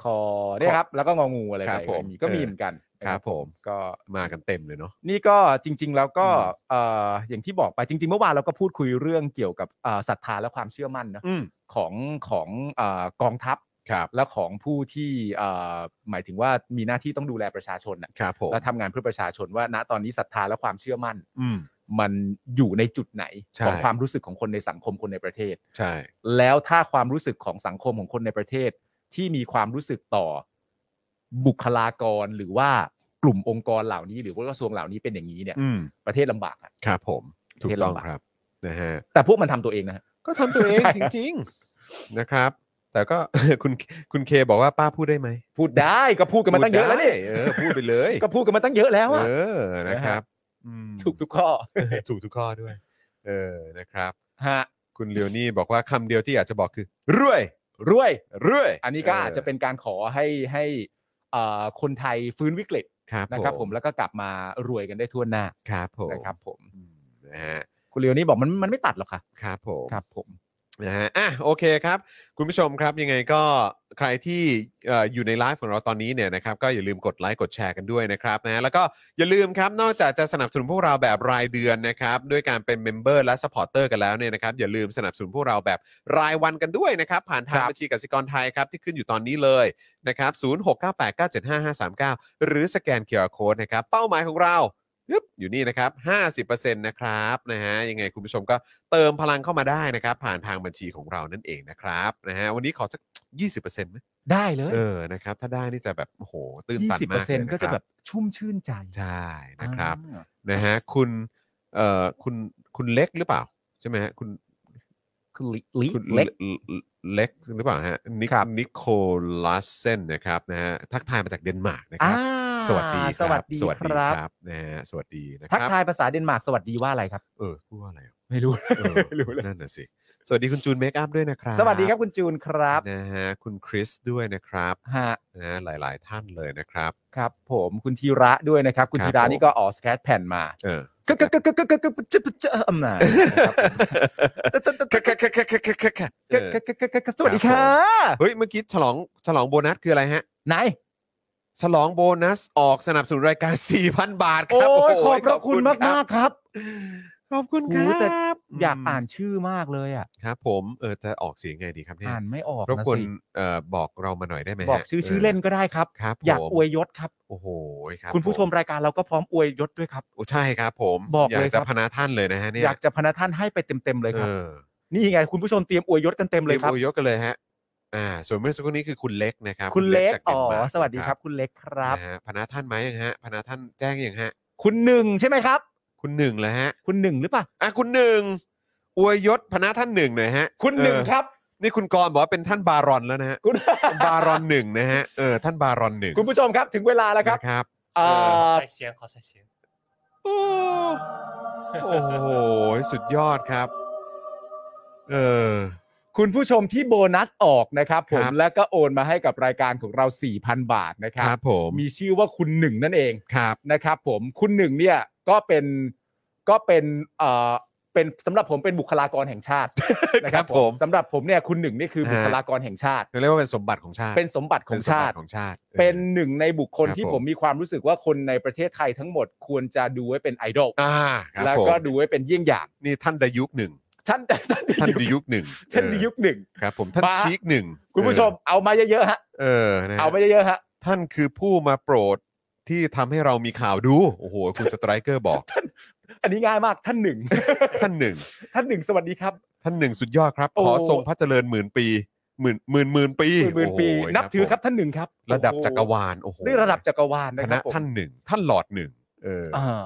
คอเนี่ยครับ แล้วก็งองูอะไร
ครับ
ไป
ผม
มีก็มีเหมือนกัน
ครับผม
ก็
มากันเต็มเลยเนาะ
นี่ก็จริง ๆ แล้วก็
อืม
เอ่ออย่างที่บอกไปจริง ๆ เมื่อวานเราก็พูดคุยเรื่องเกี่ยวกับเอ่อศรัทธาและความเชื่อมั่นนะ
อืม
ของของเอ่อกองทัพ
ครับ
และของผู้ที่เอ่อหมายถึงว่ามีหน้าที่ต้องดูแลประชาชนน่ะ
ครับผม
และทำงานเพื่อประชาชนว่าณตอนนี้ศรัทธาและความเชื่อมั่น
อืม
มันอยู่ในจุดไหน
ใช่
ของความรู้สึกของคนในสังคมคนในประเทศ
ใช่
แล้วถ้าความรู้สึกของสังคมของคนในประเทศ ที่มีความรู้สึกต่อบุคลากรหรือว่ากลุ่มองค์กรเหล่านี้ หรือว่ากระทรวงเหล่านี้เป็นอย่างนี้เนี่ย
อืม
ประเทศลำบากอะ
ครับผมถูกต้อง
เทศลำบาก
ครับนะฮะ
แต่พวกมันทำตัวเองนะฮะ
ก็ทำตัวเอง
ใช่
จริง ๆนะครับ แต่ก็ <laughs> คุณคุณเคบอกว่าป้าพูดได้ไหม
พูดได้ก็พูดกันมาตั้งเยอะแล้วนี่
พูดได้เออพูดไปเลย
ก็พูดกันมาตั้งเยอะแล้วอะ
เออนะครับอืม
ถูกทุกข้อ
<laughs> ถูกทุกข้อด้วย เออ นะครับ
ฮะ
คุณเลียวนี่บอกว่าคำเดียวที่อยากจะบอกคือรวย
รวย
รวย
อันนี้ก็อาจจะเป็นการขอให้ให้เอ่อคนไทยฟื้นวิกฤต
ครับ
นะครับผมแล้วก็กลับมารวยกันได้ทั่วหน้า
ครับผม
นะครับผม
อืมนะฮะ
คุณเรียวนี่บอกมันมันไม่ตัดหรอกค่ะ
ครับผม
ครับผม
นะฮะ อ่ะ โอเคครับ คุณผู้ชมครับ ยังไงก็ใครที่เอ่ออยู่ในไลฟ์ของเราตอนนี้เนี่ยนะครับ ก็อย่าลืมกดไลค์ กดแชร์กันด้วยนะครับนะ แล้วก็อย่าลืมครับ นอกจากจะสนับสนุนพวกเราแบบรายเดือนนะครับ ด้วยการเป็นเมมเบอร์และสปอร์เตอร์กันแล้วเนี่ยนะครับ อย่าลืมสนับสนุนพวกเราแบบรายวันกันด้วยนะครับ ผ่านทาง
ครับ
บัญชีกสิกรไทยครับที่ขึ้นอยู่ตอนนี้เลย นะครับ0698975539 หรือสแกน QR Code นะครับ เป้าหมายของเรายึบอยู่นี่นะครับ 50%นะครับนะฮะยังไงคุณผู้ชมก็เติมพลังเข้ามาได้นะครับ ผ่านทางบัญชีของเรานั่นเองนะครับนะฮะวันนี้ขอสัก 20%ไหม
ได้เลย
เออนะครับ ถ้าได้นี่จะแบบ โอ้โห ตื่น
ยี่
ตัน
สิบเป
มา
อร์
ก
เซ็น
เลยน
ต์
ค
ก็จะแบบชุ่มชื่นใจ
ใช่นะครับ
อ่า
นะฮะคุณ เอ่อคุณคุณเล็กหรือเปล่า ใช่ไหมฮะคุณ
คือลิลิ
คุณ
เล็ก
เล็กหรือเปล่าฮะนิ
ครับ
นิโคลัสเซนนะครับนะฮะทักทายมาจากเดนมาร์กนะค
อ่า
รับ สวัสดีครับ
สวัสดี
สวัส
ค
ดี
รับ
ครับนะฮะสวัสดีนะค
ทัก
รับ
ทายภาษาเดนมาร์กสวัสดีว่าอะไรครับ
เออพูดว่าอะไร
ไม่รู้
เออ
ไม่รู้เลย
นั่นน่ะสิสวัสดีคุณจูนเมคอัพด้วยนะครับ
สวัสดีครับคุณจูนครับ
นะฮะคุณคริสด้วยนะครับ
ฮะ
นะฮะหลาย ๆ ท่านเลยนะครับ
ครับ ผมคุณธีระด้วยนะครับ คุณ
ครับ
ธีระ
ผม
นี่ก็ออกสแคตแผ่นมา
เออ
ก็ก็ก็ก็ก็ก็ก็ก็ก็จะอำนาจนะครับ
เออ
ก็ก็ก็ก็ก็สวัสดีค่ะ
เฮ้ยเมื่อกี้ฉลองฉลองโบนัสคืออะไรฮะ
ไหน
ฉลองโบนัสออกสนับสนุนรายการ <laughs> 4,000 บาทค
โอ้
รับ
ยขอบพ
ข
ระคุณมากมากๆครับ
ขอบคุณค
โอ้ยแต่
รับ
อยากอ่านชื่อมากเลยอ่ะ
ครับ ผมเออจะออกเสียงไงดีครับเนี่ย
อ่านไม่ออก
รบ
นะ
กวน
สิ
เอ่อบอกเรามาหน่อยได้ไหมฮะ
บอกชื่อชื่อเล่นก็ได้ครับ
ครับ
อยาก
ผม
อวยยศครับ
โอ้โหครับ
คุณผู้ชมรายการเราก็พร้อมอวยยศด้วยครับ
โอ้ใช่ครับ ผม
บอก
อยาก
เลยครั
จะ
บ
พนาท่านเลยนะฮะเนี่ย
อยากจะพนักท่านให้ไปเต็มๆเลย
เอ
ครับ
อ
นี่ไงคุณผู้ชมเตรียมอวยยศกันเต็มเลยครับ
รีวยกกันเลยฮะอ่าส่วนเมื่อสักครู่นี้คือคุณเล็กนะครับ
คุณเล็ก
จาก
อ๋อ
ดนมาร์
สวัสดีครับ คุณเล็กครับ
นะฮะพนาท่านไหมยังฮะพนาท่านแจ้งยังฮะ
คุณหนึ่งใช่ไหมครับ
คุณหนึ่งแล้วฮะ
คุณหนึ่งหรือเปล่า
อ่ะคุณหนึ่งอวยยศพนะท่านหนึ่งหน่อยฮะ
คุณหนึ่ง
เออ
ครับ
นี่คุณกรณ์บอกว่าเป็นท่านบารอนแล้วนะฮะ
คุณ
บารอนหนึ่งนะฮะเออท่านบารอนหนึ่ง
<laughs> คุณผู้ชมครับถึงเวลาแล้วครับ
นะครับ
เอ่อ
ใส่เสียงขอใส่เสียง
โอ้โอ้โหสุดยอดครับ เออ
คุณผู้ชมที่โบนัสออกนะครับผม
ครับ
แล้วก็โอนมาให้กับรายการของเรา 4,000 บาทนะค
ครับ รับผม
มีชื่อว่าคุณหนึ่งนั่นเอง
ครับ
นะครับผมคุณหนึ่งเนี่ยก็เป็นก็เป็นเอ่อเป็นสำหรับผมเป็นบุคลากรแห่งชาติ
<laughs>
นะครับผมสำหรับผมเนี่ยคุณหนึ่งนี่คือบุคลากรแห่งชาติ
เรียกว่าเป็นสมบัติของชาติ
เป็นสมบัติของชาติ
เป็นสมบัของชาติออ
เป็นหนึ่งในบุคคล
ครับ
ที่
ผม
ผมมีความรู้สึกว่าคนในประเทศไทยทั้งหมดควรจะดูไว้เป็นไอดอล
อ่าครับ
แล้ว
ผม
ก็ดูไว้เป็นเยี่ยงอย่าง
นี่ท่านดายุคหนึ่ง
ท่านท่าน
ท่าน
ด
ดา
ยุ
ยุ
ค
คหนึ่ง
<laughs> ท่านดยุคหนึ่ง
ครับผมท่าน
มา
ชีกหนึ่ง
คุณผู้ชมเอามาเยอะๆฮะ
เออนะฮะ
เอามาเยอะๆฮะ
ท่านคือผู้มาโปรดที่ทำให้เรามีข่าวดู โอ้โห คุณสไตรเกอร์
<laughs>
บอก
อันนี้ง่ายมากท่านหนึ่ง <laughs>
ท่านหนึ่ง
ท่านหนึ่งสวัสดีครับ
ท่านหนึ่งสุดยอดครับ
โอ้
ขอทรงพระเจริญหมื่นปี หมื่นหมื่นหมื่นปี
หมื่นหมื่นปี
โโห
นับถือครับ
ผม
ท่านหนึ่งครับ
ระดับ
โอ้โห
จักรวาล โอ้โห
นี่ระดับจักรวาล
ค
นะค
ณะ
รับผม
ท่านหนึ่ง ท่านหลอดหนึ่ง เออ
อ่า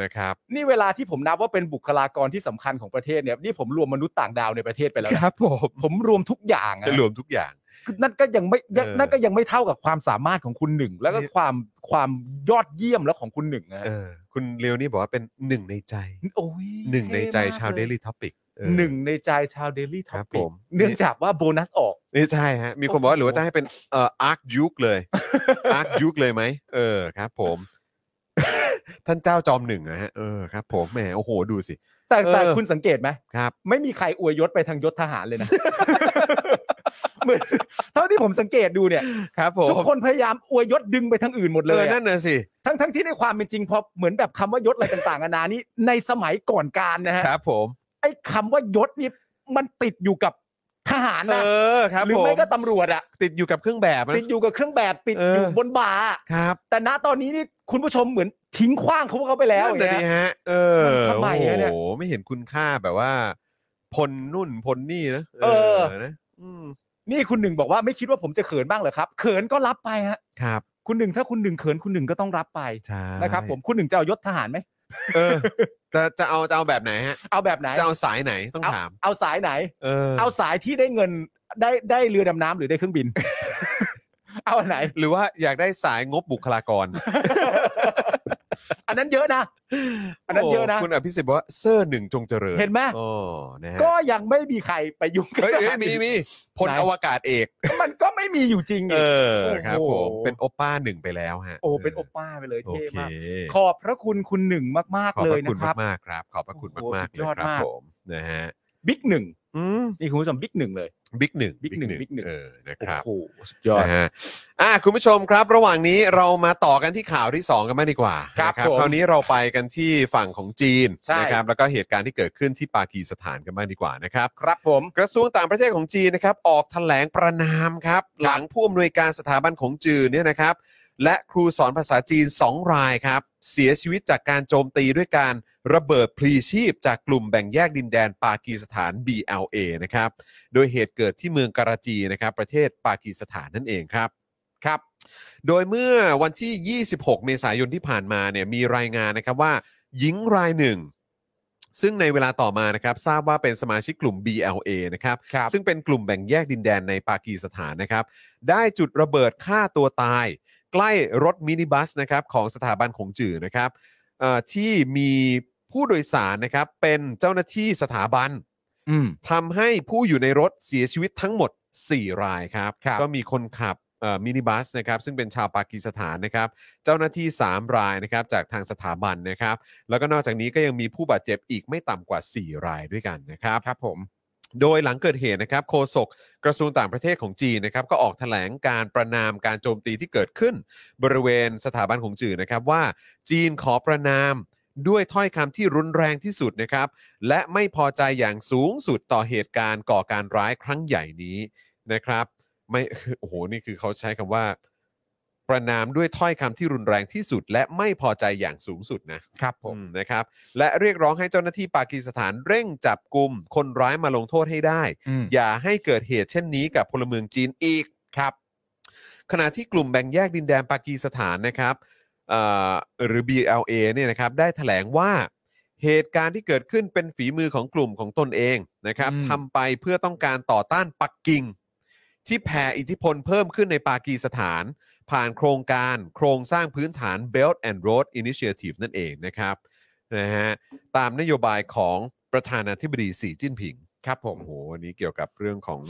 นะครับ
นี่เวลาที่ผมนับว่าเป็นบุคลากรที่สำคัญของประเทศเนี่ยนี่ผมรวมมนุษย์ต่างดาวในประเทศไปแล้ว
ค
นะ
รับผม
ผมรวมทุกอย่างอะ
จะรวมทุกอย่าง
คือนั่นก็ยังไม่ยัง
เออ
นั่นก็ยังไม่เท่ากับความสามารถของคุณหนึ่ง แล้วก็
นี่
ความความยอดเยี่ยมแล้วของคุณหนึ่งนะฮะ
เออ คุณเรียวนี่บอกว่าเป็นหนึ่งในใจ
โอ้ย
หนึ่งในใจชาวเด
ท่มกลย
ลี่ท็อปิก
หนึ่งในใจชาวเดลี่ท็
ค
อ
รับ
ปิ
ผ
ก
ม
เนื่องจากว่าโบนัสออก <laughs>
นี่ใช่ฮะ มีคนบอกว่าหรือว่าจะให้เป็นเอ่ออาร์คยุคเลย อาร์คยุคเลยไหมเออครับ ผม <laughs> ท่านเจ้าจอมหนึ่งนะฮะเออครับ ผมแหมโอ้โหดูสิ
แต่แต่
เออ
คุณสังเกตไหม
ครับ
ไม่มีใครอวยยศไปทางยศทหารเลยนะ <laughs> เหมือนเท่าที่ผมสังเกตดูเนี่ย
ครับผม
ทุกคนพยายามอวยยศดึงไปทางอื่นหมด
เอ
เลย
อ
อะ
นั่นน่ะสิ
ทั้งทั้งที่ในความเป็นจริงพอเหมือนแบบคำว่ายศอะไรต่างๆนานานี่ในสมัยก่อนการนะฮะ
ครับ ผม
ไอ้คำว่ายศนี่มันติดอยู่กับทหาร
เอ
นะ
อครับ
หรือ
ผม
ไม่ก็ตำรวจอะ
ติดอยู่กับเครื่องแบบนะ
ติดอยู่กับเครื่องแบบติด
เอออ
อยู่บนบ่าอะ
ครับ
แต่ณตอนนี้นี่คุณผู้ชมเหมือนทิ้งขว้างเขาพวกเขาไปแล้ว
นั่นน่ะดิ
เนี่ย
ฮะ เออ
มันทำไม
โอ้
อะเนี่ย
โหไม่เห็นคุณค่าแบบว่า พลนุ่นพลนี่นะ
เออ
นะอืม
นี่คุณหนึ่งบอกว่าไม่คิดว่าผมจะเขินบ้างเหรอครับเขินก็รับไปฮะ
ครับ
คุณหนึ่งถ้าคุณหนึ่งเขินคุณหนึ่งก็ต้องรับไป
ใช่
นะครับ ผมคุณหนึ่งจะเอายศทหารไหม
เออ จะจะเอาจะเอาแบบไหนฮะ
เอาแบบไหน
จะเอาสายไหนต้อง
เอา
ถาม
เอาสายไหน
เออ
เอาสายที่ได้เงินได้ได้เรือดำน้ำหรือได้เครื่องบิน <laughs> เอาอันไห <laughs> น
หรือว่าอยากได้สายงบบุคลากร
อันนั้นเยอะนะ อันนั้นเยอะนะ
โคุณอภิสิทธิ์บอกว่าเซอร์หนึ่งจงเจริญ
เห็นไหม
โอ้นะฮะ
ก็ยังไม่มีใครไปยุ่งกับ
เฮ้ยเฮ้ย
ทหาร
มีมีพลอวกาศเอก
มันก็ไม่มีอยู่จริง
เอ
อีก
อครับผ
โอ้โห
ม เป็นโอป้าหนึ่งไปแล้วฮะ
โอ้เป็นโอป้าไปเลย
โอ
เท่
เค
มาก ขอบพระคุณคุณหนึ่งมาก
ขอบ
ๆเล
พ
ย
ระคุ
นะ
ณ
ครับ
มากๆครับ ขอบพระคุณ
โอ้โห
มากๆเล
สุดย
ย
อด
ครับ
มาก
ผมนะฮะ
บิ๊กหนึ่งนี่คุณผู้ชมบิ๊กหนึ่งเลย
บิ๊กหนึ่ง
Big หนึ่ง Big หนึ่ง
เออนะ
โอ้
ครับ
โหสุดยอด
นะฮะอ่ะคุณผู้ชมครับ ระหว่างนี้เรามาต่อกันที่ข่าวที่ 2 กันมากดีกว่า
ครับ
นะครั
ผม
คราวนี้เราไปกันที่ฝั่งของจีน
ใช่
นะครับแล้วก็เหตุการณ์ที่เกิดขึ้นที่ปากีสถานกันมากดีกว่านะครับ
ครับผม
กระทรวงต่างประเทศของจีนนะครับออกแถลงประนามครับ หลังผู้อำนวยการสถาบันของจีนเนี่ยนะครับ และครูสอนภาษาจีน 2 รายครับ เสียชีวิตจากการโจมตีด้วยการระเบิดพลีชีพ จากกลุ่มแบ่งแยกดินแดนปากีสถาน BLA นะครับ โดยเหตุเกิดที่เมืองการาจีนะครับ ประเทศปากีสถานนั่นเองครับครับ โดยเมื่อวันที่ 26 เมษายนที่ผ่านมาเนี่ยมีรายงานนะครับว่า หญิงรายหนึ่ง ซึ่งในเวลาต่อมานะครับทราบว่าเป็นสมาชิกกลุ่ม BLA นะครับ
ครับ
ซึ่งเป็นกลุ่มแบ่งแยกดินแดนในปากีสถานนะครับ ได้จุดระเบิดฆ่าตัวตาย ใกล้รถมินิบัสนะครับของสถาบันของจื่อนะครับเอ่อที่มีผู้โดยสารนะครับเป็นเจ้าหน้าที่สถาบัน
อืม
ทำให้ผู้อยู่ในรถเสียชีวิตทั้งหมด 4 รายครับ
ครับ
ก็มีคนขับเอ่อมินิบัสนะครับซึ่งเป็นชาวปากีสถานนะครับ เจ้าหน้าที่ 3 รายนะครับจากทางสถาบันนะครับ แล้วก็นอกจากนี้ก็ยังมีผู้บาดเจ็บอีกไม่ต่ำกว่า 4 รายด้วยกันนะครับ
ครับผม
โดยหลังเกิดเหตุนะครับโฆษกกระทรวงต่างประเทศของจีนนะครับก็ออกแถลงการประนามการโจมตีที่เกิดขึ้น บริเวณสถาบันของจื่อนะครับว่า จีนขอประนามด้วยถ้อยคำที่รุนแรงที่สุดนะครับ และไม่พอใจอย่างสูงสุดต่อเหตุการณ์ก่อการร้ายครั้งใหญ่นี้นะครับ ไม่ <laughs> โอ้โหนี่คือเขาใช้คำว่า ประนามด้วยถ้อยคำที่รุนแรงที่สุด และไม่พอใจอย่างสูงสุดนะ
ครับผม
อืมนะครับและเรียกร้องให้เจ้าหน้าที่ปากีสถานเร่งจับกลุ่มคนร้ายมาลงโทษให้ได้
อืม
อย่าให้เกิดเหตุเช่นนี้กับพลเมืองจีนอีกครับ ขณะที่กลุ่มแบ่งแยกดินแดนปากีสถานนะครับเอ่อหรือ BLA เนี่ยนะครับได้แถลงว่าเหตุการณ์ที่เกิดขึ้นเป็นฝีมือของกลุ่มของตนเองนะครับ
อืม
ทำไปเพื่อต้องการต่อต้านปักกิ่ง ที่แผ่อิทธิพลเพิ่มขึ้นในปากีสถาน ผ่านโครงการโครงสร้างพื้นฐาน Belt and Road Initiative นั่นเองนะครับนะฮะตามนโยบายของประธานาธิบดีสีจิ้นผิง
ครับผม
โอ้โหอันนี้เกี่ยวกับเรื่องของ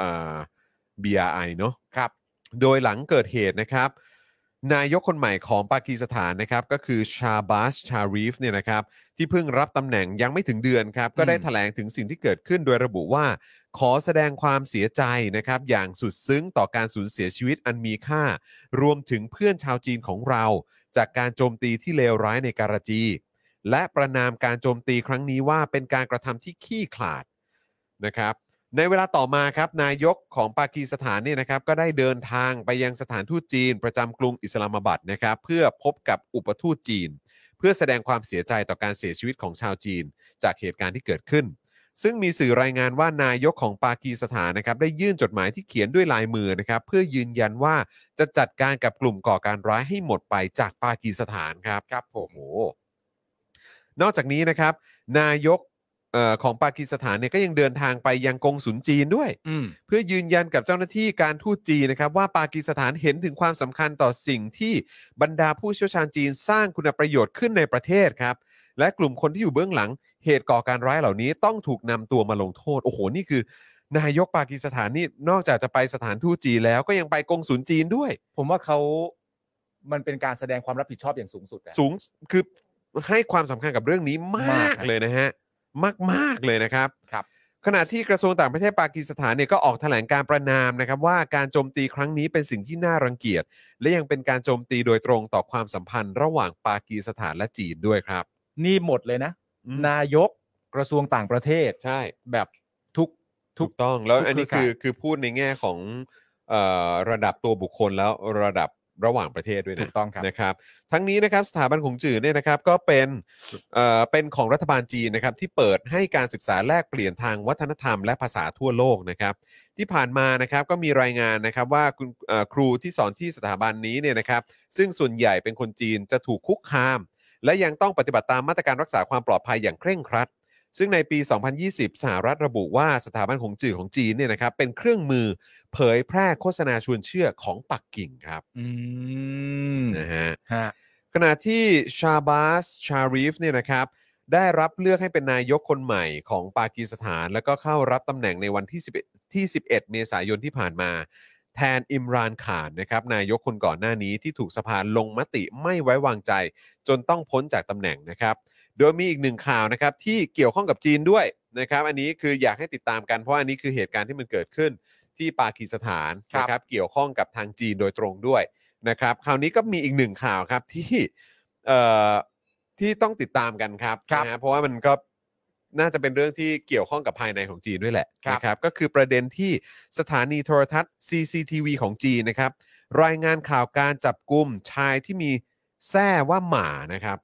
อ่า BRI เนอะ
ครับ
โดยหลังเกิดเหตุนะครับ นายกคนใหม่ของปากีสถานนะครับ ก็คือชาบาสชารีฟเนี่ยนะครับ ที่เพิ่งรับตำแหน่งยังไม่ถึงเดือนครับ ก็ได้
อืม
แถลงถึงสิ่งที่เกิดขึ้นโดยระบุว่า ขอแสดงความเสียใจนะครับ อย่างสุดซึ้งต่อการสูญเสียชีวิตอันมีค่า รวมถึงเพื่อนชาวจีนของเรา จากการโจมตีที่เลวร้ายในการาจี และประนามการโจมตีครั้งนี้ว่าเป็นการกระทำที่ขี้ขลาดนะครับ ในเวลาต่อมาครับนายกของปากีสถานเนี่ยนะครับก็ได้เดินทางไปยังสถานทูตจีน ประจำกรุงอิสลามบัดนะครับ เพื่อพบกับอุปทูตจีน เพื่อแสดงความเสียใจต่อการเสียชีวิตของชาวจีน จากเหตุการณ์ที่เกิดขึ้น ซึ่งมีสื่อรายงานว่านายกของปากีสถานนะครับได้ยื่นจดหมายที่เขียนด้วยลายมือนะครับเพื่อยืนยันว่าจะจัดการกับกลุ่มก่อการร้ายให้หมดไปจากปากีสถานครับครับผมโอ้โหนอกจากนี้นะครับ นายกเอ่อของปากีสถานเนี่ยก็ยังเดินทางไปยังกงสุลจีนด้วย
อืม
เพื่อยืนยันกับเจ้าหน้าที่การทูตจีนนะครับ ว่าปากีสถานเห็นถึงความสำคัญต่อสิ่งที่บรรดาผู้เชี่ยวชาญจีนสร้างคุณประโยชน์ขึ้นในประเทศครับ และกลุ่มคนที่อยู่เบื้องหลังเหตุก่อการร้ายเหล่านี้ต้องถูกนำตัวมาลงโทษ โอ้โห นี่คือ นายกปากีสถานนี่นอกจากจะไปสถานทูตจีนแล้วก็ยังไปกงสุลจีนด้วย
ผมว่าเขา มันเป็นการแสดงความรับผิดชอบอย่างสูงสุดอะ
สูงคือให้ความสำคัญกับเรื่องนี้ม
มา
าก กเลยนะฮะ มาก ๆ เลยนะครับ
ครับ
ขณะที่กระทรวงต่างประเทศปากีสถานเนี่ยก็ออกแถลงการประนามนะครับว่าการโจมตีครั้งนี้เป็นสิ่งที่น่ารังเกียจ และยังเป็นการโจมตีโดยตรงต่อความสัมพันธ์ระหว่างปากีสถานและจีนด้วยครับ
นี่หมดเลยนะ
อืม
นายกกระทรวงต่างประเทศ
ใช่
แบบทุก ทุ
ถู
ก
กต้องแล้ว
ทุก
อันนี้
เครื
คืออ
ข่าย
คือพูดในแง่ของเอ่อระดับตัวบุคคลแล้วระดับระหว่างประเทศด้วย
ถู
นะ
กต้องครับ
นะครับทั้งนี้นะครับสถาบันของจื่อเนี่ยนะครับก็เป็นเอ่อเป็นของรัฐบาลจีนนะครับที่เปิดให้การศึกษาแลกเปลี่ยนทางวัฒนธรรมและภาษาทั่วโลกนะครับ ที่ผ่านมานะครับก็มีรายงานนะครับว่าคุณเอ่อครูที่สอนที่สถาบันนี้เนี่ยนะครับ ซึ่งส่วนใหญ่เป็นคนจีนจะถูกคุกคาม และยังต้องปฏิบัติตามมาตรการรักษาความปลอดภัยอย่างเคร่งครัด ซึ่งในปี 2020 สหรัฐระบุว่าสถาบันของจื่อของจีนเนี่ยนะครับเป็นเครื่องมือเผยแพร่โฆษณาชวนเชื่อของปักกิ่งครับ
อืม
นะฮะ
ฮะ
ขณะที่ชาบาสชารีฟเนี่ยนะครับ ได้รับเลือกให้เป็นนายกคนใหม่ของปากีสถาน แล้วก็เข้ารับตำแหน่งในวันที่ 11 ที่ 11 เมษายนที่ผ่านมา แทนอิมรานข่านนะครับ นายกคนก่อนหน้านี้ที่ถูกสภาลงมติไม่ไว้วางใจ จนต้องพ้นจากตำแหน่งนะครับ โดยมีอีกหนึ่งข่าวนะครับ ที่เกี่ยวข้องกับจีนด้วยนะครับ อันนี้คืออยากให้ติดตามกันเพราะอันนี้คือเหตุการณ์ที่มันเกิดขึ้นที่ปากีสถาน
ครับ
นะครับ เกี่ยวข้องกับทางจีนโดยตรงด้วย นะครับคราวนี้ก็มีอีกหนึ่งข่าวครับที่เอ่อที่ต้องติดตามกันครับ
ครับ
นะฮะเพราะว่ามันก็น่าจะเป็นเรื่องที่เกี่ยวข้องกับภายในของจีนด้วยแหละ
ครับ
นะครับ ก็คือประเด็นที่สถานีโทรทัศน์ CCTV ของจีนนะครับ รายงานข่าวการจับกลุ่มชายที่มีแท้ว่าหมานะครับ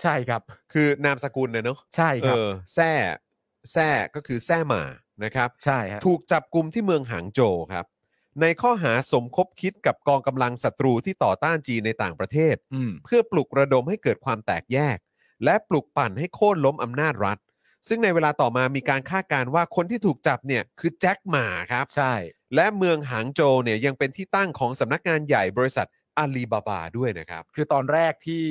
ใช่ครับ
คือนามสกุลนะเนาะ
ใช่
เอ
ครับ
อแท้แท้ก็คือแท้หมานะครับ
ใช่ฮะ
ถูกจับกลุ่มที่เมืองหางโจวครับ ในข้อหาสมคบคิดกับกองกำลังศัตรูที่ต่อต้านจีนในต่างประเทศ
อืม
เพื่อปลุกระดมให้เกิดความแตกแยก และปลุกปั่นให้โค่นล้มอำนาจรัฐ ซึ่งในเวลาต่อมามีการคาดการณ์ว่าคนที่ถูกจับเนี่ยคือแจ็คหมาครับ
ใช่
และเมืองหางโจวเนี่ยยังเป็นที่ตั้งของสำนักงานใหญ่บริษัทอาลีบาบาด้วยนะครับ
คือตอนแรกที่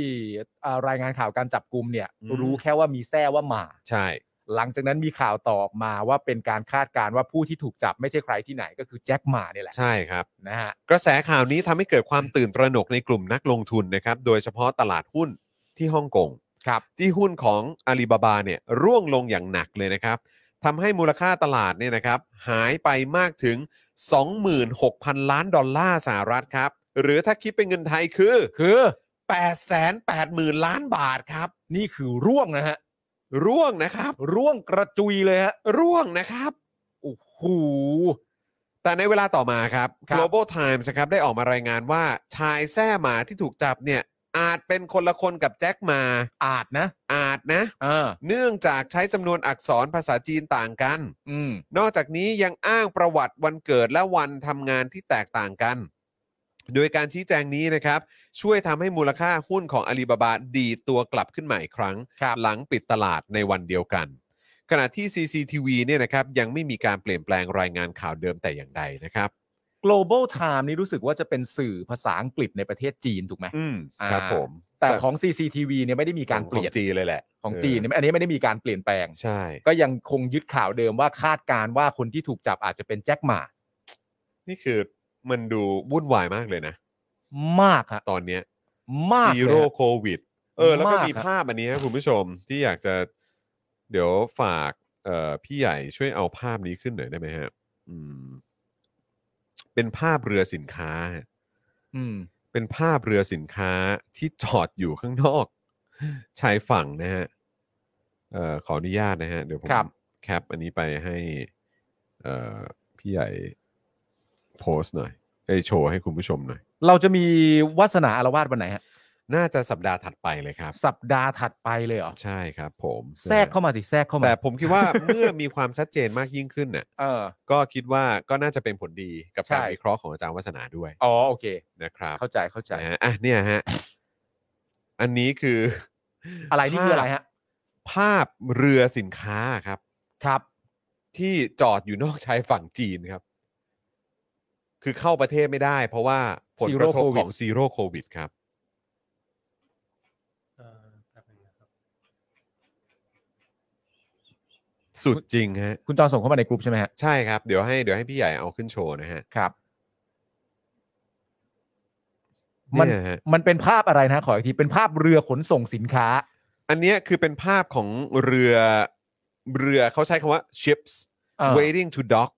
เอ่อรายงานข่าวการจับกลุ่มเนี่ย
อืม
รู้แค่ว่ามีแท้ว่าหมา
ใช่
หลังจากนั้นมีข่าวต่อออกมาว่าเป็นการคาดการณ์ว่าผู้ที่ถูกจับไม่ใช่ใครที่ไหนก็คือแจ็คหมาเนี่ยแหละ
ใช่ครับ
นะฮะ
กระแสข่าวนี้ทำให้เกิดความตื่นตระหนกในกลุ่มนักลงทุนนะครับ โดยเฉพาะตลาดหุ้นที่ฮ่องกง
ครับ
ที่หุ้นของอาลีบาบาเนี่ยร่วงลงอย่างหนักเลยนะครับทำให้มูลค่าตลาดเนี่ยนะครับหายไปมากถึง 26,000 ล้านดอลลาร์สหรัฐครับ หรือถ้าคิดเป็นเงินไทยคือ
คือ
880,000 ล้านบาทครับ
นี่คือร่วงนะฮะ
ร่วงนะครับ
ร่วงกระจุยเลยฮะ
ร่วงนะครับ
โอ้โห
แต่ในเวลาต่อมาครับ
ครับ
Global Times นะครับได้ออกมารายงานว่าชายแท้หมาที่ถูกจับเนี่ยอาจเป็นคนละคนกับแจ็คหมา
อาจนะ
อาจนะ
เออ
เนื่องจากใช้จำนวนอักษรภาษาจีนต่างกัน
อืม
นอกจากนี้ยังอ้างประวัติวันเกิดและวันทำงานที่แตกต่างกัน โดยการชี้แจงนี้นะครับ ช่วยทำให้มูลค่าหุ้นของอาลีบาบาดีดตัวกลับขึ้นใหม่อีกครั้ง
ครับ
หลังปิดตลาดในวันเดียวกัน ขณะที่ CCTV เนี่ยนะครับยังไม่มีการเปลี่ยนแปลงรายงานข่าวเดิมแต่อย่างใดนะครับ
global time นี่รู้สึกว่าจะเป็นสื่อภาษาอังกฤษในประเทศจีนถูกไหม
อืม
อ่า
ครับผม
แต่ของ CCTV เนี่ยไม่ได้มีการเปลี่ยน
ของจีนเลยแหละ
ของจีน
เ
เนี่ยอันนี้ไม่ได้มีการเปลี่ยนแปลง
ใช่
ก็ยังคงยึดข่าวเดิมว่าคาดการณ์ว่าคนที่ถูกจับอาจจะเป็นแจ็คหมา
นี่คือมันดูวุ่นวายมากเลยนะ
มากฮะ
ตอนเนี้ย
มาก
ซี
เลย
โร่
ฮะ
โควิด เออ แล้วก็
มาก
มี
ครับ
ภาพอันนี้ครับคุณผู้ชมที่อยากจะเดี๋ยวฝากเอ่อพี่ใหญ่ช่วยเอาภาพนี้ขึ้นหน่อยได้ไหมฮะอืม เป็นภาพเรือสินค้า
อืม
เป็นภาพเรือสินค้าที่จอดอยู่ข้างนอก <laughs> ชายฝั่งนะฮะเอ่อขออนุญาตนะฮะ เดี๋ยวผม
ครับ
แคปอันนี้ไปให้ เอ่อพี่ใหญ่โพสต์หน่อยไอยโชว์ให้คุณผู้ชมหน่อย
เราจะมีวาสนาอารวาสวันไหนฮะ
น่าจะสัปดาห์ถัดไปเลยครับ
สัปดาห์ถัดไปเลยเหรอ
ใช่ครับ ผม
แทรกเข้ามาสิแทรกเข้ามา
แต่ผมคิดว่า เมื่อมีความชัดเจนมากยิ่งขึ้นเนี่ย
เออ
ก็คิดว่าก็น่าจะเป็นผลดีกับการ
ใช่
วิเคราะห์ของอาจารย์วัฒนาด้วย
อ๋อโอเค
นะครับ
เข้าใจเข้าใจ
นะฮะอ่ะเนี่ยฮะ อันนี้คือ อะ
อะไรนี่คืออะไรฮะ
ภาพเรือสินค้าครับ
ครับ
ที่จอดอยู่นอกชายฝั่งจีนครับ คือเข้าประเทศไม่ได้ เพราะว่าผลกระทบ
Zero Covid
ของซีโร่โควิดครับ
เอ่อแป๊บนึงนะครับ
สุดจริงฮะ
คุณจอนส่งเข้ามาในกลุ่มใช่ไหมฮะ
ใช่ครับเดี๋ยวให้เดี๋ยวให้พี่ใหญ่เอาขึ้นโชว์นะฮะ
ครับ มัน
เนี่ยฮะ
มันเป็นภาพอะไรนะขออีกทีเป็นภาพเรือขนส่งสินค้า
อันเนี้ยคือเป็นภาพของเรือเรือเขาใช้คำว่า ships
เออ
waiting to dock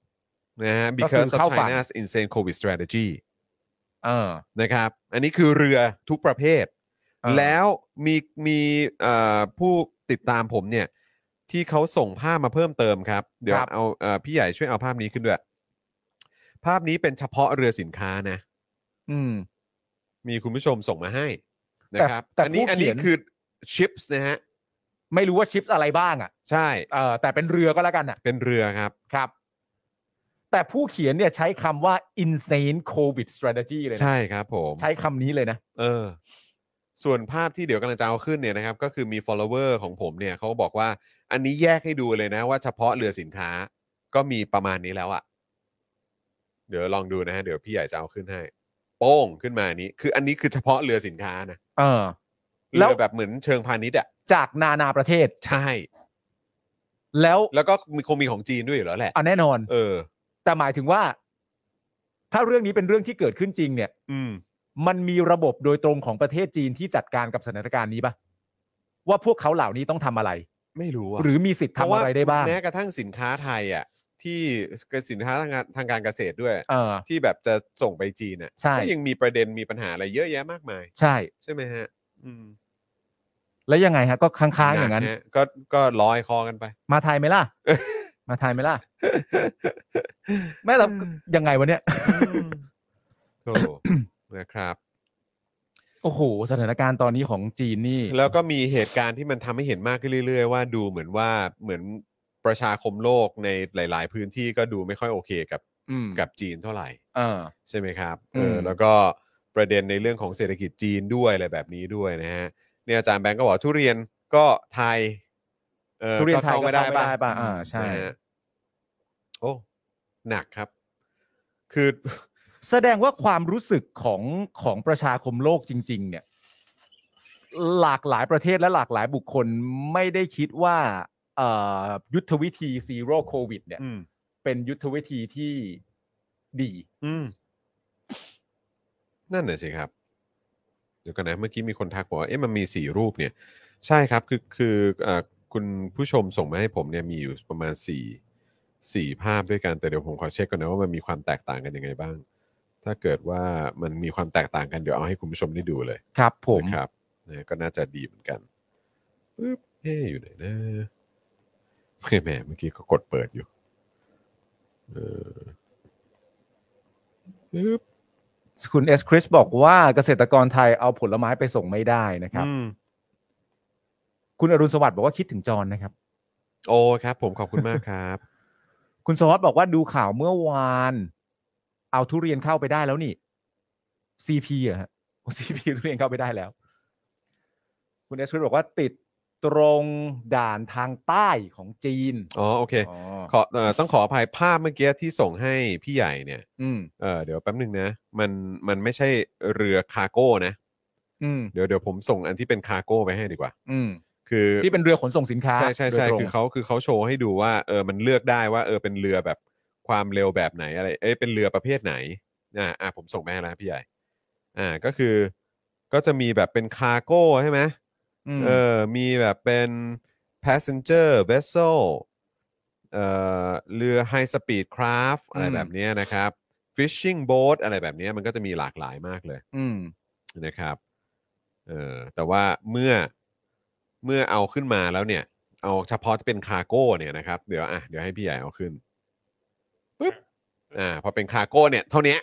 นะฮะ because
ก็คือ
of
เข้าฝั่ง
China's insane COVID strategy
เออ
นะครับ อันนี้คือเรือทุกประเภท
เออ
แล้วมีมีเอ่อผู้ติดตามผมเนี่ย ที่เขาส่งภาพมาเพิ่มเติมครับ เดี๋ยวเอาเอ่อพี่ใหญ่ช่วยเอาภาพนี้ขึ้นด้วย ภาพนี้เป็นเฉพาะเรือสินค้านะ
อืม
มีคุณผู้ชมส่งมาให้นะครับ
แต่แต่
อันนี้
ผู้เขียน
อันนี้คือ ships นะฮะ
ไม่รู้ว่าชิปอะไรบ้างอ่ะ
ใช่
เออแต่เป็นเรือก็แล้วกันอ่ะ
เป็นเรือครับ
ครับ แต่ผู้เขียนเนี่ยใช้คำว่า insane covid strategy เลยนะ
ใช่ครับผม
ใช้คำนี้เลยนะ
เออ ส่วนภาพที่เดี๋ยวกำลังจะเอาขึ้นเนี่ยนะครับ ก็คือมี follower ของผมเนี่ยเขาบอกว่า อันนี้แยกให้ดูเลยนะว่าเฉพาะเรือสินค้าก็มีประมาณนี้แล้วอะเดี๋ยวลองดูนะฮะเดี๋ยวพี่ใหญ่จะเอาขึ้นให้ โป้งขึ้นมานี้ คืออันนี้คือเฉพาะเรือสินค้านะ
เออ แล้
เรื
ว
อแบบเหมือนเชิงพาณิชย์อะ
จากนานาประเทศ
ใช่
แล้ว
แล้วก็มีคงมีของจีนด้วยอยู่แล้วแหละ
อ่ะแน่นอน
เออ
แต่หมายถึงว่า ถ้าเรื่องนี้เป็นเรื่องที่เกิดขึ้นจริง เนี่ย
อืม
มันมีระบบโดยตรงของประเทศจีนที่จัดการกับสถานการณ์นี้ปะว่าพวกเขาเหล่านี้ต้องทำอะไร
ไม่รู้อะ
หรือมีสิทธิ์ทำอะไรได้บ้าง
เพระว่แม้กระทั่งสินค้าไทยอะที่สินค้าทางการทางการเกษตรด้วย
เออ
ที่แบบจะส่งไปจีนน่ะ
ใช่
ก็ยังมีประเด็นมีปัญหาอะไรเยอะแยะมากมาย
ใช่
ใช่ไหมฮะ อืม
แล้วยังไงฮะ ก็ค้างๆอย่างนั้น
หกฮะก็ก็ลอยคอกันไป <coughs>
มาไทยไหมล่ะ มาไทยไหมล่ะไม่เรายังไงวะเนี่ย
โถ
<coughs>
นะครับ
โอ้โหสถานการณ์ตอนนี้ของจีนนี่
แล้วก็มีเหตุการณ์ที่มันทำให้เห็นมากขึ้นเรื่อย ๆ ว่าดูเหมือนว่าเหมือนประชาคมโลกในหลาย ๆ พื้นที่ก็ดูไม่ค่อยโอเคกับ
อืม
กับจีนเท่าไหร่
เออ
ใช่ไหมครับเออ
ม
แล้วก็ประเด็นในเรื่องของเศรษฐกิจจีนด้วยอะไรแบบนี้ด้วยนะฮะเนี่ยอาจารย์แบงก์ก็บอกทุเรียน ก็ไทยเออ
ทุเรียน
ก็
ไทย
เข้า
ก็
ไม่ได้
เข้าไม่
ป่ะ
ได้ป่ะอ่าใช่
นะฮะโอ้หนักครับ คือ <laughs>
แสดงว่าความรู้สึกของของประชาคมโลกจริง ๆ เนี่ย หลากหลายประเทศและหลากหลายบุคคลไม่ได้คิดว่าเอ่อยุทธวิธีซีโร่โควิด เนี่ย
อืม
เป็นยุทธวิธีที่ดี
อืม นั่นน่ะสิครับ เดี๋ยวกันนะ เมื่อกี้มีคนทักบอกว่าเอ๊ะมันมีสี่รูปเนี่ย ใช่ครับ คือคือเอ่อคุณผู้ชมส่งมาให้ผมเนี่ยมีอยู่ประมาณสี่สี่ภาพด้วยกันแต่เดี๋ยวผมขอเช็คก่อนนะว่ามันมีความแตกต่างกันยังไงบ้าง ถ้าเกิดว่ามันมีความแตกต่างกันเดี๋ยวเอาให้คุณผู้ชมได้ดูเลย
ครับ ผม
นะครับนะก็น่าจะดีเหมือนกันปึ๊บเอ๊ะอยู่ไหนนะเฮ้ยแหมเมื่อกี้ก็กดเปิดอยู่เออปึ๊บ
คุณเอสคริสบอกว่าเกษตรกรไทยเอาผลไม้ไปส่งไม่ได้นะครับ
อืม
คุณอรุณสวัสดิ์บอกว่าคิดถึงจอนนะครับ
โอ้ครับ ผมขอบคุณมาก <laughs> ครับ
คุณสวัสดิ์บอกว่าดูข่าวเมื่อวาน เอาทุเรียนเข้าไปได้แล้วนี่ CP เหรอะฮะ <laughs> ซีพีทุเรียนเข้าไปได้แล้ว คุณเอสคริสบอกว่าติดตรงด่านทางใต้ของจีน
อ๋อโอเค
อ๋อ
ขอเอ่อต้องขออภัยภาพเมื่อกี้ที่ส่งให้พี่ใหญ่เนี่ย
อืม
เออเดี๋ยวแป๊บหนึ่งนะ มันมันไม่ใช่เรือคาร์โก้นะ
อืม
เดี๋ยวเดี๋ยวผมส่งอันที่เป็นคาร์โก้ไปให้ดีกว่า
อืม
คือ
ที่เป็นเรือขนส่งสินค้า
ใช่ใช่
โดย
ใช่
ตรง
คือเขาคือเขาโชว์ให้ดูว่าเออมันเลือกได้ว่าเออเป็นเรือแบบความเร็วแบบไหนอะไรเอ้ยเป็นเรือประเภทไหนอ่าอ่ะผมส่งไปให้แล้วพี่ใหญ่อ่าก็คือก็จะมีแบบเป็นคาร์โก้ใช่ไหม
ม
เออมีแบบเป็น passenger vessel เอ่อเรือ high speed craft อะไรแบบเนี้ยนะครับ fishing boat อะไรแบบเนี้ยมันก็จะมีหลากหลายมากเลย
อืม
นะครับ เออแต่ว่าเมื่อเมื่อเอาขึ้นมาแล้วเนี่ย เอาเฉพาะที่เป็นคาร์โก้เนี่ยนะครับ เดี๋ยวอ่ะเดี๋ยวให้พี่ใหญ่เอาขึ้นปึ๊บอ่าพอเป็นคาร์โก้เนี่ย เท่านี้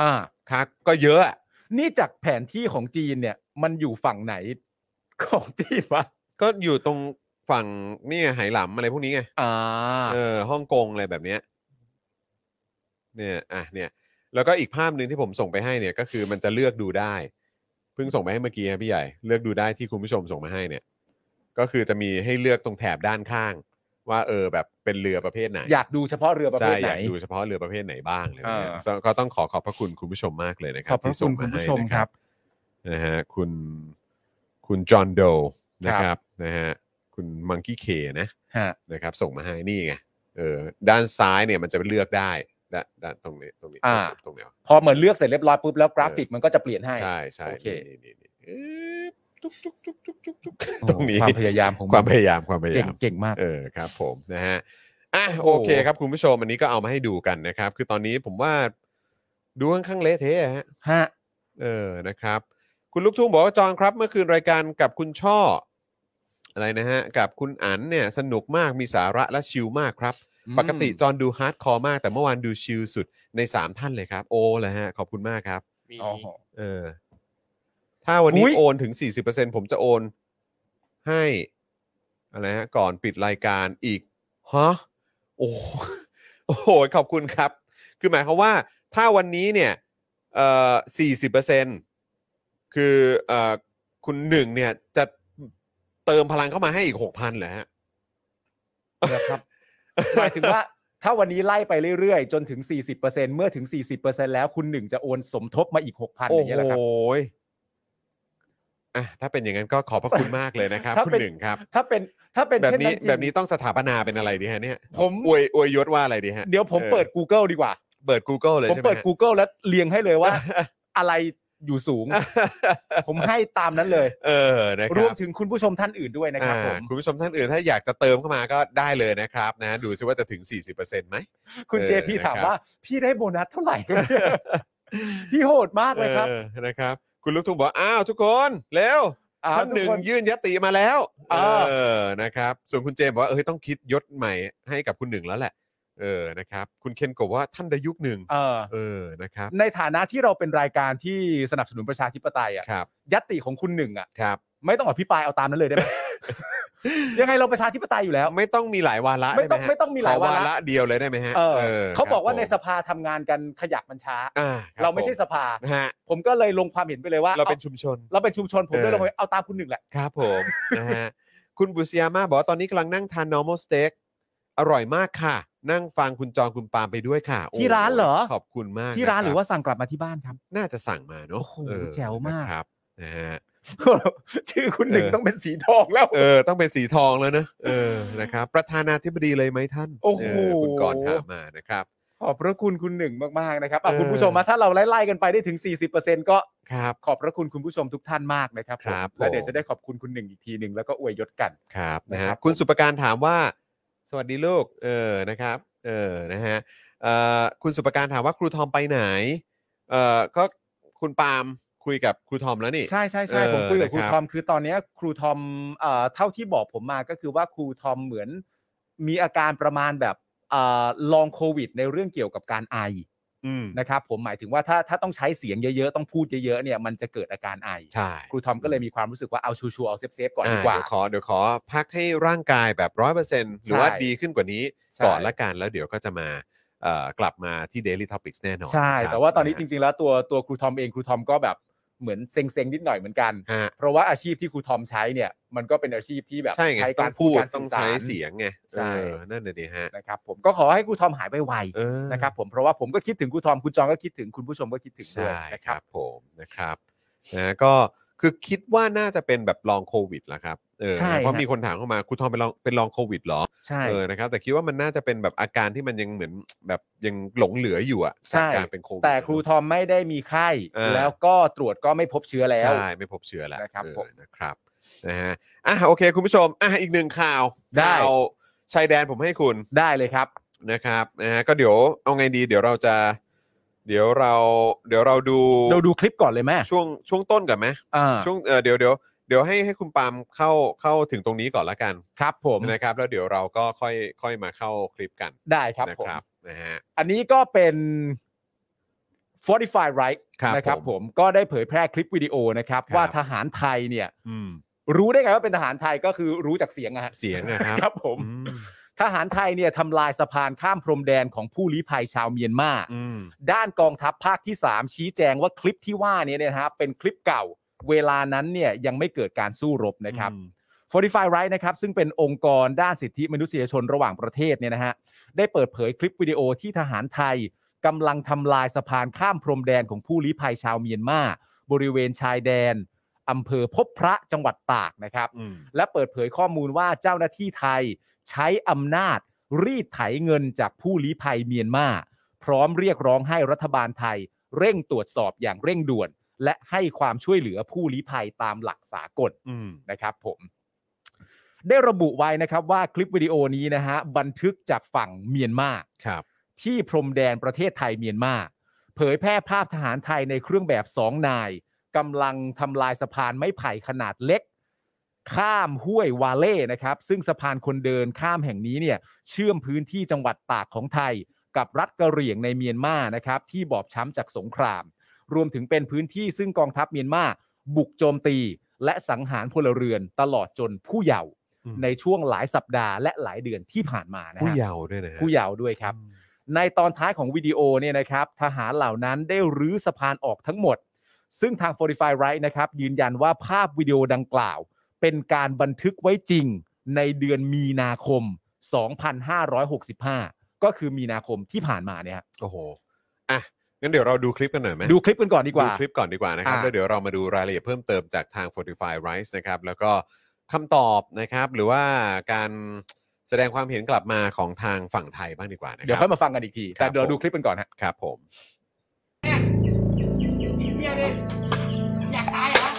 อ่า
คาร์ก็เยอะอะ
นี่จากแผนที่ของจีนเนี่ย มันอยู่ฝั่งไหนของจีนวะ
ก็อยู่ตรงฝั่งนี่ไงไหหลำอะไรพวกนี้ไง
อ่า
เออฮ่องกงอะไรแบบเนี้ยเนี่ยอ่ะเนี่ย แล้วก็อีกภาพหนึ่งที่ผมส่งไปให้เนี่ย ก็คือมันจะเลือกดูได้เพิ่งส่งไปให้เมื่อกี้นะพี่ใหญ่เลือกดูได้ที่คุณผู้ชมส่งมาให้เนี่ย ก็คือจะมีให้เลือกตรงแถบด้านข้าง ว่าเออแบบเป็นเรือประเภทไหน
อยากดูเฉพาะเรือประเภท
ใช่
ไหน
อยากดูเฉพาะเรือประเภทไหนบ้างเลยนะฮะ
อ่า
ซึ่งก็ต้องขอขอบพระคุณคุณผู้ชมมากเลยนะครั
ข
บ
อบพระ
ที่ส่งมา
คุณคุณผู้
ให้
ชม
นะค
ครั
รับบ นะฮะคุณคุณจอห์นโดนะค
ครั
รับบ นะฮะคุณมังกี้เคนะ
ฮะ
นะครับส่งมาให้นี่ไงเออด้านซ้ายเนี่ยมันจะเลือกได้ด้านด้านตรงนี้ตรงนี้
อ่า
ตรงเนี้ย
พอเหมือนเลือกเสร็จเรียบร้อยปุ๊บแล้วกราฟิกมันก็จะเปลี่ยนให้
ใช่ใช่
โอเค
นี่นี่นี่เอ๊ะจุ๊กจุ๊กจุ๊กจุ๊กจุ๊กจุ๊ก
โอ้
ตรงนี้
ความพยายามของน
ความพยายามความพยา
เก่ง
ยาม
เก่งมาก
เออครับผมนะฮะอ่ะ
โอ้
โอเคครับคุณผู้ชมอันนี้ก็เอามาให้ดูกันนะครับ คือตอนนี้ผมว่าดูค่อนข้างเละเทะฮะ
ฮะ
เออ นะครับ คุณลูกทุ่งบอกว่าจอนครับ เมื่อคืนรายการกับคุณช่อ อะไรนะฮะ กับคุณอันเนี่ย สนุกมาก มีสาระและชิลมากครับ
อืม
ปกติจอนดูฮาร์ดคอร์มาก แต่เมื่อวานดูชิลสุดใน 3 ท่านเลยครับ โอ้เลยฮะ ขอบคุณมากครับ
มี
อ๋อ
เออ ถ้าวันนี้
อุ๊ย
โอนถึง 40%ผมจะโอนให้ อะไรฮะ ก่อนปิดรายการอีก ฮะ โอ้โห <laughs> โอ้โห ขอบคุณครับ คือหมายความว่าถ้าวันนี้เนี่ย เอ่อ40%คือเอ่อคุณหนึ่งเนี่ย จะเติมพลังเข้ามาให้อีก 6,000เหรอฮะ
นะครับหมายถึงว่าถ้าวันนี้ไล่ไปเรื่อยๆ จนถึง 40%เมื่อถึง 40%แล้วคุณหนึ่งจะโอนสมทบมาอีก 6,000อย่างเงี้ยแหละครับ
โอ้โหอ่ะถ้าเป็นอย่างนั้นก็ขอบพระคุณมากเลยนะครับ
ถ้า
คุณ
เป็น
หนึ่งครับ
ถ้าเป็นถ้าเป็น
แบบ
เช่น
นี้
นั้นจริง
แบบนี้ต้องสถาปนาเป็นอะไรดีฮะเนี่ย
ผม
อวยอวยยศว่าอะไรดีฮะ
เดี๋ยวผมเปิด
ออ
Google ดีกว่า
เปิด Google เลย
ผม
ใช่ไหม
เปิด
ฮะ
Google แล้วเรียงให้เลยว่า อะไรอยู่สูง ผมให้ตามนั้นเลย
<laughs> เออนะค
ร
รับ
วมถึงคุณผู้ชมท่านอื่นด้วยนะครับผ
อ่าม คุณผู้ชมท่านอื่นถ้าอยากจะเติมเข้ามาก็ได้เลยนะครับนะดูซิว่าจะถึง 40%ไหม
คุณ
เออ
เจพี่
นะครับ
ถามว่า พี่ได้โบนัสเท่าไหร่ครับ
<laughs>
เนี่ยพี่โหดมากเลยครับ
ออนะครับ คุณลูกทุ่งบอกว่าอ้าวทุกคนเร็ว
อ้าว
ท่านหนึ่ง
ทุกค
ยื่นยติมาแล้ว
เออ
เออนะครับ ส่วนคุณเจมส์บอกว่าเอ้ยต้องคิดยศใหม่ให้กับคุณหนึ่งแล้วแหละ เออนะครับ คุณเคนกบอกว่าท่านได้ยุคหนึ่ง
เออ
เออนะครับ
ในฐานะที่เราเป็นรายการที่สนับสนุนประชาธิปไตยอ่ะ
ครับ
ยัตติของคุณหนึ่งอ่ะ
ครับ
ไม่ต้องอภิปรายเอาตามนั้นเลยได้ไหม ยังไงเราประชาธิปไตยอยู่แล้ว
ไม่ต้องมีหลายวาระ
ไม่ต้อง
ด้หฮะ
ไม่ต้องมีหลาย
ข
วาระ
เดียวเลยได้ไหมฮะ
เออเขาบอกว่า
ครั
ในสภาทำงานกันขยักมันช้า
อ่คบ
เราไม่ใช่
ผ
สภา
นะฮะ
ผมก็เลยลงความเห็นไปเลยว่า
เราเป็น
อ
ชุมชน
เราเป็นชุมชนผม
เออ
เลยลงความเห็นเอาตามคุณหนึ่งแหละ
ครับผม นะฮะคุณบุษยามาบอกว่าตอนนี้กำลังนั่งทาน normal steak อร่อยมากค่ะ นั่งฟังคุณจองคุณปาล์มไปด้วยค่ะโอ้
ที่ร้านเหรอ
ขอบคุณมาก
ที่ร้าน
นะคบ
หรือว่าสั่งกลับมาที่บ้าน <laughs> ครับ
น่าจะสั่งมาเนอะ
โอ้โห
เออ
แจ๋วมาก
นะครับนะฮะ
ชื่อคุณหนึ่ง
เออ
ต้องเป็นสีทองแล้ว
เออต้องเป็นสีทองแล้วนะเอ
<laughs>
อนะครับประธานาธิบดีเลยไหมท่าน
โอ้โห
เคุณกรณ์ถามมานะครับ
ขอบพระคุณคุณหนึ่งมากๆนะครับอ่ะ
เออ
คุณผู้ชมมาถ้าเราไล่ๆกันไปได้ถึง 40%ก็
ครับ
ขอบพระคุณคุณผู้ชมทุกท่านมากนะครับผม
ครับ
แล้ว
ผม
เดี๋ยวจะได้ขอบคุณคุณหนึ่งอีกทีหนึ่งแล้วก็อวยยศกัน
ครับนะ
นะค
ฮะ
รับ
คุณสุปการถามว่า สวัสดีลูกเออนะครับเออนะฮะเอ่อคุณสุปการถามว่าครูทอมไปไหนเออก็คุณปาล์มคุยกับครูทอมแล้วนี่
ใช่ใช่ใช่
เออ
ผมคุยกับครู
นะครับ
ทอมคือตอนเนี้ยครูทอมเอ่อเท่าที่บอกผมมาก็คือว่าครูทอมเหมือนมีอาการประมาณแบบลองโควิด ในเรื่องเกี่ยวกับการไอ
อืม
นะครับผมหมายถึงว่าถ้าถ้าต้องใช้เสียงเยอะๆ ต้องพูดเยอะๆเนี่ยมันจะเกิดอาการไอ
ใช่
ครูทอมก็เลยมีความรู้สึกว่าเอาชัวร์ๆเอาเซฟๆก่อนดีก
อ่า
ว่า
เดี๋ยวขอเดี๋ยวขอพักให้ร่างกายแบบร้อยเปอร์เซ็นต์หรือว่า
ใช่
ดีขึ้นกว่านี้
ใช่
ก่อนละกันแล้วเดี๋ยวก็จะมาเอ่อกลับมาที่ Daily Topics แน่นอน
ใช่
ครับ
แต่ว่าตอนนี้
ะ
จ
ฮะ
ริงๆ แล้วตัวตัวครูทอมเองครูทอมก็แบบเหมือนเซ็งๆนิดหน่อยเหมือนกัน
ฮะ
เพราะว่าอาชีพที่ครูทอมใช้เนี่ยมันก็เป็นอาชีพที่แบบ
ใช่ไงต้อ
การง
พูด
การ
ต้อ
สื่
ง
อสาร
ใช้เสียงไง
ใช่
เออนั่นน่ะดิฮะ
นะครับผมก็ขอให้ครูทอมหายไปไวๆ
เออ
นะครับผมเพราะว่าผมก็คิดถึงครูทอมคุณจองก็คิดถึงคุณผู้ชมก็คิดถึงด้วย
ใช่
นะค
ค
รั
รั
บบ
ผมนะครับนะก็คือคิดว่าน่าจะเป็นแบบลองโควิดแหละครับเออ
ใช่
เพราะมี
ฮะ
คนถามเข้ามาครูทอมเป็นลองเป็นลองโควิดเหรอ
ใช่
เออนะครับแต่คิดว่ามันน่าจะเป็นแบบอาการที่มันยังเหมือนแบบยังหลงเหลืออยู่อะ
ใช่
จากการเป็นโควิด
แต่ครูทอมไม่ได้มีไข้
เออ
แล้วก็ตรวจก็ไม่พบเชื้อแล้ว
ใช่ไม่พบเชื้อแล้ว
นะครับ
เออ
ผม
นะครับนะฮะอ่ะโอเค คุณผู้ชมอ่ะอีกหนึ่งข่าว
ได้
ข่าวชายแดนผมให้คุณ
ได้เลยครับ
นะครับนะฮะก็เดี๋ยวเอาไงดี เดี๋ยวเราจะ เดี๋ยวเรา เดี๋ยวเราดู
เราดูคลิปก่อนเลยไหม
ช่วงช่วงต้นก่อนไหม
อ่า
ช่วงเออเดี๋ยวเดี๋ยวเดี๋ยวให้ให้คุณปาล์มเข้าเข้าถึงตรงนี้ก่อนละกัน
ครับผม
นะครับ แล้วเดี๋ยวเราก็ค่อยค่อยมาเข้าคลิปกัน
ได้ครับ
นะ
ผม
ครับนะฮะ
อันนี้ก็เป็น Fortify Right
ครับ
นะครับ
ผ
ผม มก็ได้เผยแพร่คลิปวิดีโอนะครับ
ครับ
ว่าทหารไทยเนี่ย
อืม
รู้ได้ไงว่าเป็นทหารไทยก็คือรู้จากเสียงอะฮะ
เสียงนะครับ
ครับผม
อืม
ทหารไทยเนี่ยทำลายสะพานข้ามพรมแดนของผู้ลี้ภัยชาวเมียนมา
อืม
ด้านกองทัพภาคที่ 3 ชี้แจงว่าคลิปที่ว่าเนี้เนี่ยนะครับเป็นคลิปเก่า เวลานั้นเนี่ยยังไม่เกิดการสู้รบนะครับ
อืม
Fortify Right นะครับซึ่งเป็นองค์กรด้านสิทธิมนุษยชนระหว่างประเทศเนี่ยนะฮะได้เปิดเผยคลิปวิดีโอที่ทหารไทยกำลังทำลายสะพานข้ามพรมแดนของผู้ลี้ภัยชาวเมียนมาบริเวณชายแดนอำเภอพบพระจังหวัดตากนะครับ
อืม
และเปิดเผยข้อมูลว่าเจ้าหน้าที่ไทยใช้อำนาจ รีดไถเงินจากผู้ลี้ภัยเมียนมา พร้อมเรียกร้องให้รัฐบาลไทย เร่งตรวจสอบอย่างเร่งด่วน และให้ความช่วยเหลือผู้ลี้ภัยตามหลักสากล
อืม
นะครับผม ได้ระบุไว้นะครับว่าคลิปวิดีโอนี้นะฮะบันทึกจากฝั่งเมียนมา
ครับ
ที่พรมแดนประเทศไทยเมียนมา เผยแพร่ภาพทหารไทยในเครื่องแบบสองนายกำลังทำลายสะพานไม้ไผ่ขนาดเล็ก ข้ามห้วยวาเล่นะครับ ซึ่งสะพานคนเดินข้ามแห่งนี้เนี่ยเชื่อมพื้นที่จังหวัดตากของไทย กับรัฐกะเหรี่ยงในเมียนมานะครับ ที่บอบช้ำจากสงคราม รวมถึงเป็นพื้นที่ซึ่งกองทัพเมียนมาบุกโจมตี และสังหารพลเรือนตลอดจนผู้เยาว์
อืม
ในช่วงหลายสัปดาห์และหลายเดือนที่ผ่านมานะฮะ
ผู้เยาว์ด้วยนะฮะ
ผู้เยาว์ด้วยครับ
อืม
ในตอนท้ายของวิดีโอเนี่ยนะครับ ทหารเหล่านั้นได้รื้อสะพานออกทั้งหมด ซึ่งทาง Fortify Right นะครับ ยืนยันว่าภาพวิดีโอดังกล่าว เป็นการบันทึกไว้จริงในเดือนมีนาคม 2565 ก็คือมีนาคมที่ผ่านมาเนี่ยฮะ
โอ้โหอ่ะงั้นเดี๋ยวเราดูคลิปกันหน่อยไหม
ดูคลิปกันก่อนดีกว่า
ดูคลิปก่อนดีกว่านะครับ
อ่า
แล้วเดี๋ยวเรามาดูรายละเอียดเพิ่มเติมจากทาง Fortify Rise นะครับแล้วก็คำตอบนะครับ หรือว่าการแสดงความเห็นกลับมาของทางฝั่งไทยบ้างดีกว่านะ
เดี๋ยว
ค
ค่
รั
อยมาฟังกันอีกที แต่เดี๋ยวดูคลิปกันก่อนฮะ
ครับผม
เนี่ยดิอยากตายเหรอ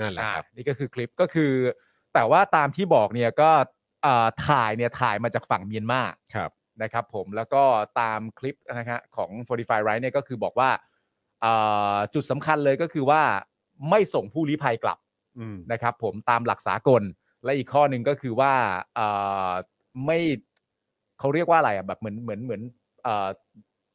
นั่นแหละครับ
อ่านี่ก็คือคลิปก็คือ แต่ว่าตามที่บอกเนี่ยก็อ่าถ่ายเนี่ยถ่ายมาจากฝั่งเมียนมา
ครับ
นะครับผมแล้วก็ตามคลิปนะฮะของ Fortify Right เนี่ยก็คือบอกว่าอ่าจุดสำคัญเลยก็คือว่าไม่ส่งผู้ลี้ภัยกลับ
อืม
นะครับผมตามหลักสากล และอีกข้อหนึ่งก็คือว่าอ่าไม่เขาเรียกว่าอะไรอ่ะแบบเหมือนเหมือนเหมือนอ่า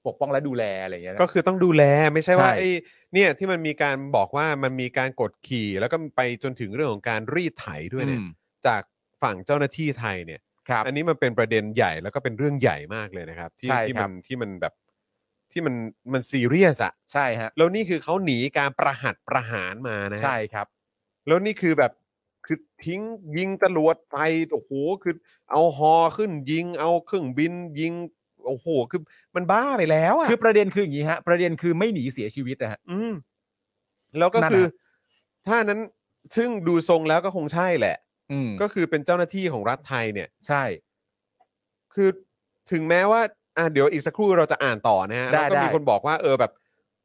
ปกป้องและดูแลอะไรอย่างเงี้ยนะ
ก็คือต้องดูแลไม่ใช่ว่า
ใช่
ไอ้เนี่ยที่มันมีการบอกว่ามันมีการกดขี่ แล้วก็ไปจนถึงเรื่องของการรีดไถด้วยเนี่ย
อืม
จากฝั่งเจ้าหน้าที่ไทยเนี่ย
ครับ
อันนี้มันเป็นประเด็นใหญ่แล้วก็เป็นเรื่องใหญ่มากเลยนะครับ ที่
ใช่
ที่
ค
มั
รั
น
บ
ที่มันแบบที่มันมันซีเรียสอะ
ใช่ฮะ
แล้วนี่คือเขาหนีการประหัตประหารมานะฮะ
ใช่ครับ
แล้วนี่คือแบบคือทิ้งยิงตรวจใส่โอ้โหคือเอาฮอขึ้นยิง เอาเครื่องบินยิงโอ้โหคือมันบ้าไปแล้วอะ
คือประเด็นคืออย่างนี้ฮะประเด็นคือไม่หนีเสียชีวิตนะฮะ
อืมแล้วก็
นั่น
คือ
น่ะ
ถ้านั้นซึ่งดูทรงแล้วก็คงใช่แหละ
อืม
ก็คือเป็นเจ้าหน้าที่ของรัฐไทยเนี่ย
ใช่
คือถึงแม้ว่าอ่ะเดี๋ยวอีกสักครู่เราจะอ่านต่อนะฮะ
ได้
แล้วก็มี
ได้
คนบอกว่าเออแบบ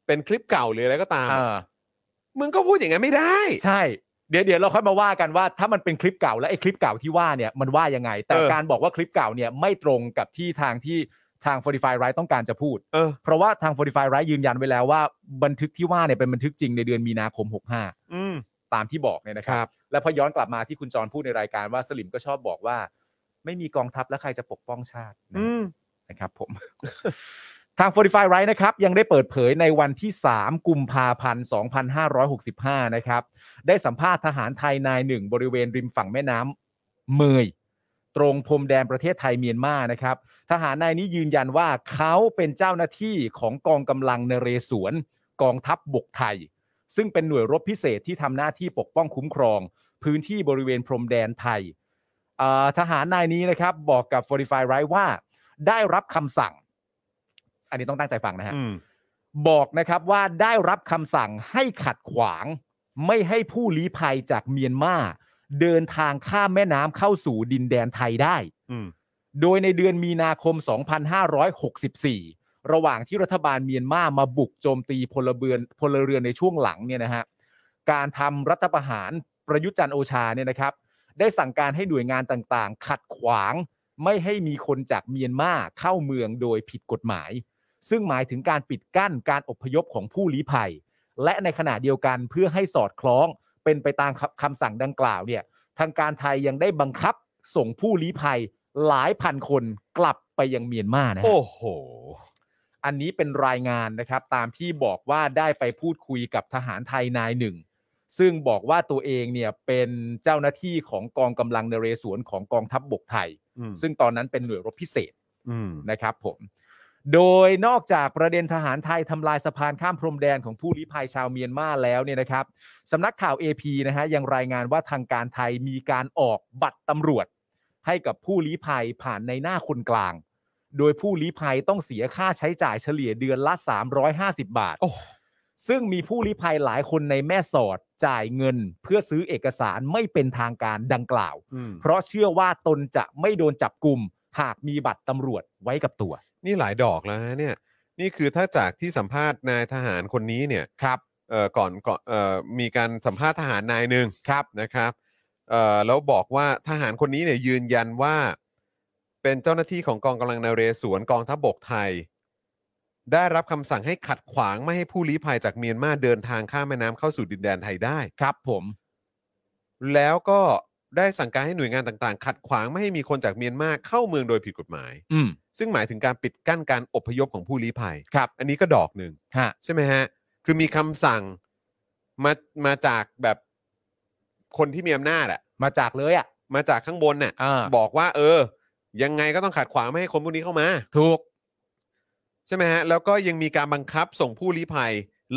เป็นคลิปเก่าหรืออะไรก็ตาม
เอ
อะ
อ
มึงก็พูดอย่างนั้นไม่ได้
ใช่ เดี๋ยวเดี๋ยวเราค่อยมาว่ากันว่า ถ้ามันเป็นคลิปเก่าและไอ้คลิปเก่าที่ว่าเนี่ยมันว่ายังไง แต่
เออ
การบอกว่าคลิปเก่าเนี่ยไม่ตรงกับที่ทางที่ทาง Fortify Right ต้องการจะพูด
เออ
เพราะว่าทาง Fortify Right ยืนยันไว้แล้วว่าบันทึกที่ว่าเนี่ยเป็นบันทึกจริงในเดือนมีนาคม
อืม
65 ตามที่บอกเนี่ยนะค
ครั
รับ บ แล้วพอย้อนกลับมาที่คุณจรพูดในรายการว่าสลิมก็ชอบบอกว่า ไม่มีกองทัพแล้วใครจะปกป้องชาตินะ
อืม
นะครับผม <laughs> ทาง Fortify Right นะครับ ยังได้เปิดเผยในวันที่ 3 กุมภาพันธ์ 2565 นะครับ ได้สัมภาษณ์ทหารไทยนายหนึ่งบริเวณริมฝั่งแม่น้ำเมย ตรงพรมแดนประเทศไทยเมียนมานะครับ ทหารนายนี้ยืนยันว่าเขาเป็นเจ้าหน้าที่ของกองกำลังนเรศวรกองทัพบบกไทย ซึ่งเป็นหน่วยรบพิเศษที่ทำหน้าที่ปกป้องคุ้มครอง พื้นที่บริเวณพรมแดนไทยเอ่อทหารนายนี้นะครับ บอกกับ Fortify Right ว่า ได้รับคำสั่ง อันนี้ต้องตั้งใจฟังนะฮะ
อืม
บอกนะครับว่าได้รับคำสั่งให้ขัดขวาง ไม่ให้ผู้ลี้ภัยจากเมียนมาเดินทางข้ามแม่น้ำเข้าสู่ดินแดนไทยได้
อืม
โดยในเดือนมีนาคม 2564 ระหว่างที่รัฐบาลเมียนมามาบุกโจมตีพลเรือนพลเรือนในช่วงหลังเนี่ยนะฮะ การทำรัฐประหารประยุทธ์จันทร์โอชาเนี่ยนะครับ ได้สั่งการให้หน่วยงานต่างๆ ขัดขวางไม่ให้มีคนจากเมียนมาเข้าเมืองโดยผิดกฎหมาย ซึ่งหมายถึงการปิดกั้นการอพยพของผู้ลี้ภัย และในขณะเดียวกันเพื่อให้สอดคล้องเป็นไปตามคำคำสั่งดังกล่าวเนี่ย ทางการไทยยังได้บังคับส่งผู้ลี้ภัยหลายพันคนกลับไปยังเมียนมานะฮะ
โอ้โห
อันนี้เป็นรายงานนะครับ ตามที่บอกว่าได้ไปพูดคุยกับทหารไทยนายหนึ่ง ซึ่งบอกว่าตัวเองเนี่ยเป็นเจ้าหน้าที่ของกองกำลังนเรศวรของกองทัพบบกไทย
อืม
ซึ่งตอนนั้นเป็นหน่วยรบพิเศษ
อืม
นะครับผมโดยนอกจากประเด็นทหารไทยทำลายสะพานข้ามพรมแดนของผู้ลี้ภัยชาวเมียนมาแล้วเนี่ยนะครับสำนักข่าว AP นะฮะยังรายงานว่าทางการไทยมีการออกบัตรตำรวจ ให้กับผู้ลี้ภัยผ่านในหน้าคนกลาง โดยผู้ลี้ภัยต้องเสียค่าใช้จ่ายเฉลี่ยเดือนละ 350 บาท
โอ้
ซึ่งมีผู้ลี้ภัยหลายคนในแม่สอดจ่ายเงิน เพื่อซื้อเอกสารไม่เป็นทางการดังกล่าว
อืม
เพราะเชื่อว่าตนจะไม่โดนจับกลุ่มหากมีบัตรตำรวจไว้กับตัว
นี่หลายดอกแล้วนะเนี่ย นี่คือถ้าจากที่สัมภาษณ์นายทหารคนนี้เนี่ย
ครับ
เอ่อก่อนก่อนเอ่อมีการสัมภาษณ์ทหารนายหนึ่ง
ครับ
นะครับเอ่อแล้วบอกว่าทหารคนนี้เนี่ยยืนยันว่า เป็นเจ้าหน้าที่ของกองกำลังนเรศวรกองทัพบกไทย ได้รับคำสั่งให้ขัดขวางไม่ให้ผู้ลี้ภัยจากเมียนมาเดินทางข้ามแม่น้ำเข้าสู่ดินแดนไทยได้
ครับผม
แล้วก็ได้สั่งการให้หน่วยงานต่างๆ ขัดขวางไม่ให้มีคนจากเมียนมาเข้าเมืองโดยผิดกฎหมาย
อืม
ซึ่งหมายถึงการปิดกั้นการอพยพของผู้ลี้ภัย
ครับ
อันนี้ก็ดอกหนึ่ง
ฮะ
ใช่ไหมฮะ คือมีคำสั่งมามาจากแบบคนที่มีอำนาจอะ
มาจากเลยอ่ะ
มาจากข้างบนน่ะ
อ่า
บอกว่า เออ ยังไงก็ต้องขัดขวางไม่ให้คนพวกนี้เข้ามา
ถูก
ใช่ไหมฮะ แล้วก็ยังมีการบังคับส่งผู้ลี้ภัย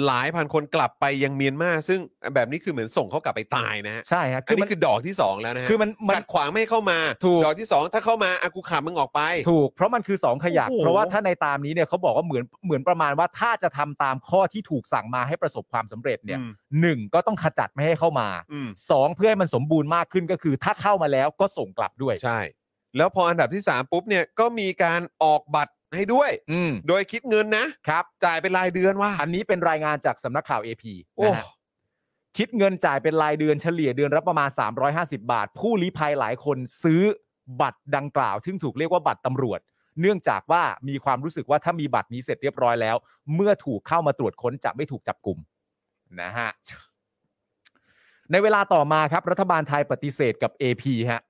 หลายพันคนกลับไปยังเมียนมา ซึ่งแบบนี้คือเหมือนส่งเขากลับไปตายนะฮะ
ใช่ฮะ
อันนี้คือดอกที่สองแล้วนะฮะ
คือมันมัน
ขัดขวางไม่ให้เข้ามา
ถูก
ดอกที่สองถ้าเข้ามาอากูขับมึงออกไป
ถูก เพราะมันคือ 2 ขยัก
โอ้โห
เพราะว่าถ้าในตามนี้เนี่ยเขาบอกว่าเหมือนเหมือนประมาณว่าถ้าจะทำตามข้อที่ถูกสั่งมาให้ประสบความสำเร็จเนี่ย
อืม
หนึ่งก็ต้องขจัดไม่ให้เข้ามา
อืม
สองเพื่อให้มันสมบูรณ์มากขึ้นก็คือ ถ้าเข้ามาแล้วก็ส่งกลับด้วย
ใช่ แล้วพออันดับที่สามปุ๊บเนี่ยก็มีการออกบัตรให้ด้วย
อืม
โดยคิดเงินนะ
ครับ
จ่ายเป็นรายเดือนว่า
อันนี้เป็นรายงานจากสำนักข่าว AP
โอ้
นะฮะ คิดเงินจ่ายเป็นรายเดือนเฉลี่ยเดือนละประมาณ 350 บาท ผู้ลี้ภัยหลายคนซื้อบัตรดังกล่าว ซึ่งถูกเรียกว่าบัตรตำรวจ เนื่องจากว่ามีความรู้สึกว่าถ้ามีบัตรนี้เสร็จเรียบร้อยแล้ว เมื่อถูกเข้ามาตรวจค้นจะไม่ถูกจับกลุ่มนะฮะ ในเวลาต่อมาครับ รัฐบาลไทยปฏิเสธกับ AP ฮะ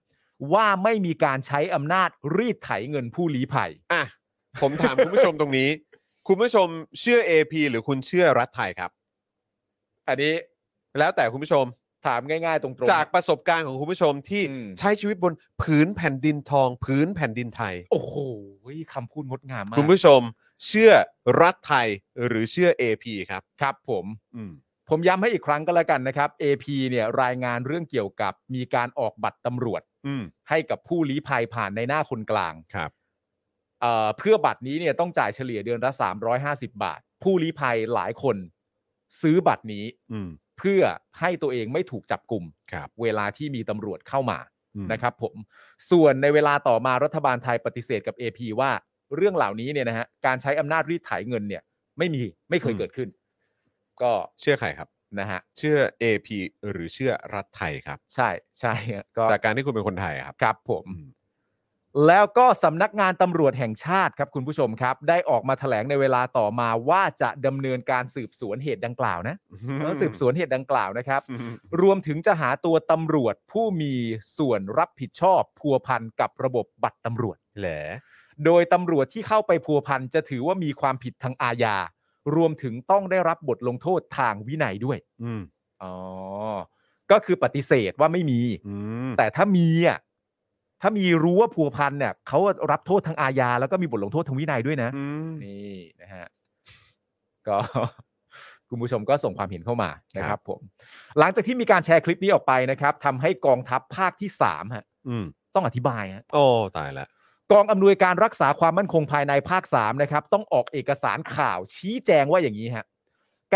ว่าไม่มีการใช้อำนาจรีดไถเงินผู้ลี้ภัย
อ่ะผมถามคุณผู้ชมตรงนี้ คุณผู้ชมเชื่อ AP หรือคุณเชื่อรัฐไทยครับ
อันนี้
แล้วแต่คุณผู้ชม
ถามง่ายๆตรงๆ
จากประสบการณ์ของคุณผู้ชมที่
อืม
ใช้ชีวิตบนผืนแผ่นดินทอง ผืนแผ่นดินไทย
โอ้โหคำพูดงดงามมาก
คุณผู้ชมเชื่อรัฐไทยหรือเชื่อ AP ครับ
ครับผม
อืม
ผมย้ำให้อีกครั้งก็แล้วกันนะครับ AP เนี่ยรายงานเรื่องเกี่ยวกับมีการออกบัตรตำรวจ
อืม
ให้กับผู้ลี้ภัยผ่านในหน้าคนกลาง
ครับ
เอ่อเพื่อบัตรนี้เนี่ยต้องจ่ายเฉลี่ยเดือนละ 350 บาท ผู้ลี้ภัยหลายคน ซื้อบัตรนี้
อืม
เพื่อให้ตัวเองไม่ถูกจับกลุ่ม
ครับ
เวลาที่มีตำรวจเข้ามา
อืม
นะครับผมส่วนในเวลาต่อมารัฐบาลไทยปฏิเสธกับ AP ว่าเรื่องเหล่านี้เนี่ยนะฮะการใช้อำนาจรีดไถเงินเนี่ยไม่มีไม่เคยเกิดขึ้น ก็
เชื่อใครครับ
นะฮะ
เชื่อ AP หรือเชื่อรัฐไทยครับ
ใช่ใช่ฮะก็
จากการที่คุณเป็นคนไทยอะครับ
ครับผม
อืม
แล้วก็สำนักงานตำรวจแห่งชาติครับคุณผู้ชมครับ ได้ออกมาแถลงในเวลาต่อมาว่าจะดำเนินการสืบสวนเหตุดังกล่าวนะแล้วสืบสวนเหตุดังกล่าวนะครับ
อืม
รวมถึงจะหาตัวตำรวจผู้มีส่วนรับผิดชอบพัวพันกับระบบบัตรตำรวจ
<laughs> แหล
โดยตำรวจที่เข้าไปพัวพันจะถือว่ามีความผิดทางอาญา รวมถึงต้องได้รับบทลงโทษทางวินัยด้วย
อืม
อ๋อก็คือปฏิเสธว่าไม่มี
อืม
แต่ถ้ามีอ่ะถ้ามีรู้ว่าผัวพันเนี่ยเขารับโทษทางอาญาแล้วก็มีบทลงโทษทางวินัยด้วยนะ
อืม
นี่นะฮะก็ <laughs> คุณผู้ชมก็ส่งความเห็นเข้ามานะค
ครั
รับ บผม หลังจากที่มีการแชร์คลิปนี้ออกไปนะครับทำให้กองทัพภาคที่สามฮะ
อืม
ต้องอธิบายฮะ
โอ้ตายละ
กองอำนวยการรักษาความมั่นคงภายในภาคสามนะครับ ต้องออกเอกสารข่าวชี้แจงว่าอย่างนี้ฮะ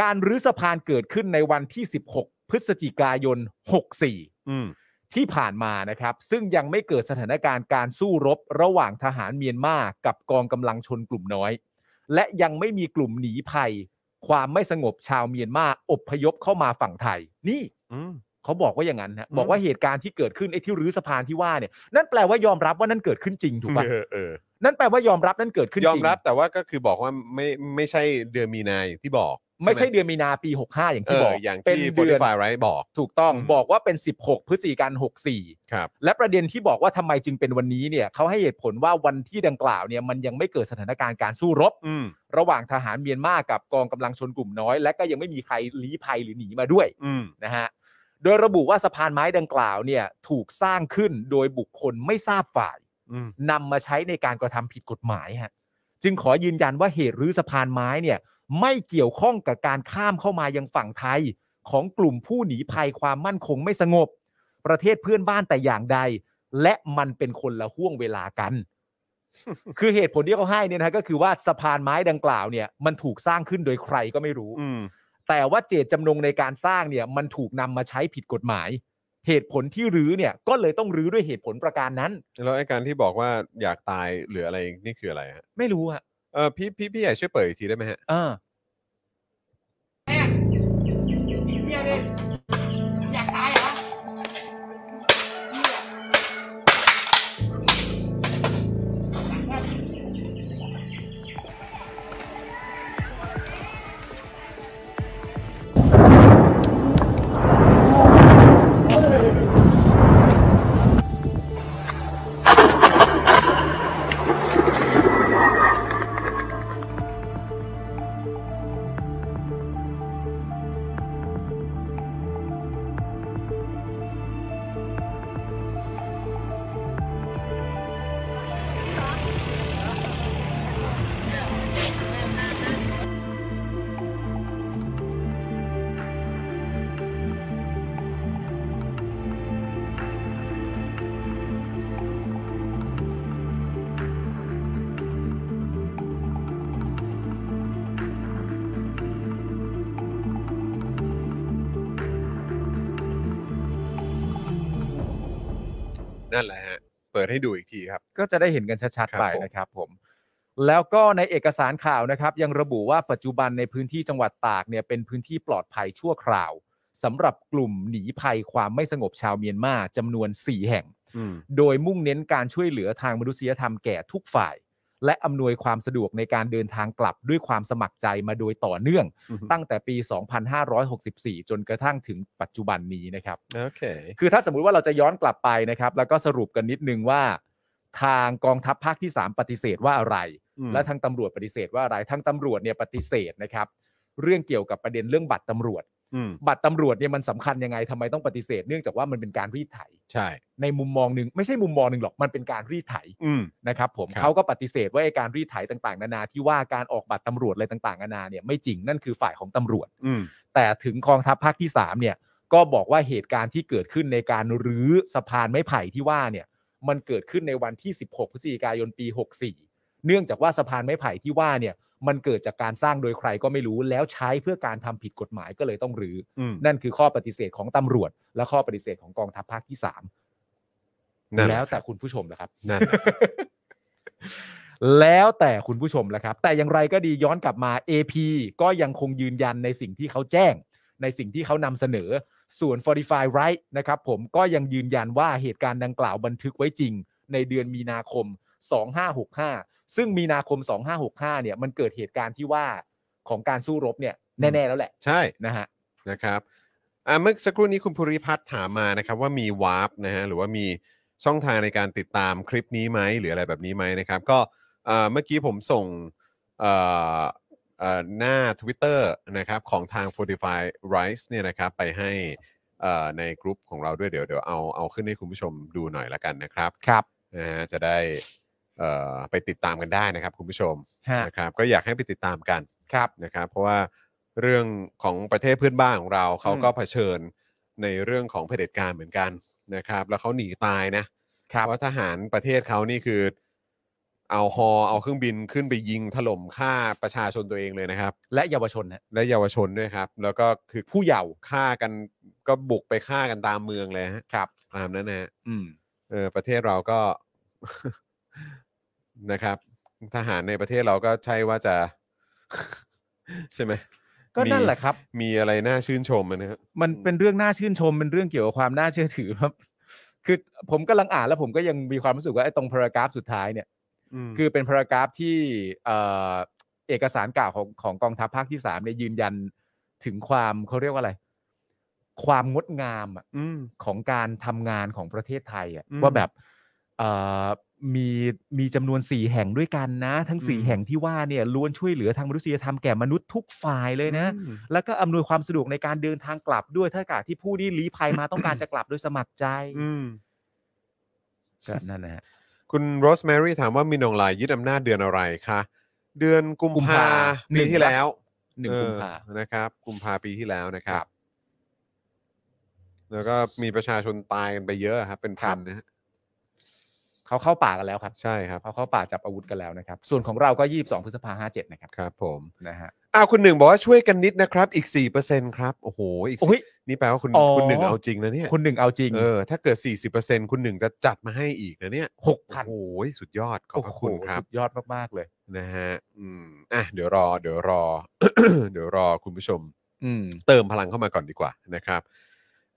การรื้อสะพานเกิดขึ้นในวันที่ 16 พฤศจิกายน 64
อืม
ที่ผ่านมานะครับ ซึ่งยังไม่เกิดสถานการณ์การสู้รบระหว่างทหารเมียนมากับกองกำลังชนกลุ่มน้อย และยังไม่มีกลุ่มหนีภัย ความไม่สงบชาวเมียนมาอบพยพเข้ามาฝั่งไทย นี่
อืม
เขาบอกว่าอย่างนั้นนะ
อืม
บอกว่าเหตุการณ์ที่เกิดขึ้นไอ้ที่รื้อสะพานที่ว่าเนี่ยนั่นแปลว่ายอมรับว่านั่นเกิดขึ้นจริงถูกปะ
เอ <laughs> อเออ
นั่นแปลว่ายอมรับนั่นเกิดขึ้นจ
ย
ริง
อมรับแต่ว่าก็คือบอกว่าไม่ไม่ใช่เดือนมีนาอย่างที่บอก
ไม่ใช่เดือนมีนาปี 65 อย่าง
เอ
ที่
อ
บอก
อย่าง
เป็น
ที่
เดือน
Fortify Right บอก
ถูกต้อง
อืม
บอกว่าเป็น 16 พฤศจิกายน64
ครับ
และประเด็นที่บอกว่าทำไมจึงเป็นวันนี้เนี่ยเขาให้เหตุผลว่าวันที่ดังกล่าวเนี่ยมันยังไม่เกิดสถานการณ์การสู้รบ
อืม
ระหว่างทหารเมียนมากับกองกำลังชนกลุ่มน้อย และก็ยังไม่มีใครลี้ภัยหรือหนีมาด้วย
อืม
นะฮะโดยระบุว่าสะพานไม้ดังกล่าวเนี่ยถูกสร้างขึ้นโดยบุคคลไม่ทราบฝ่าย
อืม
นำมาใช้ในการกระทำผิดกฎหมายฮะจึงขอยืนยันว่าเหตุรื้อสะพานไม้เนี่ยไม่เกี่ยวข้องกับการข้ามเข้ามายังฝั่งไทย ของกลุ่มผู้หนีภัยความมั่นคงไม่สงบ ประเทศเพื่อนบ้านแต่อย่างใด และมันเป็นคนละห่วงเวลากัน คือเหตุผลที่เขาให้เนี่ยนะฮะก็คือว่าสะพานไม้ดังกล่าวเนี่ยมันถูกสร้างขึ้นโดยใครก็ไม่รู้
อืม
แต่ว่าเจตจำนงในการสร้างเนี่ยมันถูกนำมาใช้ผิดกฎหมาย เหตุผลที่รื้อเนี่ยก็เลยต้องรื้อด้วยเหตุผลประการนั้น
แล้วไอ้การที่บอกว่าอยากตายหรืออะไรนี่คืออะไรฮะ
ไม่รู้อะ
เออพี่พี่พี่ใหญ่ช่วยเปิดอีกทีได้ไหมฮะ
เออ
กินเบียร์ดิอยากตายเหรอเหี้ย
นั่นแหละฮะ เปิดให้ดูอีกทีครับ
ก็จะได้เห็นกันชัด
ครั
ๆ
บ
ไป
ผม
นะครับผม แล้วก็ในเอกสารข่าวนะครับ ยังระบุว่าปัจจุบันในพื้นที่จังหวัดตากเนี่ยเป็นพื้นที่ปลอดภัยชั่วคราว ส สำหรับกลุ่มหนีภัยความไม่สงบชาวเมียนมาจำนวน 4 แห่ง
อืม
โดยมุ่งเน้นการช่วยเหลือทางมนุษยธรรมแก่ทุกฝ่าย และอำนวยความสะดวกในการเดินทางกลับด้วยความสมัครใจมาโดยต่อเนื่อง
อือฮึ
ตั้งแต่ปี 2564 จนกระทั่งถึงปัจจุบันนี้นะครับ
โอเค
คือถ้าสมมุติว่าเราจะย้อนกลับไปนะครับ แล้วก็สรุปกันนิดนึงว่า ทางกองทัพภาคที่ 3 ปฏิเสธว่าอะไร
อืม
และทางตำรวจปฏิเสธว่าอะไรทางตำรวจเนี่ยปฏิเสธนะครับ เรื่องเกี่ยวกับประเด็นเรื่องบัตรตำรวจ
อืม
บัตรตำรวจเนี่ยมันสำคัญยังไงทำไมต้องปฏิเสธ เนื่องจากว่ามันเป็นการรีดไถ
ใช่
ในมุมมองหนึ่งไม่ใช่มุมมองหนึ่งหรอกมันเป็นการรีดไถ
อืม
นะครับผม
ครับ
เขาก็ปฏิเสธว่าไอ้การรีดไถต่างๆ นานาที่ว่าการออกบัตรตำรวจอะไรต่างๆนานาเนี่ยไม่จริงนั่นคือฝ่ายของตำรวจ
อืม
แต่ถึงกองทัพภาคที่3เนี่ยก็บอกว่าเหตุการณ์ที่เกิดขึ้นในการรื้อสะพานไม้ไผ่ที่ว่าเนี่ยมันเกิดขึ้นในวันที่ 16 พฤศจิกายนปี 64 เนื่องจากว่าสะพานไม้ไผ่ที่ว่าเนี่ยมันเกิดจากการสร้างโดยใครก็ไม่รู้แล้วใช้เพื่อการทำผิดกฎหมายก็เลยต้องรื้อ
อืม
นั่นคือข้อปฏิเสธของตำรวจ และข้อปฏิเสธของกองทัพภาคที่สาม
นั่น
แล้ว
หะค
แต่
รับ
คุณผู้ชมนะครับ
นั่น
แล้วแต่คุณผู้ชมแหละครับ แต่อย่างไรก็ดีย้อนกลับมา AP ก็ยังคงยืนยันในสิ่งที่เขาแจ้ง ในสิ่งที่เขานำเสนอ ส่วน Fortify Right นะครับผมก็ยังยืนยันว่าเหตุการณ์ดังกล่าวบันทึกไว้จริง ในเดือนมีนาคม 2565 ซึ่งมีนาคม 2565 เนี่ยมันเกิดเหตุการณ์ที่ว่าของการสู้รบเนี่ยแน่ ๆ แล้วแหละ
ใช่
นะฮะ
นะครับอ่าเมื่อสักครู่นี้คุณภูริพัฒน์ถามมานะครับว่ามีวาร์ปนะฮะหรือว่ามีช่องทางในการติดตามคลิปนี้ไหมหรืออะไรแบบนี้ไหมนะครับ ก็เอ่อเมื่อกี้ผมส่งเอ่อเอ่อหน้า Twitter นะครับของทาง Fortify Rice เนี่ยนะครับไปให้เอ่อในกลุ่มของเราด้วยเดี๋ยวเดี๋ยวเอาเอาขึ้นให้คุณผู้ชมดูหน่อยละกันนะครับ
ครับ
นะฮะจะได้เอ่อไปติดตามกันได้นะครับคุณผู้ชม
ฮะ
นะครับก็อยากให้ไปติดตามกัน
ครับ
นะครับเพราะว่าเรื่องของประเทศเพื่อนบ้านของเราเขาก็เผชิญในเรื่องของเผด็จการเหมือนกันนะครับ แล้วเขาหนีตายนะครับ เพราะทหารประเทศเขานี่คือ เอาฮอเอาเครื่องบินขึ้นไปยิงถล่มฆ่าประชาชนตัวเองเลยนะครับ
และเยาวชนฮะ
และเยาวชนด้วยครับ แล้วก็คือ
ผู้เยาว์
ฆ่ากันก็บุกไปฆ่ากันตามเมืองเลยฮะ
ครับ
ตามนั้นนะฮะ
อืม
เออประเทศเราก็ <laughs> นะครับ ทหารในประเทศเราก็ใช่ว่าจะ <laughs> ใช่ไหม
ก็นั่นแหละครับ
มีอะไรน่าชื่นชมอะนะครับ
มัน
อืม
เป็นเรื่องน่าชื่นชมเป็นเรื่องเกี่ยวกับความน่าเชื่อถือครับ <laughs> คือผมกำลังอ่านแล้วผมก็ยังมีความรู้สึกว่าไอ้ตรงพารากราฟสุดท้ายเนี่ย คือเป็นพารากราฟที่เอ่อเอกสารกล่าวของของกองทัพภาคที่สามเนี่ยยืนยันถึงความเขาเรียกว่าอะไร ความงดงามอะ
อืม
ของการทำงานของประเทศไทยอะ
อืม
ว่าแบบเอ่อมีมีจำนวนสี่แห่งด้วยกันนะ ทั้งสี่
อืม
แห่งที่ว่าเนี่ยล้วนช่วยเหลือทางมนุษยธรรมแก่มนุษย์ทุกฝ่ายเลยนะ
อืม
แล้วก็อำนวยความสะดวกในการเดินทางกลับด้วยถ้าอากาศที่ผู้ที่ลี้ภัยมา ต้องการจะกลับโดยสมัครใจ
อืม
ก็นั่นนะฮะ
คุณโรสแมรี่ถามว่ามินองลายยึดอำนาจเดือนอะไรคะเดือนกุม
กุม
ภา
ภาหนึ่
ปี
ง
ที่แล้ว
หนึ่ง
เออ
กุมภา
นะครับ กุมภาปีที่แล้วนะค
ค
รั
รับ บ
แล้วก็มีประชาชนตายกันไปเยอะครับ เป็นพันนะฮะ
เขาเข้าป่ากันแล้วครับ
ใช่ครับ
เขาเข้าป่าจับอาวุธกันแล้วนะครับ ส่วนของเราก็ยี่สิบสองพฤษภาห้าเจ็ดนะครับ
ครับผม
นะฮะ
อ้าวคุณหนึ่งบอกว่าช่วยกันนิดนะครับ อีก 4%ครับ โอ้โหอีกสิ
โอ้ย
นี่แปลว่าคุณ
อ๋อ
คุณหนึ่งเอาจริงนะเนี่ย
คนหนึ่งเอาจริง
เออถ้าเกิด 40%คุณหนึ่งจะจัดมาให้อีกนะเนี่ย
หก
โอ้
พัน
โหสุดยอดขอบพระคุณครับ
สุดยอดมากๆเลย
นะฮะ อืม อ่ะ เดี๋ยวรอ เดี๋ยวรอ <coughs> เดี๋ยวรอคุณผู้ชม
อืม
เติมพลังเข้ามาก่อนดีกว่านะครับ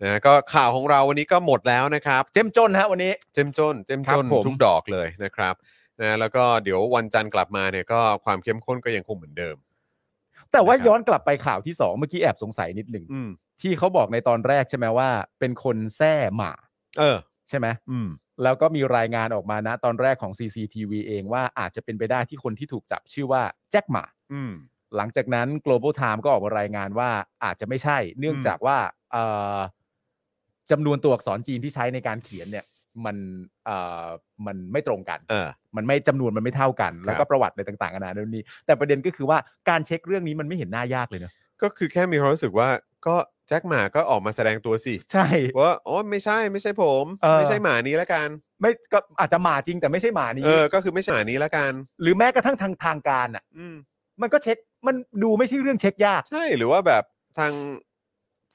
นะฮะก็ข่าวของเราวันนี้ก็หมดแล้วนะครับ
เจ้มจนฮะวันนี้
เจ้มจน เจ้มจน
ครับผม
ทุกดอกเลยนะครับ นะ แล้วก็เดี๋ยววันจันทร์กลับมาเนี่ยก็ความเข้มข้นก็ยังคงเหมือนเดิม
แต่ว่า
นะครับ
ย้อนกลับไปข่าวที่สองเมื่อกี้แอบสงสัยนิดหนึ่ง
อืม
ที่เขาบอกในตอนแรกใช่ไหมว่า เป็นคนแซ่หมา
เออ
ใช่ไหม
อืม
แล้วก็มีรายงานออกมานะตอนแรกของ CCTV เองว่าอาจจะเป็นไปได้ที่คนที่ถูกจับชื่อว่าแจ็คหมา
อืม
หลังจากนั้น Global Time ก็ออกมารายงานว่าอาจจะไม่ใช่ เนื่องจากว่าเอ่อจำนวนตัวอักษรจีนที่ใช้ในการเขียนเนี่ยมันเอ่อมันไม่ตรงกัน
เออ
มันไม่จำนวนมันไม่เท่ากัน แล้วก็ประวัติอะไรต่างๆนานาเรื่องนี้ แต่ประเด็นก็คือว่าการเช็คเรื่องนี้มันไม่เห็นหน้ายากเลยเนอะ
ก็คือแค่มีความรู้สึกว่า ก็แจ็คหมาก็ออกมาแสดงตัวสิ
ใช่
ว่า อ๋อ ไม่ใช่ ไม่ใช่ผม
เออ
ไม่ใช่หมานี้ละกัน
ไม่ก็อาจจะหมาจริงแต่ไม่ใช่หมานี้
เออ ก็คือไม่ใช่หมานี้ละกัน
หรือแม้กระทั่งทางทางการอ่ะ
อืม
มันก็เช็คมันดูไม่ใช่เรื่องเช็คยาก
ใช่หรือว่าแบบทาง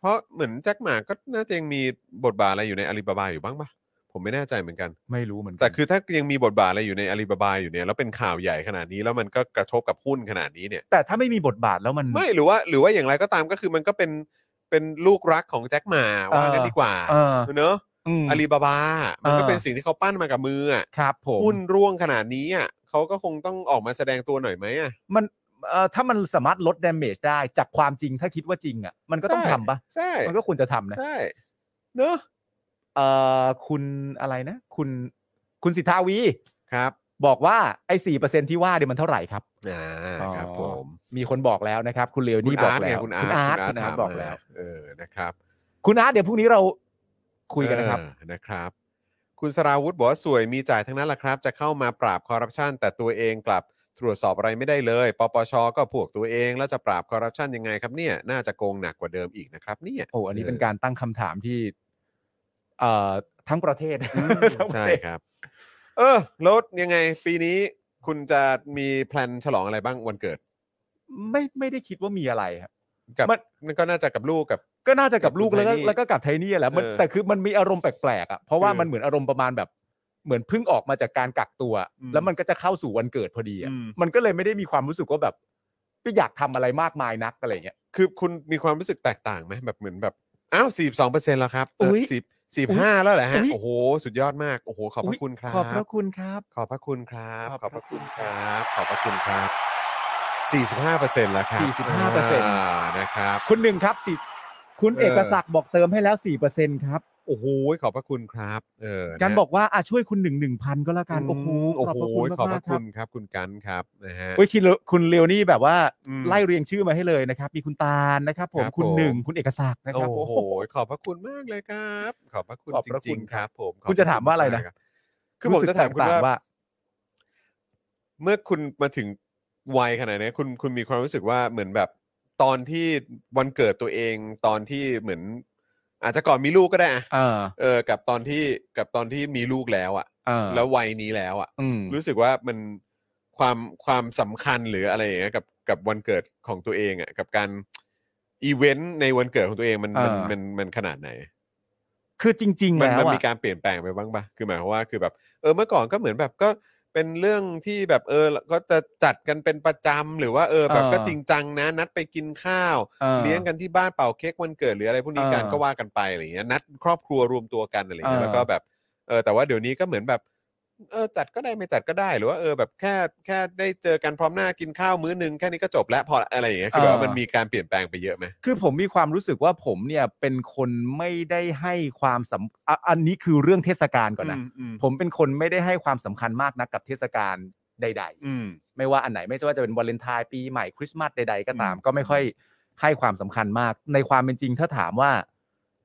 เพราะเหมือนแจ็คหมาก็น่าจะยังมีบทบาทอะไรอยู่ในอาลีบาบาอยู่บ้างปะผมไม่แน่ใจเหมือนกัน
ไม่รู้เหมือนกัน
แต่คือถ้ายังมีบทบาทอะไรอยู่ในอาลีบาบาอยู่เนี่ยแล้วเป็นข่าวใหญ่ขนาดนี้แล้วมันก็กระทบกับหุ้นขนาดนี้เนี่ย
แต่ถ้าไม่มีบทบาทแล้วมัน
ไม่หรือว่าหรือว่าอย่างไรก็ตามก็คือมันก็เป็น เป็นลูกรักของแจ็คหมาว่ากันดีกว่า
เออ
เนอะ
อืม
อาลีบาบา มันก็
เออ
เป็นสิ่งที่เขาปั้นมากับมืออะ
ครับผม
หุ้นร่วงขนาดนี้อ่ะเขาก็คงต้องออกมาแสดงตัวหน่อยไหมอ่ะ
มันเอ่อถ้ามันสามารถลด damage ได้จากความจริงถ้าคิดว่าจริงอ่ะมันก็ต้อง
ใช่
ทำปะ
ใช่
มันก็ควรจะทำนะ
ใช่เนอะ
เอ่อคุณอะไรนะ คุณคุณสิทธาวี
ครับ
บอกว่าไอ้สี่เปอร์เซ็นที่ว่าเนี่ยมันเท่าไหร่ครับ
อ่าครับผม
มีคนบอกแล้วนะครับ คุณเลวนี่บอก
ร์ต
แล้
ไง
ว
คุณอาร์ต
ร์ตคุณอา
ถม
ร์ตบอกแล้ว
เออนะครับ
คุณอาร์ตเดี๋ยวพรุ่งนี้เราคุยกันนะครับ
เออนะครับ คุณสราวุธบอกว่าสวยมีจ่ายทั้งนั้นแหละครับ จะเข้ามาปราบคอร์รัปชันแต่ตัวเองกลับตรวจสอบอะไรไม่ได้เลยปปชก็พวกตัวเองแล้วจะปราบคอร์รัปชันยังไงครับเนี่ย น่าจะโกงหนักกว่าเดิมอีกนะครับ เนี่ย
โอ้อันนี้เป็นการตั้งคำถามที่ เอ่อทั้งประเทศทั้งประ
ใช่
เทศ
ครับ เออแล้วยังไงปีนี้คุณจะมีแพลนฉลองอะไรบ้างวันเกิด
ไม่ไม่ได้คิดว่ามีอะไรครับ
กับ
มัน
มันก็น่าจะกับลูกกับ
ก็น่าจะกับลูก
กับ
แล้วก็
ไทนี่
แล้วก็กับไทนี่แหละมัน
เออ
แต่คือมันมีอารมณ์แปลกๆอ่ะเพราะว่า
คือ
มันเหมือนอารมณ์ประมาณแบบ เหมือนเพิ่งออกมาจากการกักตัว
อืม
แล้วมันก็จะเข้าสู่วันเกิดพอดีอ่ะ
อืม
มันก็เลยไม่ได้มีความรู้สึกว่าแบบไม่อยากทำอะไรมากมายนักอะไรเงี้ย
คือคุณมีความรู้สึกแตกต่างไหมแบบเหมือนแบบอ้าวสี่สองเปอร์เซ็นต์แล้วครับ
อุ๊ย
สิบสิบห้าแล้วเหรอฮะ
อุ๊ย
โอ้โห สุดยอดมาก โอ้โห ขอบพระคุณครับ
ขอบพระคุณครับ
ขอบพระคุณครับ ข
ข
อ
อ
บบ พ
พ
ระ
ระคุ
คุณ
ณ
ครัขอบพระคุณครับสี่สิบห้าเปอร์เซ็นต์แล้วครับ
45%
านะครับ
คุณหนึ่งครับสี่คุณเอกศักดิ์บอกเติมให้แล้วสี่เปอร์เซ็นครับ
โอ้โหขอบพระคุณครับ เออ
การ
ะ
บอกว่าอ่ะช่วยคุณหนึ่งหนึ่งพันก็แล้วกันโอ้โห
โอ้
ขอบ
โห
พระคุณ
ขอบพ
มา
ระ
กๆค
คุ
รับ
ณครับ คุณกันครับนะฮะ
โอ้ยคิดเลยคุณเลวนี่แบบว่า
อืม
ไล่เรียงชื่อมาให้เลยนะครับ มีคุณตาลนะครับ ผม
ครับ
คุณ
ผม
หนึ่งคุณเอกศักดิ์นะครับ
โอ้โห ขอบพระคุณมากเลยครับ ขอบพระคุณ
ขอบ
จ
พระคุณ
ริงๆครับ ผม
คุณจะถามว่าอะไรนะ
ขบคุณมกเลยคบคือผมจะถามคุณ
รู้สึกต่งๆ
ว่า เมื่อคุณมาถึงวัยขนาดนี้คุณคุณมีความรู้สึกว่าเหมือนแบบตอนที่วันเกิดตัวเองตอนที่เหมือน อาจจะก่อนมีลูกก็ได้อะ
เออ
เออ กับตอนที่กับตอนที่มีลูกแล้วอะ
เออ
แล้ววัยนี้แล้วอะ
อืม
รู้สึกว่ามันความความสำคัญหรืออะไรอย่างเงี้ยกับกับวันเกิดของตัวเองอะกับการอีเวนต์ในวันเกิดของตัวเองมันมันมันมันขนาดไหน
คือจริง ๆ
มัน
แล้
มัน
วอะ
มีการเปลี่ยนแปลงไปบ้างปะคือหมายความว่าคือแบบ เออเมื่อก่อนก็เหมือนแบบก็เป็นเรื่องที่แบบเออก็จะจัดกันเป็นประจำหรือว่าเออแบบก็จริงจังนะ นัดไปกินข้าว
ออ
เลี้ยงกันที่บ้านเป่าเค้กวันเกิดหรืออะไรพวกนี้กัน
เออ
ก็ว่ากันไปอะไรอย่างเงี้ยนัดครอบครัวรวมตัวกันอะไรอย่างเงี้ย
เออ
แล้วก็แบบเออแต่ว่าเดี๋ยวนี้ก็เหมือนแบบเออจัดก็ได้ไม่จัดก็ได้หรือว่าเออแบบแค่แค่ได้เจอกันพร้อมหน้ากินข้าวมื้อนึงแค่นี้ก็จบแล้วพออะไรอย่างเงี้ยคือแบบว่า
เออ
มันมีการเปลี่ยนแปลงไปเยอะไหม
คือผมมีความรู้สึกว่าผมเนี่ยเป็นคนไม่ได้ให้ความสำอ่ะอันนี้คือเรื่องเทศกาลก่อนนะ ผมเป็นคนไม่ได้ให้ความสำคัญมากนักกับเทศกาลใด ๆ
อืม
ไม่ว่าอันไหนไม่ว่าจะเป็นวาเลนไทน์ปีใหม่คริสต์มาสใด ๆ ก็ตาม ก็ไม่ค่อยให้ความสำคัญมาก ในความเป็นจริงถ้าถามว่า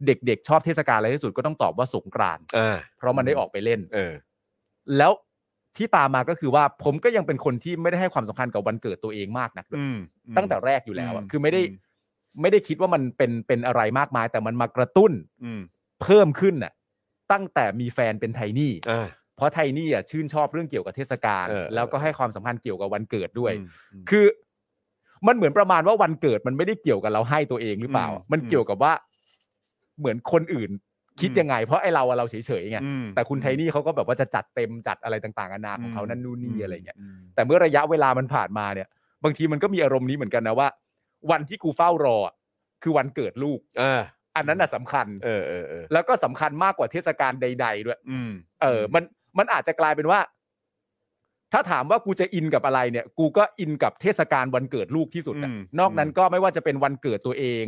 เด็กๆ ชอบเทศกาลอะไรที่สุดก็ต้องตอบว่าสงกรานต์
อ่า
เพราะมันได้ออกไปเล่น
เออ
แล้วที่ตามมาก็คือว่าผมก็ยังเป็นคนที่ไม่ได้ให้ความสำคัญกับวันเกิดตัวเองมากนักด้วย
อืม
ตั้งแต่แรกอยู่แล้วอะ
อืม
คือไม่ได้
อืม
ไม่ได้คิดว่ามันเป็นเป็นอะไรมากมาย แต่มันมากระตุ้น
อืม
เพิ่มขึ้นน่ะตั้งแต่มีแฟนเป็นไทนี่
อ่า
เพราะไทนี่อ่ะชื่นชอบเรื่องเกี่ยวกับเทศกาล
เออเออ
แล้วก็ให้ความสำคัญเกี่ยวกับวันเกิดด้วย
อืมอืม
คือมันเหมือนประมาณว่าวันเกิดมันไม่ได้เกี่ยวกับเราให้ตัวเองหรือเปล่า
อืม
มันเกี่ยวกับว่าเหมือนคนอื่นคิด
อืม
ยังไง เพราะไอเราอะเราเฉยๆไง
อืม
แต่คุณไทนี่เขาก็แบบว่าจะจัดเต็มจัดอะไรต่างๆนานาของเขา
อืม
นั่นนู่นนี่อะไรเงี้ย
อืม
แต่เมื่อระยะเวลามันผ่านมาเนี่ย บางทีมันก็มีอารมณ์นี้เหมือนกันนะว่า วันที่กูเฝ้ารออะคือวันเกิดลูก
อ่า
อันนั้นน่ะสำคัญ
เออเออเออ
แล้วก็สำคัญมากกว่าเทศกาลใด ๆ ด้วย
อืม
เออ มันมันอาจจะกลายเป็นว่า ถ้าถามว่ากูจะอินกับอะไรเนี่ย กูก็อินกับเทศกาลวันเกิดลูกที่สุดอะนอกนั้นก็ไม่ว่าจะเป็นวันเกิดตัวเอง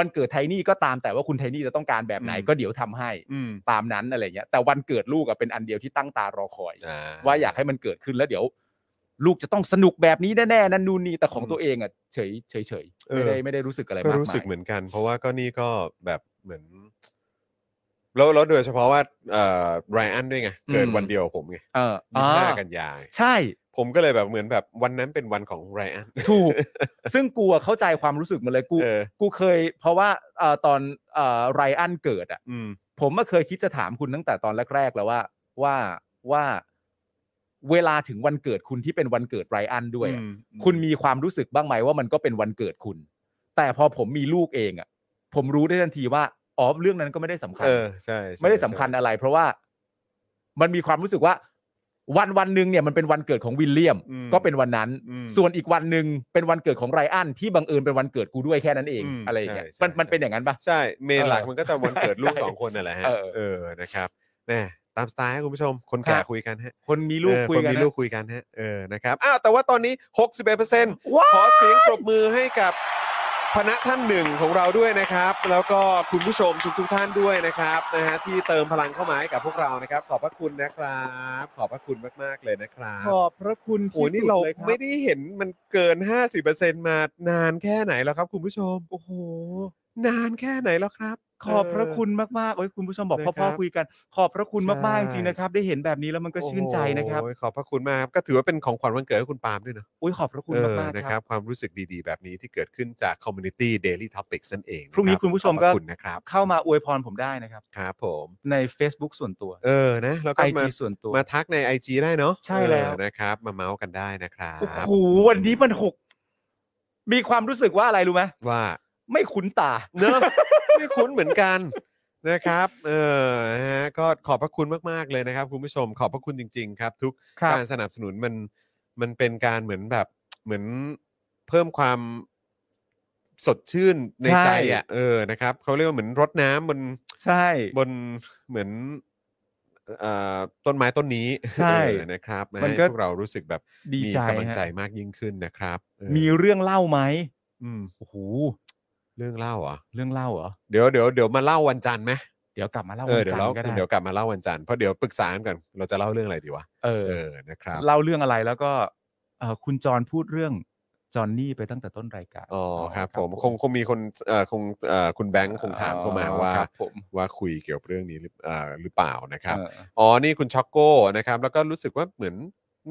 วันเกิดไทนี่ก็ตามแต่ว่าคุณไทนี่จะต้องการแบบไหนก็เดี๋ยวทำให้
อืม
ตามนั้นอะไรเงี้ยแต่วันเกิดลูกอะเป็นอันเดียวที่ตั้งตารอคอย
อ่า
ว่าอยากให้มันเกิดขึ้นแล้วเดี๋ยว ลูกจะต้องสนุกแบบนี้แน่ๆนั่นนู่นนี่แต่ของ
อืม
ตัวเองอ่ะเฉยเฉยเฉย
เออ
ไม่ได้ไม่ได้รู้สึกอะไร
ก็
มาก
รู้สึก
มาย
เหมือนกัน เพราะว่าก็นี่ก็แบบเหมือน แล้วแล้วโดยเฉพาะว่าเอ่อไรอันด้วยไง เกิดวันเดียวกับผมไง
เออ
ยี่สิบห้า
อ่า
กันยายน
ใช่
ผมก็เลยแบบเหมือนแบบวันนั้นเป็นวันของไรอัน
ถูก ซึ่งกูอะเข้าใจความรู้สึกมันเลยกู
เออ
กูเคย เพราะว่าเอ่อตอนเอ่อไรอันเกิดอ่ะ
อืม
ผมก็เคยคิดจะถามคุณตั้งแต่ตอนแรกๆแล้วว่าว่าว่าเวลาถึงวันเกิดคุณที่เป็นวันเกิดไรอันด้วยอะ คุณมีความรู้สึกบ้างไหมว่ามันก็เป็นวันเกิดคุณ แต่พอผมมีลูกเองอ่ะ ผมรู้ได้ทันทีว่าอ๋อเรื่องนั้นก็ไม่ได้สำคัญ
เออ ใช่ใช่
ไม่ได้สำคัญ
ใช่
อะไร เพราะว่ามันมีความรู้สึกว่า วันวันหนึ่งเนี่ยมันเป็นวันเกิดของวิลเลียม
อืม
ก็เป็นวันนั้น
อืม
ส่วนอีกวันหนึ่งเป็นวันเกิดของไรอันที่บังเอิญเป็นวันเกิดกูด้วยแค่นั้นเอง
อืม
อะไรอย่างเงี้ย
ใช่ใช่
มันมัน
ใช่
เป็นอย่างนั้นปะ
ใช่เมนหลัก
เออ
มันก็จะวันเกิดลูก
ใช่
สองคนนั่นแหละฮะ
เออ
เออนะครับแน่ตามสไตล์ครับคุณผู้ชม คนแก่
ครับ
คุยกันฮะ
คนมีลูก
เออ
คุยกัน
มี
นะ
ลูกคุยกันฮะเออนะครับอ้าวแต่ว่าตอนนี้ 61%
ว้า
ขอเสียงปรบมือให้กับพนะท่านหนึ่งของเราด้วยนะครับ แล้วก็คุณผู้ชมทุกทุกๆท่านด้วยนะครับนะฮะที่เติมพลังเข้ามาให้กับพวกเรานะครับ ขอบพระคุณนะครับ ขอบพระคุณมากๆเลยนะครับ
ขอบพระคุณ
โอ้นี่เราไม่ได้เห็นมันเกิน 50%มานานแค่ไหนแล้วครับ คุณผู้ชมโอ้โหนานแค่ไหนแล้วครับ
ขอบพระคุณมากๆโอ้ยคุณผู้ชมบอก
นะครับ
พ่อๆคุยกัน ขอบพระคุณ
ใช่
มากๆจริงๆนะครับ ได้เห็นแบบนี้แล้วมันก็ชื่นใจนะครับ
โอ้ยขอบพระคุณมากครับก็ถือว่าเป็นของขวัญวันเกิดให้คุณปาล์มด้วยเนอะ
โอ้ยขอบพระคุณ
เออ
มากๆ
นะ
ค
ค
รั
รับ บ ความรู้สึกดีๆ แบบนี้ที่เกิดขึ้นจาก Community Daily Topics นั่นเองะบ
พรุ่งนี้คุณผู้ชมก็
ขอบพระคุณนะครับ
เข้ามาอวยพรผมได้นะครับ
ครับผม
ใน Facebook ส่วนตัว
เออนะแล้ว
ไอ
ก็มา
จีส่วนตัว
มาทักใน IG ได้เนาะ
ใช่แล้ว
เออนะครับ มาเมาส์กันได้นะครับ
โอ้โหวันนี้มันหกมีความรู้สึกว่าอะไรรู้ไหม
ว่า
ไม่คุ้นตา
เนอะ <laughs> ไม่คุ้นเหมือนกันนะครับเออนะฮะก็ขอบพระคุณมากๆเลยนะครับ คุณผู้ชมขอบพระคุณจริง ๆ ครับ ทุก
ครับ
การสนับสนุนมันมันเป็นการเหมือนแบบเหมือนเพิ่มความสดชื่นในใจอ่ะเออนะครับเขาเรียกว่าเหมือนรดน้ำบน
ใช่ <laughs>
บนเหมือนเอ่อต้นไม้ต้นนี้ <laughs>
ใช่
เออนะครับนะ
มัน
ให้
ก็
พวกเรารู้สึกแบบ
ดี
มี
ใจ
กำลังใจ
ฮะ
มากยิ่งขึ้นนะครับเออ
มีเรื่องเล่าไหม
อืม
โอ้โห
เรื่องเล่าเหรอ่ะ
เรื่องเล่าเหรอ
เดี๋ยวเดี๋ยวเดี๋ยวมาเล่าวันจันทร์ไหม
เดี๋ยวกลับมาเล่า
เออเดี๋ยวเรา
วันจันทร์ก็ได้
เดี๋ยวกลับมาเล่าวันจันทร์เพราะเดี๋ยวปรึกษากันก่อนเราจะเล่าเรื่องอะไรดีวะ
เออ
เออนะครับ
เล่าเรื่องอะไรแล้วก็เอ่อคุณจรพูดเรื่องจอนนี่ไปตั้งแต่ต้นรายการ
อ๋อครับผมคงคงมีคนเอ่อคงเอ่อคุณแบงค์คงถามเข้ามาว่า
ครับผม
ว่าคุยเกี่ยวกับเรื่องนี้หรือเอ่อหรือเปล่านะครับ
เออ
อ๋อ นี่คุณช็อกโก้นะครับ แล้วก็รู้สึกว่าเหมือน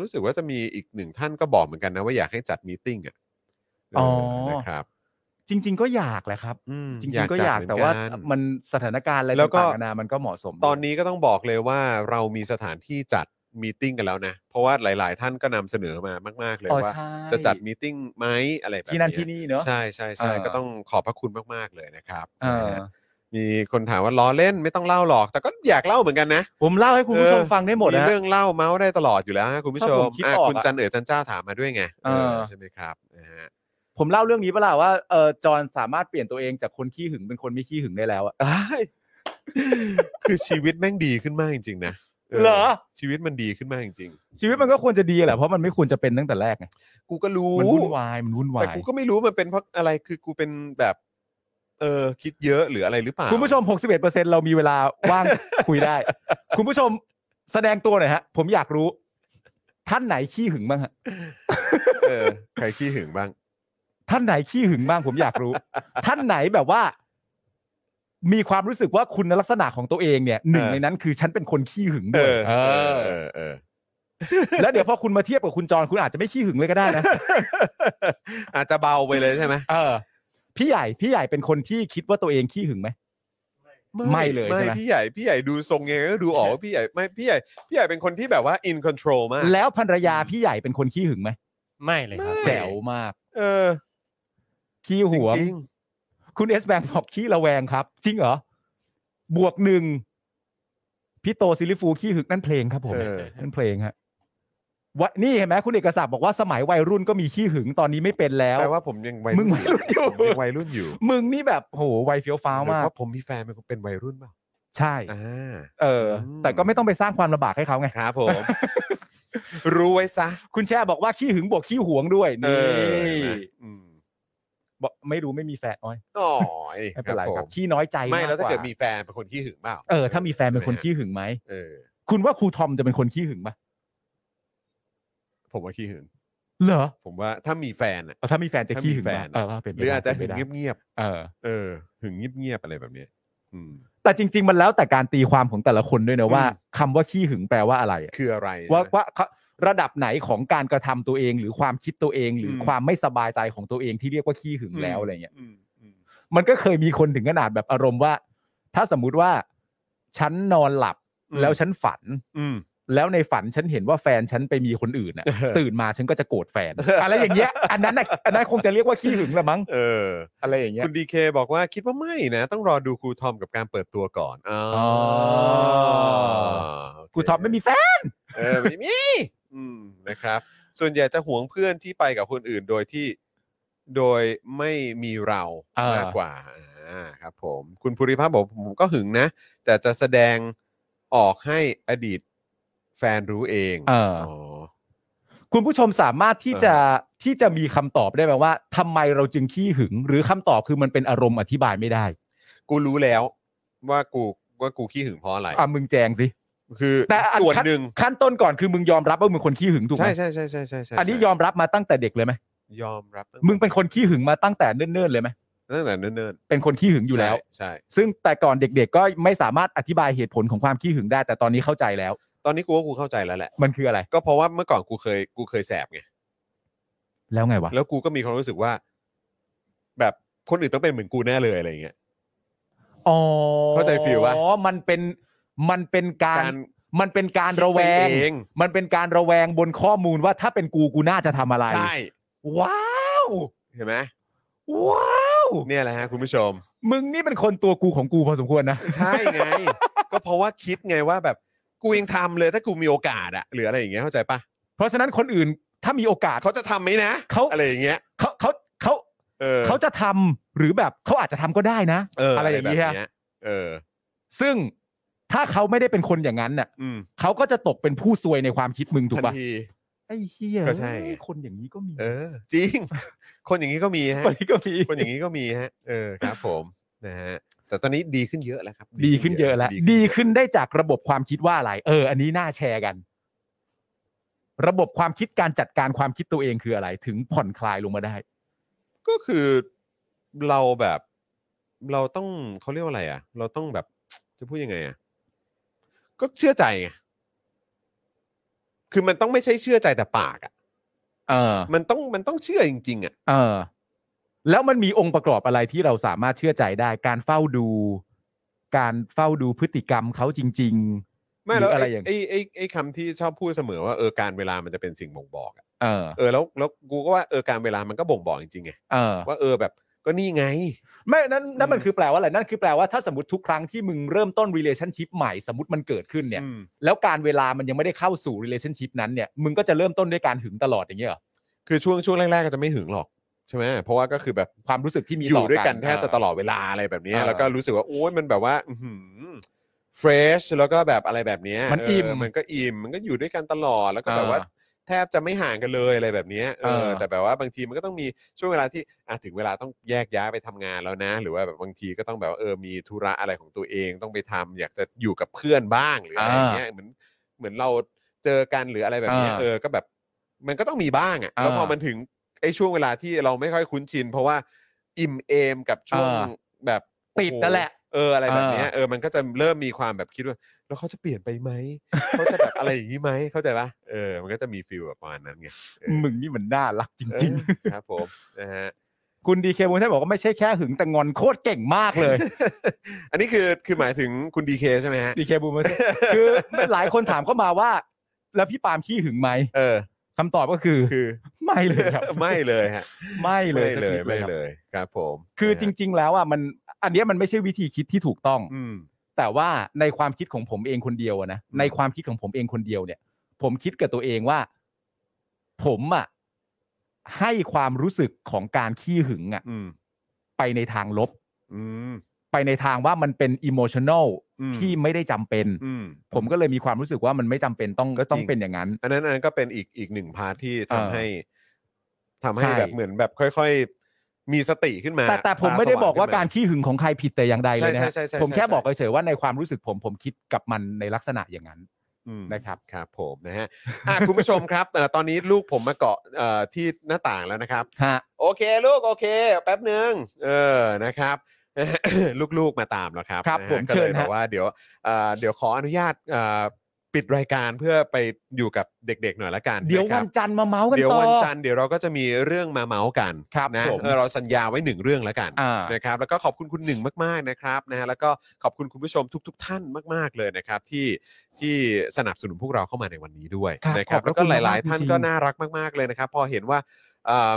รู้สึกว่าจะมีอีกหนึ่งท่านก็บอกเหมือนกันนะว่าอยากให้จัดมีตติ้งอ่ะเ
อ๋อ
นะครับ
จริง ๆ ก็อยากแหละครับ
อืม
จริง ๆ ก็อยาก
จัดเหมืน
แต่ว่า
กัน
มันสถานการณ์อะไร
แล้วก็
ต่างๆนานามันก็เหมาะสม
ตอนนี้ก็ต้องบอกเลยว่าเรามีสถานที่จัดมีตติ้งกันแล้วนะ เพราะว่าหลาย ๆ ท่านก็นำเสนอมามาก ๆ เลย
อ๋อ
ว่า
ใช่
จะจัดมีตติ้งไหมอะไรแบบ
ที่นั่น
เย
ที่นี่เนอะ
ใช่ใช่ใช่
เออ
ก็ต้องขอบพระคุณมากๆเลยนะครับ
เอ
นะ
อ
ฮะมีคนถามว่าล้อเล่นไม่ต้องเล่าหรอก แต่ก็อยากเล่าเหมือนกันนะ
ผมเล่าให้คุณผู้ชมฟังได้หมด
มี
นะฮะ
เรื่องเล่าเมาส์ได้ตลอดอยู่แล้วฮะคุณผู้ชม
ถ้าผมคิด
อ่ะ
ออก
คุณ
อะ
จันเอ๋อจันเจ้าถามมาด้วยไงเออ
เออ
ใช่ไหมครับนะฮะ
ผมเล่าเรื่องนี้เปล่าว่าเออจอนสามารถเปลี่ยนตัวเองจากคนขี้หึงเป็นคนไม่ขี้หึงได้แล้วอะ
อ้ายคือชีวิตแม่งดีขึ้นมากจริงๆนะ
เหรอ
ชีวิตมันดีขึ้นมากจริง
ชีวิตมันก็ควรจะดีแหละเพราะมันไม่ควรจะเป็นตั้งแต่แรกไง
ๆกูก็รู้
มันวุ่นวายมันวุ่นวา
แต่
ย
กูก็ไม่รู้มันเป็นเพราะอะไรคือกูเป็นแบบ เออคิดเยอะหรืออะไรหรือเปล่า
คุณผู้ชม 61%เรามีเวลาว่าง คุยได้
<laughs>
คุณผู้ชมแสดงตัวหน่อยฮะ ผมอยากรู้ ท่านไหนขี้หึงบ้างฮะ
เออใครขี้หึงบ้าง
ท่านไหนขี้หึงบ้างผมอยาก
<laughs>
รู้ ท่านไหนแบบว่า มีความรู้สึกว่าคุณลักษณะของตัวเองเนี่ยหนึ่ง
เออ
ในนั้นคือฉันเป็นคนขี้หึง
เอ
ด้วย
อ
เออ
เออเออ
แล้วเดี๋ยวพอคุณมาเทียบกับคุณจรคุณอาจจะไม่ขี้หึงเลยก็ได้นะ
อา <laughs> จจะเบาไปเลยใช่ไหม
เออพี่ใหญ่พี่ใหญ่เป็นคนที่คิดว่าตัวเองขี้หึงไหม ไม่เลย
ไม่
ใช่ไหม
พี่ใหญ่พี่ใหญ่ดูทรงไงก็ดูออกว่าพี่ใหญ่ไม่พี่ใหญ่พี่ใหญ่เป็นคนที่แบบว่า in control มาก
แล้วภรรยาพี่ใหญ่เป็นคนขี้หึงไหม
ไม่เลยครับ
ไม่
แจ๋วมาก
เออ
ขี้หวง
จริง
คุณเอสแบงบอกขี้ระแวงครับ จริงเหรอ บวกหนึ่งพี่โตซิลิฟูขี้หึงนั่นเพลงครับผ
ๆ
ม
เออ
นั่นเพลงฮะวะนี่เห็นไหมคุณเอกศักดิ์บอกว่าสมัยวัยรุ่นก็มีขี้หึงตอนนี้ไม่เป็นแล้ว
แปลว่าผมยังวัย
มึงวัยรุ่นอยู่
ผมยังวัยรุ่นอยู่
มึงนี่แบบโหวัยเฟี้ยวฟ้าวมาก
เพราะผมมีแฟนเป็นเป็นวัยรุ่นเปล่า
ใช่
อ่า
เออ
ม
แต่ก็ไม่ต้องไปสร้างความลำบากให้เขาไง
ครับผม รู้ไว้ซะ
คุณแช่บอกว่าขี้หึงบวกขี้หวงด้วย
เอ
นี่
อนะอืม
บอกไม่รู้ไม่มีแฟนอ้อย
อ๋อย
ไม่เป็นไรครับขี้น้อยใจ
ไม่แล้วถ้า
ว่
เกิดมีแฟนเป็นคนขี้หึงเปล่า
เออถ้ามีแฟนเป็นคนขี้
ใช่ไหมฮะ
หึงไหม
เออ
คุณว่าครูทอมจะเป็นคนขี้หึงปะ
ผมว่าขี้หึง
เหรอ
ผมว่าถ้ามีแฟนอะ
เอาถ้ามีแฟนจะขี้หึง
ถ้ามีแฟ
ปะ
น
เออว่าเป็นไป
หรืออาจจะหึง
ได้
เงียบ
เออ
ๆเออ หึงเงียบๆอะไรแบบเนี้ยอืม
แต่จริง ๆ มันแล้วแต่การตีความของแต่ละคนด้วยนะว่า
อืม
คำว่าขี้หึงแปลว่าอะไรอะ
คืออะไรใช่ไหม
ว่าว่าเขาระดับไหนของการกระทำตัวเอง หรือความคิดตัวเอง หรืออ
ม
ความไม่สบายใจของตัวเองที่เรียกว่าขี้หึงแล้วอะไรเงี้ย
อืมอืม
มันก็เคยมีคนถึงขนาดแบบอารมณ์ว่า ถ้าสมมุติว่าฉันนอนหลับแล้วฉันฝัน
อืม
แล้วในฝันฉันเห็นว่าแฟนฉันไปมีคนอื่นน่ะ ตื่นมาฉันก็จะโกรธแฟน อะไรอย่างเงี้ยอันนั้นน่ะอันนั้นคงจะเรียกว่าขี้หึงละมั้ง
เออ
อะไรอย่างเงี้ย
คุณดีเคบอกว่าคิดว่าไม่นะ ต้องรอดูครูทอมกับการเปิดตัวก่อนอ๋อ
อ
โเ
กูทอมไม่มีแฟน
เออไม่มีอืมนะครับ ส่วนใหญ่จะห่วงเพื่อนที่ไปกับคนอื่นโดยที่โดยไม่มีเรา
เออ
มากกว่าอ่าครับผมคุณภูริพัฒน์บอกผมก็หึงนะ แต่จะแสดงออกให้อดีตแฟนรู้เอง
เออ
อ
คุณผู้ชมสามารถที่
เออ
จะที่จะมีคำตอบได้ไหมว่าทำไมเราจึงขี้หึง หรือคำตอบคือมันเป็นอารมณ์อธิบายไม่ได้
กูรู้แล้วว่ากูว่ากูขี้หึงเพราะอะไร
อ่ะมึงแจงสิ
คือ
แต่อัน
ส่วน
ขั้
หนึ่ง
ขั้นต้นก่อนคือมึงยอมรับว่ามึงคนขี้หึงถูกไหม
ใช่ใช่ใช่ใช่ใช่ใช่
อันนี้ยอมรับมาตั้งแต่เด็กเลยไหม
ยอมรับตั้แต่
มึงเป็นคนขี้หึงมาตั้งแต่เนิ่นๆเลยไหม
ตั้งแต่เนิ่น
เป็นคนขี้หึง
ๆ
อยู่แล้ว
ใช่ใช่
ซึ่งแต่ก่อนเด็กๆ ก็ไม่สามารถอธิบายเหตุผลของความขี้หึงได้ แต่ตอนนี้เข้าใจแล้ว
ตอนนี้กูว่ากูเข้าใจแล้วแหละ
มันคืออะไร
ก็เพราะว่าเมื่อก่อนกูเคยกูเคยแสบไง
แล้วไงวะ
แล้วกูก็มีความรู้สึกว่า แบบคนอื่นต้องเป็นเหมือนกูแน่เลยอะไรอย่างเงี้ย
อ๋อ
เข้าใจฟีลปะ
อ๋อมันเป็นมันเป็นการ
การ
มันเป็นการระแว
คิด
ง
ไปเอง
มันเป็นการระแวงบนข้อมูลว่าถ้าเป็นกูกูน่าจะทำอะไร
ใช่
ว้าว
เห็นไหม
ว้าว
เนี่ยแหละฮะคุณผู้ชม
มึงนี่เป็นคนตัวกูของกูพอสมควร
<laughs>
นะ
ใช่
<laughs>
ไง ก็เพราะว่าคิดไงว่าแบบกูยังทำเลยถ้ากูมีโอกาสอะหรืออะไรอย่างเงี้ยเข้าใจปะ
เพราะฉะนั้นคนอื่นถ้ามีโอกาส
เขาจะทำไหมนะ
เขา
อะไรอย่างเงี้ย
เขาเขาเขา
เออ
เขาจะทำหรือแบบเขาอาจจะทำก็ได้นะ
เออ
ไรอย่าง
แบบ
เงี้ย
เนี้ยเออ
ซึ่งถ้าเขาไม่ได้เป็นคนอย่างนั้นน่ะ
อืม
เขาก็จะตกเป็นผู้ซวยในความคิดมึงถูก
ทัน
ปะ
ที
ไอ้เฮีย
ก็ใช่
เอ้ยคนอย่างนี้ก็มี
เออ จริง <laughs> คนอย่างนี้ก็มีฮะ
คนนี้ก็มี
คนอย่างนี้ก็มีฮะ เออครับ ผมนะฮะแต่ตอนนี้ดีขึ้นเยอะแล้วครับ
ดีขึ้นเยอะแล้ว
ดี
ดี
ขึ้น
ขึ้นได้จากระบบความคิดว่าอะไร เออ อันนี้น่าแชร์กัน ระบบความคิดการจัดการความคิดตัวเองคืออะไร ถึงผ่อนคลายลงมาได้
ก็คือเราแบบ เราต้องเขาเรียกว่าอะไรอ่ะ เราต้องแบบจะพูดยังไงอ่ะก็เชื่อใจไงคือมันต้องไม่ใช่เชื่อใจแต่ปากอ่ะ
เออ
มันต้องมันต้องเชื่อจริง ๆ อ่ะ
เออ แล้วมันมีองค์ประกอบอะไรที่เราสามารถเชื่อใจได้ การเฝ้าดู การเฝ้าดูพฤติกรรมเขาจริง ๆ
ไม่
ห
แล้
รื
ว
ออะไร
ไอ้
อย่าง
ไอ้ไอ้ไอ้คำที่ชอบพูดเสมอว่าเออการเวลามันจะเป็นสิ่งบ่งบอกอะ
เออ
เออแล้วแล้วกูก็ว่าเออการเวลามันก็บ่งบอกจริงๆไง
เออ
ว่าเออแบบ ก็นี่ไง
ไม่นั่นนั่
อื
น
ม
มันคือแปลว่าอะไรนั่นคือแปลว่าถ้าสมมติทุกครั้งที่มึงเริ่มต้น relationship ใหม่สมมติมันเกิดขึ้นเนี่ย
อืม
แล้วการเวลามันยังไม่ได้เข้าสู่ relationship นั้นเนี่ยมึงก็จะเริ่มต้นด้วยการหึงตลอดอย่างเงี้ยเหรอ
คือช่วงช่วงแรกๆก็จะไม่หึงหรอกใช่ไหมเพราะว่าก็คือแบบ
ความรู้สึกที่มี
อยู่
ต่อ
ด้วยกันแทบจะต
เออ
ลอดเวลาอะไรแบบเนี้ย
เออ
แล้วก็รู้สึกว่าโอ้ยมันแบบว่าเฟรชแล้วก็แบบอะไรแบบเนี้ย
มันอิ่ม
เมันก็อิ่มมันก็อยู่ด้วยกันตลอดแล้วก็
เออ
แบบว่า แทบจะไม่ห่างกันเลยอะไรแบบเนี้ยเอ
เอ
อ
อ
แต่แบบว่าบางทีมันก็ต้องมีช่วงเวลาที่อ่ะถึงเวลาต้องแยกย้ายไปทำงานแล้วนะ หรือว่าแบบบางทีก็ต้องแบบว่าเออมีธุระอะไรของตัวเองต้องไปทำอยากจะอยู่กับเพื่อนบ้างหรืออะไรอย่างเงี้ยเหมือนเหมือนเราเจอกันหรืออะไรแบบเนี้ย
เออ
เออก็แบบ มันก็ต้องมีบ้างอ่ะแล้วพอ
เออ
มันถึง ไอ้ช่วงเวลาที่เราไม่ค่อยคุ้นชิน เพราะว่าอิ่มเอมกับช่วง
เออ
แบบ
ติด
โอ้โ
นั่นแหละ
เอออะไรแบบเนี้ย
เออ
เออมันก็จะเริ่มมีความแบบคิดว่า แล้วเขาจะเปลี่ยนไปไหม เขาจะแบบอะไรอย่างนี้ไหมเข้าใจปะเออมันก็จะมีฟิลแบบประมาณนั้นไงเออ
มึงนี่มันน่ารักจ
เออ
ริง
ครับผมนะฮะ <laughs>
ๆ คุณดีเคมูนท่านบอกว่าไม่ใช่แค่หึงแต่งอนโคตรเก่งมากเลย
อันนี้คือคือหมายถึงคุณดีเคใช่ไหมฮะ
<laughs> ดีเคบูมเมอร์เซ่คือหลายคนถามเข้ามาว่า แล้วพี่ปาล์มขี้หึงไหม
<laughs> เออ
คำตอบก็คือ
คือ
ไม่เลยครับ
<laughs> ไม่เลยฮะ
ไม่เลย
ไม่
สัก
เลย
นิด
ไม่
ครับ
เลยครับผม
คือ
นะฮะ
จริง ๆ แล้วอ่ะมัน อันเนี้ยมันไม่ใช่วิธีคิดที่ถูกต้อง
อืม
แต่ว่าในความคิดของผมเองคนเดียวอะนะ
อืม
ในความคิดของผมเองคนเดียวเนี่ย ผมคิดกับตัวเองว่า ผมอ่ะให้ความรู้สึกของการขี้หึงอ่ะ
อืม
ไปในทางลบ
อืม
ไปในทางว่ามันเป็นอิโมชัน a ล
อืม
ที่ไม่ได้จำเป็น
อืม
ผมก็เลยมีความรู้สึกว่ามันไม่จำเป็นต้อง
ก็จริง
ต้องเป็นอย่างนั้น
อันนั้นอันนั้นก็เป็นอีกอีกหนึ่งพาร์ทที่ทำ
เออ
ให้ทำให้
ใช่
แบบเหมือนแบบค่อย ๆ มีสติขึ้นมา
แต่แต่ผม
ต
ไม่ได้
สง
บอกว่า
ขึ้นม
การขี้หึงของใครผิดแต่อย่างใดเลยนะฮะ
ใช่ใช่ใช่ใช่
ผมแค่
ใช่
บอกเฉยๆว่าในความรู้สึกผมผมคิดกับมันในลักษณะอย่างนั้น
อืม
นะครับ
ครับผมนะฮะอ่ะ คุณผู้ชมครับเอ่อตอนนี้ลูกผมมาเกาะเอ่อที่หน้าต่างแล้วนะครับ
ฮะ
โอเค ลูกโอเค แป๊บหนึ่งเออนะครับ <coughs> ลูกๆมาตามแล้วครับ
ครับ
นะฮะ
ผม
ก็เลย
เชิญฮะ
แบบว่าเดี๋ยวเอ่อเดี๋ยวขออนุญาตเอ่อปิดรายการเพื่อไปอยู่กับเด็กๆหน่อยละกันะ
เดี๋ยว
ค
วั
รับ
นจันทร์มาเมาส์กัน
เดี๋ยว
ต่อ
วันจันทร์เดี๋ยวเราก็จะมีเรื่องมาเมาส์กัน
ครับ
นะ
ผม
เออเราสัญญาไว้หนึ่งเรื่องแล้วกัน
อ่า
นะครับแล้วก็ขอบคุณคุณหนึ่งมากๆนะครับนะฮะแล้วก็ขอบคุณคุณผู้ชมทุก ๆ ท่านมากๆเลยนะครับที่ที่สนับสนุนพวกเราเข้ามาในวันนี้ด้วย
ครับ
นะครับ
ขอบพ
แล้ว
ระ
ก็
คุณ
ห
มากๆ
ลาย ๆ ท่าน
จริงๆ
ก็น่ารักมากๆเลยนะครับ พอเห็นว่า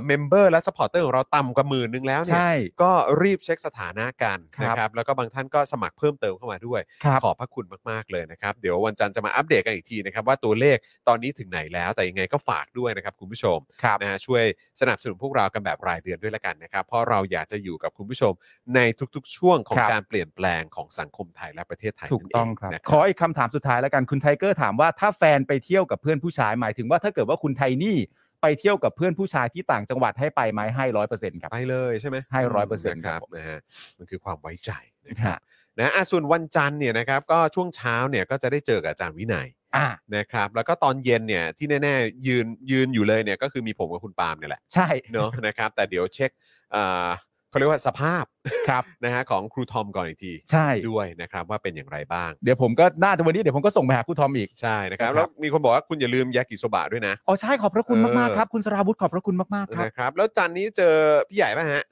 เมมเบอร์และสปอร์เตอร์ของเราต่ำกว่าหมื่นนึงแล้วเนี่ย
ใช่
ก็รีบเช็คสถานะกัน
ครับ
นะครับแล้วก็บางท่านก็สมัครเพิ่มเติมเข้ามาด้วย
ครับ
ขอบพระคุณมาก ๆ เลยนะครับ เดี๋ยววันจันทร์จะมาอัปเดตกันอีกทีนะครับ ว่าตัวเลขตอนนี้ถึงไหนแล้ว แต่ยังไงก็ฝากด้วยนะครับ คุณผู้ชม
ครับ
นะฮะช่วยสนับสนุนพวกเรากันแบบรายเดือนด้วยละกันนะครับ เพราะเราอยากจะอยู่กับคุณผู้ชมในทุกๆ ช่วงของ
ครับ
การเปลี่ยนแปลงของสังคมไทยและประเทศไทย
ถูกต้องครับ
นั่นเนะ
ขออีกคำถามสุดท้ายแล้วกันคุณไทเกอร์ถามว่าถ้าแฟนไปเที่ยวกับเพื่อนผู้ชายหมายถึงว่าถ้าเกิดว่าคุณไทนี่ไปเที่ยวกับเพื่อนผู้ชายที่ต่างจังหวัดให้ไปไหมให้ร้อยเปอร์เซ็นต์ครับ
ไปเลยใช่ไหม
ให้100%
ค
ครั
รับบ นะฮะมันคือความไว้ใจนะครั
ฮะ
บนะอ่ะส่วนวันจันทร์เนี่ยนะครับก็ช่วงเช้าเนี่ยก็จะได้เจอกับอาจารย์วินัย
อ่า
นะครับแล้วก็ตอนเย็นเนี่ยที่แน่ๆยืนยืนอยู่เลยเนี่ยก็คือมีผมกับคุณปาล์ม
<laughs>
เนี่ยแหละ
ใช่
เนอะ นะครับแต่เดี๋ยวเช็คเอ่อเขาเรียกว่าสภาพ
ครับ
นะฮะของครูทอมก่อนอีกที
ใช่
ด้วยนะครับว่าเป็นอย่างไรบ้าง
เดี๋ยวผมก็น่าจะวันนี้เดี๋ยวผมก็ส่งไปหาครูทอมอีก
ใช่นะครับ
ครับ
แล้วมีคนบอกว่าคุณอย่าลืมยากิโซบะด้วยนะ
อ๋อใช่ขอบพระคุณ
เออ
มากๆครับ คุณสราวุธขอบพระคุณมากๆครับ
นะครับแล้วจันนี้เจอพี่ใหญ่ป่ะฮะ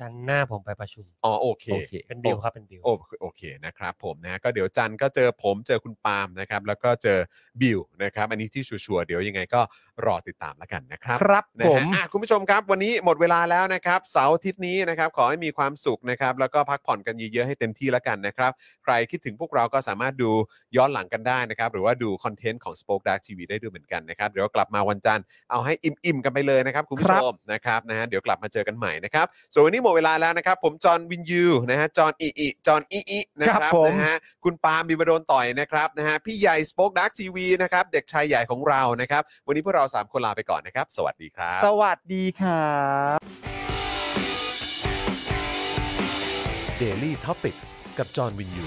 จันทร์หน้าผมไปประชุม
อ๋อโอเค
โอเค
เป็นบิวครับเป็นบิว
โอโอเคนะครับผมนะก็เดี๋ยวจันก็เจอผมเจอคุณปาล์มนะครับแล้วก็เจอบิวนะครับอันนี้ที่ชัวร์ๆเดี๋ยวยังไงก็รอติดตามแล้วกันนะครับ
ครับ
นะ
ผ
ฮะ
ม
อ่ะคุณผู้ชมครับ วันนี้หมดเวลาแล้วนะครับ เสาร์อาทิตย์นี้นะครับ ขอให้มีความสุขนะครับ แล้วก็พักผ่อนกันเยอะๆให้เต็มที่แล้วกันนะครับ ใครคิดถึงพวกเราก็สามารถดูย้อนหลังกันได้นะครับ หรือว่าดูคอนเทนต์ของ Spoke Dark TV ได้ด้วยเหมือนกันนะครับ เดี๋ยวกลับมาวันจันทร์เอาให้อิ่มๆกันไปเลยนะครับคุณผู้ชมนะครับนะฮะเดี๋ยวกลับมาเจอกันใหม่นะครับ ส่วนวันนี้หมดเวลาแล้วนะครับ ผมจอห์นวินยูนะฮะจอห์นอีอีจอห์นอีอีนะค
ครั
รับบ
ผม
นะฮะคุณปาล์มบิบโดนต่อยนะครับนะฮะพี่ใหญ่สป็อคดักทีวีนะครับเด็กชายใหญ่ของเรานะครับวันนี้พวกเราสามคนลาไปก่อนนะครับสวัสดีครับ
สวัสดีครับ
Daily Topics กับจอห์นวินยู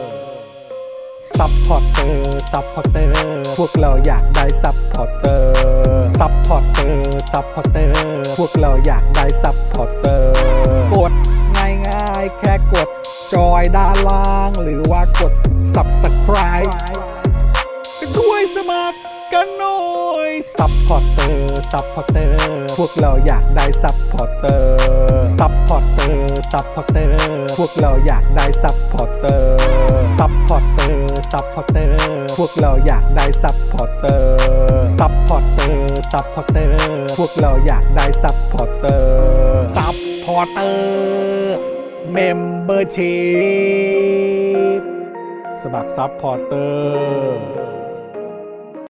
ซัพพอร์เตอร์ ซัพพอร์เตอร์ พวกเราอยากได้ซัพพอร์เตอร์ ซัพพอร์เตอร์ ซัพพอร์เตอร์ พวกเราอยากได้ซัพพอร์เตอร์ กดง่ายง่ายๆแค่กด จอยด้านล่าง หรือว่ากด subscribe ไปด้วยสมัครกันหน่อย ซัพพอร์เตอร์ ซัพพอร์เตอร์ พวกเราอยากได้ซัพพอร์เตอร์ ซัพพอร์เตอร์ ซัพพอร์เตอร์ พวกเราอยากได้ซัพพอร์เตอร์ ซัพพอร์เตอร์ ซัพพอร์เตอร์ พวกเราอยากได้ซัพพอร์เตอร์ ซัพพอร์เตอร์ ซัพพอร์เตอร์ พวกเราอยากได้ซัพพอร์เตอร์ ซัพพอร์เตอร์ เมมเบอร์ชีพสมัครซัพพอร์เตอร์